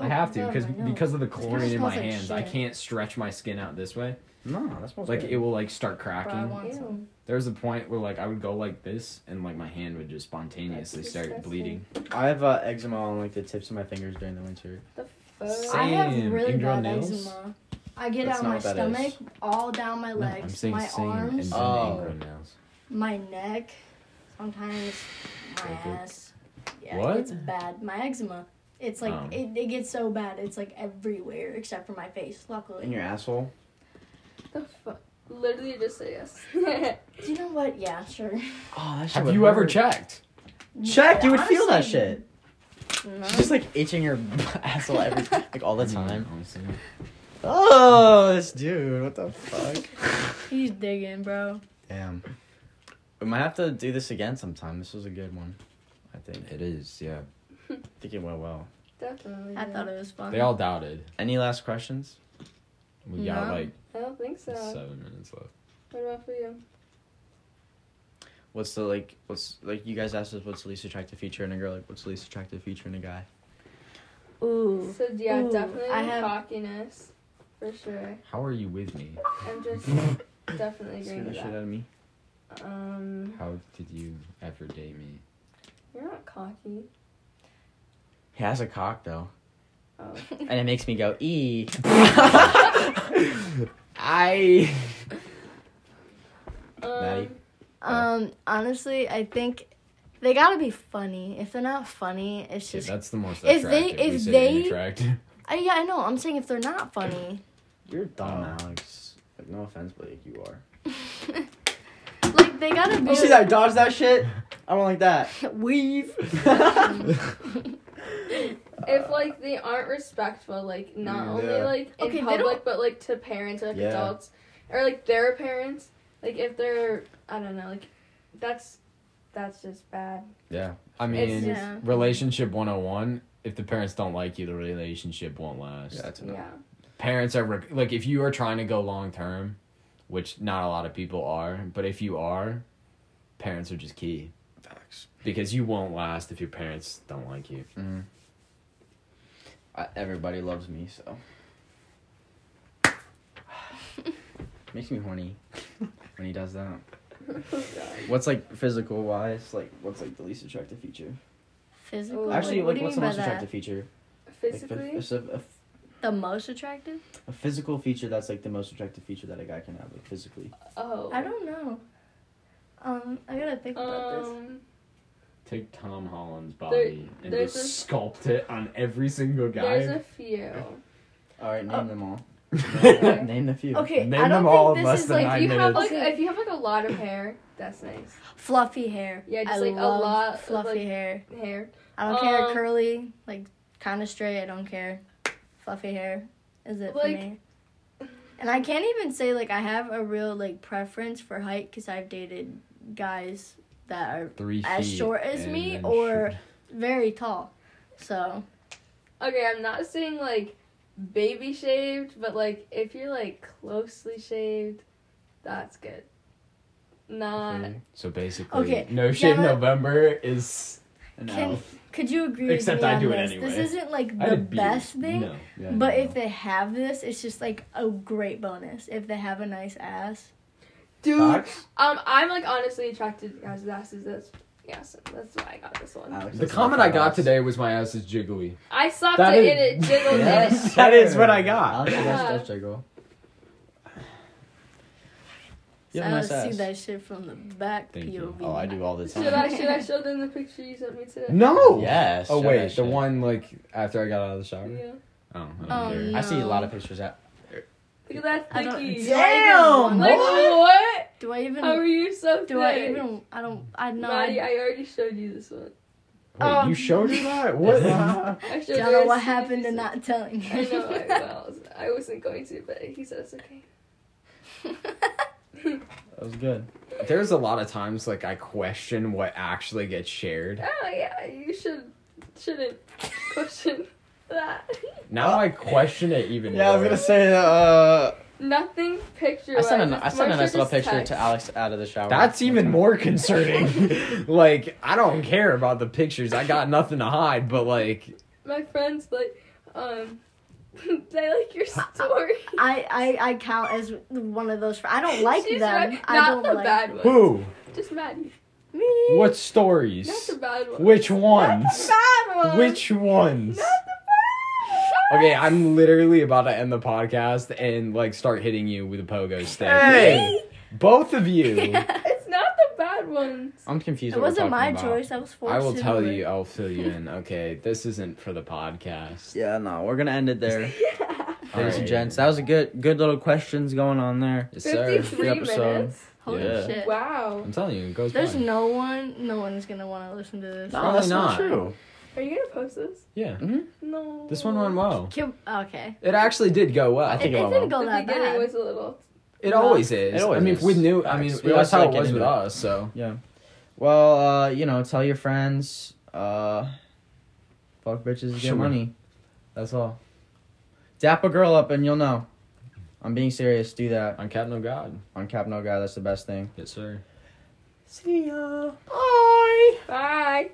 [SPEAKER 2] I
[SPEAKER 4] Oh,
[SPEAKER 2] have to
[SPEAKER 4] no,
[SPEAKER 2] because
[SPEAKER 4] I know.
[SPEAKER 2] because of the chlorine in my
[SPEAKER 4] smells like
[SPEAKER 2] hands, I
[SPEAKER 4] shit.
[SPEAKER 2] can't stretch my skin out this way.
[SPEAKER 1] No, that's most
[SPEAKER 2] Like it will like start
[SPEAKER 4] Bro, I
[SPEAKER 2] cracking.
[SPEAKER 4] want some.
[SPEAKER 2] There was a point where like I would go like this and like my hand would just spontaneously
[SPEAKER 3] That's
[SPEAKER 2] start
[SPEAKER 3] disgusting.
[SPEAKER 2] bleeding.
[SPEAKER 1] I have uh, eczema on like the tips of my fingers during the winter.
[SPEAKER 3] Boat.
[SPEAKER 4] I have
[SPEAKER 2] Same.
[SPEAKER 4] really
[SPEAKER 2] Ingrown
[SPEAKER 4] bad
[SPEAKER 2] nails?
[SPEAKER 4] eczema. I get
[SPEAKER 1] That's
[SPEAKER 4] out
[SPEAKER 1] not
[SPEAKER 4] my
[SPEAKER 1] what that is.
[SPEAKER 4] stomach, all down my
[SPEAKER 2] No, I'm
[SPEAKER 4] legs,
[SPEAKER 2] saying
[SPEAKER 4] my
[SPEAKER 2] same and
[SPEAKER 4] arms,
[SPEAKER 2] then
[SPEAKER 1] Oh.
[SPEAKER 2] ingrown nails.
[SPEAKER 4] my neck, sometimes my
[SPEAKER 2] Like it-
[SPEAKER 4] ass. Yeah,
[SPEAKER 2] What?
[SPEAKER 4] it's bad. My eczema. It's like
[SPEAKER 2] Um.
[SPEAKER 4] it, it gets so bad. It's like everywhere except for my face. Luckily,
[SPEAKER 1] In your asshole.
[SPEAKER 3] The fuck? Literally just say yes. *laughs*
[SPEAKER 4] do you know what? Yeah, sure.
[SPEAKER 1] Oh, that shit.
[SPEAKER 2] Have
[SPEAKER 1] would
[SPEAKER 2] you ever
[SPEAKER 1] hurt.
[SPEAKER 2] checked?
[SPEAKER 1] Check, you would feel that
[SPEAKER 4] Honestly,
[SPEAKER 1] shit.
[SPEAKER 4] No.
[SPEAKER 1] She's just like itching her *laughs* asshole every like *laughs* all the
[SPEAKER 2] I mean,
[SPEAKER 1] time.
[SPEAKER 2] honestly.
[SPEAKER 1] Oh, this dude, what the fuck?
[SPEAKER 4] He's digging, bro.
[SPEAKER 1] Damn. We might have to do this again sometime. This was a good one. I think.
[SPEAKER 2] It is, yeah.
[SPEAKER 1] I think it went well.
[SPEAKER 3] Definitely.
[SPEAKER 4] I thought it was fun.
[SPEAKER 2] They all doubted.
[SPEAKER 1] Any last questions?
[SPEAKER 2] We got
[SPEAKER 4] No.
[SPEAKER 2] like
[SPEAKER 3] I don't think so.
[SPEAKER 2] seven minutes left.
[SPEAKER 3] What about for you?
[SPEAKER 1] What's the like? What's like? You guys asked us what's the least attractive feature in a girl. Like, what's the least attractive feature in a guy?
[SPEAKER 2] *laughs*
[SPEAKER 4] Ooh.
[SPEAKER 3] So yeah,
[SPEAKER 4] Ooh,
[SPEAKER 3] definitely
[SPEAKER 4] I have-
[SPEAKER 3] cockiness, for sure.
[SPEAKER 2] How are you with me?
[SPEAKER 3] I'm just definitely
[SPEAKER 1] Scare the
[SPEAKER 3] agreeing with
[SPEAKER 1] shit
[SPEAKER 3] that.
[SPEAKER 1] out of me.
[SPEAKER 3] Um,
[SPEAKER 2] How did you ever date me?
[SPEAKER 3] you're not cocky.
[SPEAKER 1] He has a cock though,
[SPEAKER 3] Oh,
[SPEAKER 1] and it makes me go e. I.
[SPEAKER 3] um,
[SPEAKER 1] Maddie?
[SPEAKER 4] Um, honestly, I think They gotta be funny. If they're not funny, it's
[SPEAKER 2] Dude,
[SPEAKER 4] just.
[SPEAKER 2] that's the most
[SPEAKER 4] if
[SPEAKER 2] attractive.
[SPEAKER 4] they-
[SPEAKER 2] we
[SPEAKER 4] if
[SPEAKER 2] said
[SPEAKER 4] they-
[SPEAKER 2] attractive.
[SPEAKER 4] I, yeah, I know. I'm saying if they're not funny,
[SPEAKER 1] You're dumb,
[SPEAKER 2] Oh.
[SPEAKER 1] Alex. Like, no offense, but like, you are.
[SPEAKER 4] *laughs* like they gotta be.
[SPEAKER 1] You see that? Dodge that shit. I don't like
[SPEAKER 3] *laughs*
[SPEAKER 1] that.
[SPEAKER 4] *laughs* Weave.
[SPEAKER 3] If like they aren't respectful, like not
[SPEAKER 1] Uh. Mm, Yeah.
[SPEAKER 3] only like in
[SPEAKER 4] Okay, they
[SPEAKER 3] public,
[SPEAKER 4] don't-
[SPEAKER 3] but like to parents or like
[SPEAKER 1] Yeah.
[SPEAKER 3] adults, or like their parents, like if they're I don't know, like that's that's just bad.
[SPEAKER 1] yeah.
[SPEAKER 2] *laughs* I
[SPEAKER 3] It's
[SPEAKER 2] mean,
[SPEAKER 3] just-
[SPEAKER 4] Yeah.
[SPEAKER 2] relationship 101, if the parents don't like you, the relationship won't last.
[SPEAKER 1] Yeah, that's enough.
[SPEAKER 3] Yeah,
[SPEAKER 1] *laughs*
[SPEAKER 2] Parents are, rec- like, if you are trying to go long term, which not a lot of people are, but if you are, parents are just key.
[SPEAKER 1] Facts.
[SPEAKER 2] Because you won't last if your parents don't like you.
[SPEAKER 1] Mm. I, everybody loves me, so. Makes me horny when he does that. What's like physical wise? Like, what's like the least attractive feature?
[SPEAKER 4] Physical.
[SPEAKER 1] Actually,
[SPEAKER 4] Wait, what
[SPEAKER 1] like,
[SPEAKER 4] do you
[SPEAKER 1] what's the
[SPEAKER 4] mean by
[SPEAKER 1] most
[SPEAKER 4] that?
[SPEAKER 1] attractive feature? Like, phy-
[SPEAKER 3] physically,
[SPEAKER 1] it's a, a,
[SPEAKER 4] The most attractive?
[SPEAKER 1] a physical feature that's like the most attractive feature that a guy can have, like physically.
[SPEAKER 3] oh,
[SPEAKER 4] I don't know. Um, I gotta think about this.
[SPEAKER 3] Um,
[SPEAKER 2] Take Tom Holland's body and
[SPEAKER 3] there's
[SPEAKER 2] just
[SPEAKER 3] a-
[SPEAKER 2] sculpt it on every single guy. *laughs*
[SPEAKER 3] there's a *laughs* few.
[SPEAKER 1] All right, name
[SPEAKER 4] Uh,
[SPEAKER 1] them all.
[SPEAKER 3] Okay.
[SPEAKER 1] *laughs* name a few.
[SPEAKER 4] *laughs* Okay,
[SPEAKER 2] Name
[SPEAKER 4] I
[SPEAKER 2] them
[SPEAKER 4] don't
[SPEAKER 2] all
[SPEAKER 4] think
[SPEAKER 2] less
[SPEAKER 4] this is
[SPEAKER 2] than
[SPEAKER 4] like
[SPEAKER 2] nine
[SPEAKER 3] Like you have like
[SPEAKER 4] minutes. Okay.
[SPEAKER 3] if you have like a lot of hair, that's nice.
[SPEAKER 4] fluffy hair.
[SPEAKER 3] Yeah, just,
[SPEAKER 4] I
[SPEAKER 3] like, a
[SPEAKER 4] love
[SPEAKER 3] lot of,
[SPEAKER 4] fluffy
[SPEAKER 3] like-
[SPEAKER 4] hair.
[SPEAKER 3] Hair,
[SPEAKER 4] I don't care
[SPEAKER 3] Um,
[SPEAKER 4] curly, like kind of straight. I don't care. Fluffy hair is it
[SPEAKER 3] Like-
[SPEAKER 4] for me? And I can't even say like I have a real like preference for height because I've dated guys that are
[SPEAKER 2] Three
[SPEAKER 4] As
[SPEAKER 2] feet
[SPEAKER 4] short as
[SPEAKER 2] and
[SPEAKER 4] me,
[SPEAKER 2] then
[SPEAKER 4] or-
[SPEAKER 2] shoot-
[SPEAKER 4] very tall. So
[SPEAKER 3] Okay, I'm not saying like baby shaved, but like if you're like closely shaved, that's good. Not
[SPEAKER 1] Okay.
[SPEAKER 2] So basically,
[SPEAKER 4] Okay,
[SPEAKER 2] no shit.
[SPEAKER 4] Gemma-
[SPEAKER 2] November is
[SPEAKER 1] An
[SPEAKER 4] Can-
[SPEAKER 1] elf.
[SPEAKER 4] could you agree?
[SPEAKER 2] Except
[SPEAKER 4] with me
[SPEAKER 2] I
[SPEAKER 4] on
[SPEAKER 2] do it
[SPEAKER 4] this? This
[SPEAKER 2] anyway.
[SPEAKER 4] isn't like
[SPEAKER 2] I
[SPEAKER 4] the
[SPEAKER 2] did beer.
[SPEAKER 4] best thing,
[SPEAKER 2] No.
[SPEAKER 1] Yeah,
[SPEAKER 4] but
[SPEAKER 1] no.
[SPEAKER 4] if they have this, it's just like a great bonus. If they have a nice ass,
[SPEAKER 3] dude.
[SPEAKER 1] Facts?
[SPEAKER 3] Um, I'm like honestly attracted to guys with asses. That's yes, that's why I got this one.
[SPEAKER 1] Alex,
[SPEAKER 2] The
[SPEAKER 1] that's
[SPEAKER 2] comment
[SPEAKER 1] not
[SPEAKER 2] I got
[SPEAKER 1] for us.
[SPEAKER 2] today was my ass is jiggly.
[SPEAKER 3] I stopped
[SPEAKER 2] That
[SPEAKER 3] it
[SPEAKER 2] is-
[SPEAKER 3] and
[SPEAKER 1] *laughs*
[SPEAKER 3] it jiggled.
[SPEAKER 1] Yeah.
[SPEAKER 3] and
[SPEAKER 2] *laughs*
[SPEAKER 3] it-
[SPEAKER 2] that is what I got.
[SPEAKER 1] Alex,
[SPEAKER 3] Yeah.
[SPEAKER 1] that's-
[SPEAKER 4] *laughs*
[SPEAKER 1] that's jiggle. You have a
[SPEAKER 4] I
[SPEAKER 1] nice
[SPEAKER 4] see
[SPEAKER 1] ass.
[SPEAKER 4] that shit from the back
[SPEAKER 2] Thank you.
[SPEAKER 4] POV.
[SPEAKER 1] Oh, I do all the time.
[SPEAKER 3] Should I should I show them the picture you sent me today?
[SPEAKER 2] No.
[SPEAKER 1] Yes.
[SPEAKER 2] Oh
[SPEAKER 1] show that
[SPEAKER 2] wait, the
[SPEAKER 1] shit.
[SPEAKER 2] one like after I got out of the shower.
[SPEAKER 3] Yeah.
[SPEAKER 2] Oh. I don't
[SPEAKER 4] Um,
[SPEAKER 2] care.
[SPEAKER 1] I see a lot of pictures at.
[SPEAKER 3] Look at
[SPEAKER 4] I
[SPEAKER 3] that
[SPEAKER 4] don't.
[SPEAKER 3] thicky.
[SPEAKER 4] do I even
[SPEAKER 1] Damn,
[SPEAKER 3] Like
[SPEAKER 4] want-
[SPEAKER 1] What?
[SPEAKER 3] what?
[SPEAKER 4] Do I even?
[SPEAKER 3] How are you so thick?
[SPEAKER 4] do I even? I don't. I know.
[SPEAKER 3] Maddie,
[SPEAKER 4] I,
[SPEAKER 3] I already showed you this one.
[SPEAKER 2] Wait,
[SPEAKER 4] um,
[SPEAKER 2] you showed her that?
[SPEAKER 1] *laughs*
[SPEAKER 2] What?
[SPEAKER 3] I showed
[SPEAKER 4] don't
[SPEAKER 3] you
[SPEAKER 4] know
[SPEAKER 3] as
[SPEAKER 4] what
[SPEAKER 3] soon as
[SPEAKER 4] happened to
[SPEAKER 3] you
[SPEAKER 4] not telling you.
[SPEAKER 3] I know I well, I wasn't going to, but he said it's okay.
[SPEAKER 1] *laughs* That was good.
[SPEAKER 2] There's a lot of times like I question what actually gets shared.
[SPEAKER 3] Oh yeah, you should shouldn't question that.
[SPEAKER 2] Now I question it even
[SPEAKER 1] Yeah, I was
[SPEAKER 2] more.
[SPEAKER 1] gonna say. Uh,
[SPEAKER 3] Nothing picture.
[SPEAKER 1] I sent a, I sent a nice little picture to Alex out of the shower.
[SPEAKER 2] That's even more *laughs* concerning. like, I don't care about the pictures. I got nothing to hide, but like,
[SPEAKER 3] My friends like, um, *laughs* they like your story.
[SPEAKER 4] *laughs* I, I I count as one of those. Fr- I don't like
[SPEAKER 3] She's
[SPEAKER 4] them.
[SPEAKER 3] right.
[SPEAKER 4] I
[SPEAKER 3] Not
[SPEAKER 4] don't
[SPEAKER 3] the
[SPEAKER 4] like
[SPEAKER 3] bad ones.
[SPEAKER 2] who?
[SPEAKER 3] Just Maddie.
[SPEAKER 4] me.
[SPEAKER 2] What
[SPEAKER 3] Not
[SPEAKER 2] stories?
[SPEAKER 3] the bad ones.
[SPEAKER 2] Which
[SPEAKER 3] Not
[SPEAKER 2] ones?
[SPEAKER 3] the bad ones.
[SPEAKER 2] Which ones?
[SPEAKER 3] Not the bad.
[SPEAKER 2] Okay, I'm literally about to end the podcast and like start hitting you with a pogo stick.
[SPEAKER 1] Hey!
[SPEAKER 2] Both of
[SPEAKER 4] *laughs*
[SPEAKER 2] you.
[SPEAKER 3] It's not the bad ones.
[SPEAKER 1] I'm confused.
[SPEAKER 4] It
[SPEAKER 1] what we're talking
[SPEAKER 4] wasn't my
[SPEAKER 1] about.
[SPEAKER 4] choice. I was forced.
[SPEAKER 2] I will
[SPEAKER 4] into
[SPEAKER 2] tell
[SPEAKER 4] it.
[SPEAKER 2] you, I'll fill you in. Okay, this isn't for the podcast.
[SPEAKER 1] Yeah, no, we're gonna end it there,
[SPEAKER 3] *laughs* Yeah.
[SPEAKER 1] ladies
[SPEAKER 2] Alright.
[SPEAKER 1] and gents. That was a good, good little questions going on there.
[SPEAKER 2] Yes, sir.
[SPEAKER 3] Fifty-three
[SPEAKER 1] Good episode.
[SPEAKER 3] minutes.
[SPEAKER 4] Holy
[SPEAKER 2] Yeah.
[SPEAKER 4] shit!
[SPEAKER 3] Wow.
[SPEAKER 2] I'm telling you, it goes
[SPEAKER 4] There's
[SPEAKER 2] by.
[SPEAKER 4] no one. No one's gonna want to listen to this.
[SPEAKER 2] No, that's not.
[SPEAKER 1] true.
[SPEAKER 3] Are you gonna post this?
[SPEAKER 2] yeah,
[SPEAKER 3] No.
[SPEAKER 2] this one went well.
[SPEAKER 4] Can- okay.
[SPEAKER 2] It actually did go well.
[SPEAKER 1] I
[SPEAKER 4] It, it
[SPEAKER 1] think it went
[SPEAKER 4] didn't
[SPEAKER 3] The
[SPEAKER 4] go that
[SPEAKER 3] beginning
[SPEAKER 4] bad.
[SPEAKER 3] was a little.
[SPEAKER 2] It always is.
[SPEAKER 1] It always
[SPEAKER 2] I mean,
[SPEAKER 1] is.
[SPEAKER 2] if we knew, I mean,
[SPEAKER 1] Facts. We always
[SPEAKER 2] that's how
[SPEAKER 1] like
[SPEAKER 2] it was
[SPEAKER 1] getting
[SPEAKER 2] with
[SPEAKER 1] into it.
[SPEAKER 2] us. So
[SPEAKER 1] Yeah. Well, uh, you know, tell your friends. Uh, fuck bitches, get
[SPEAKER 2] Sure.
[SPEAKER 1] money. That's all. Dap a girl up and you'll know. I'm being serious. Do that
[SPEAKER 2] on Cat No God.
[SPEAKER 1] on Cap No Guy. That's the best thing.
[SPEAKER 2] Yes, sir.
[SPEAKER 1] See ya. Bye.
[SPEAKER 3] Bye.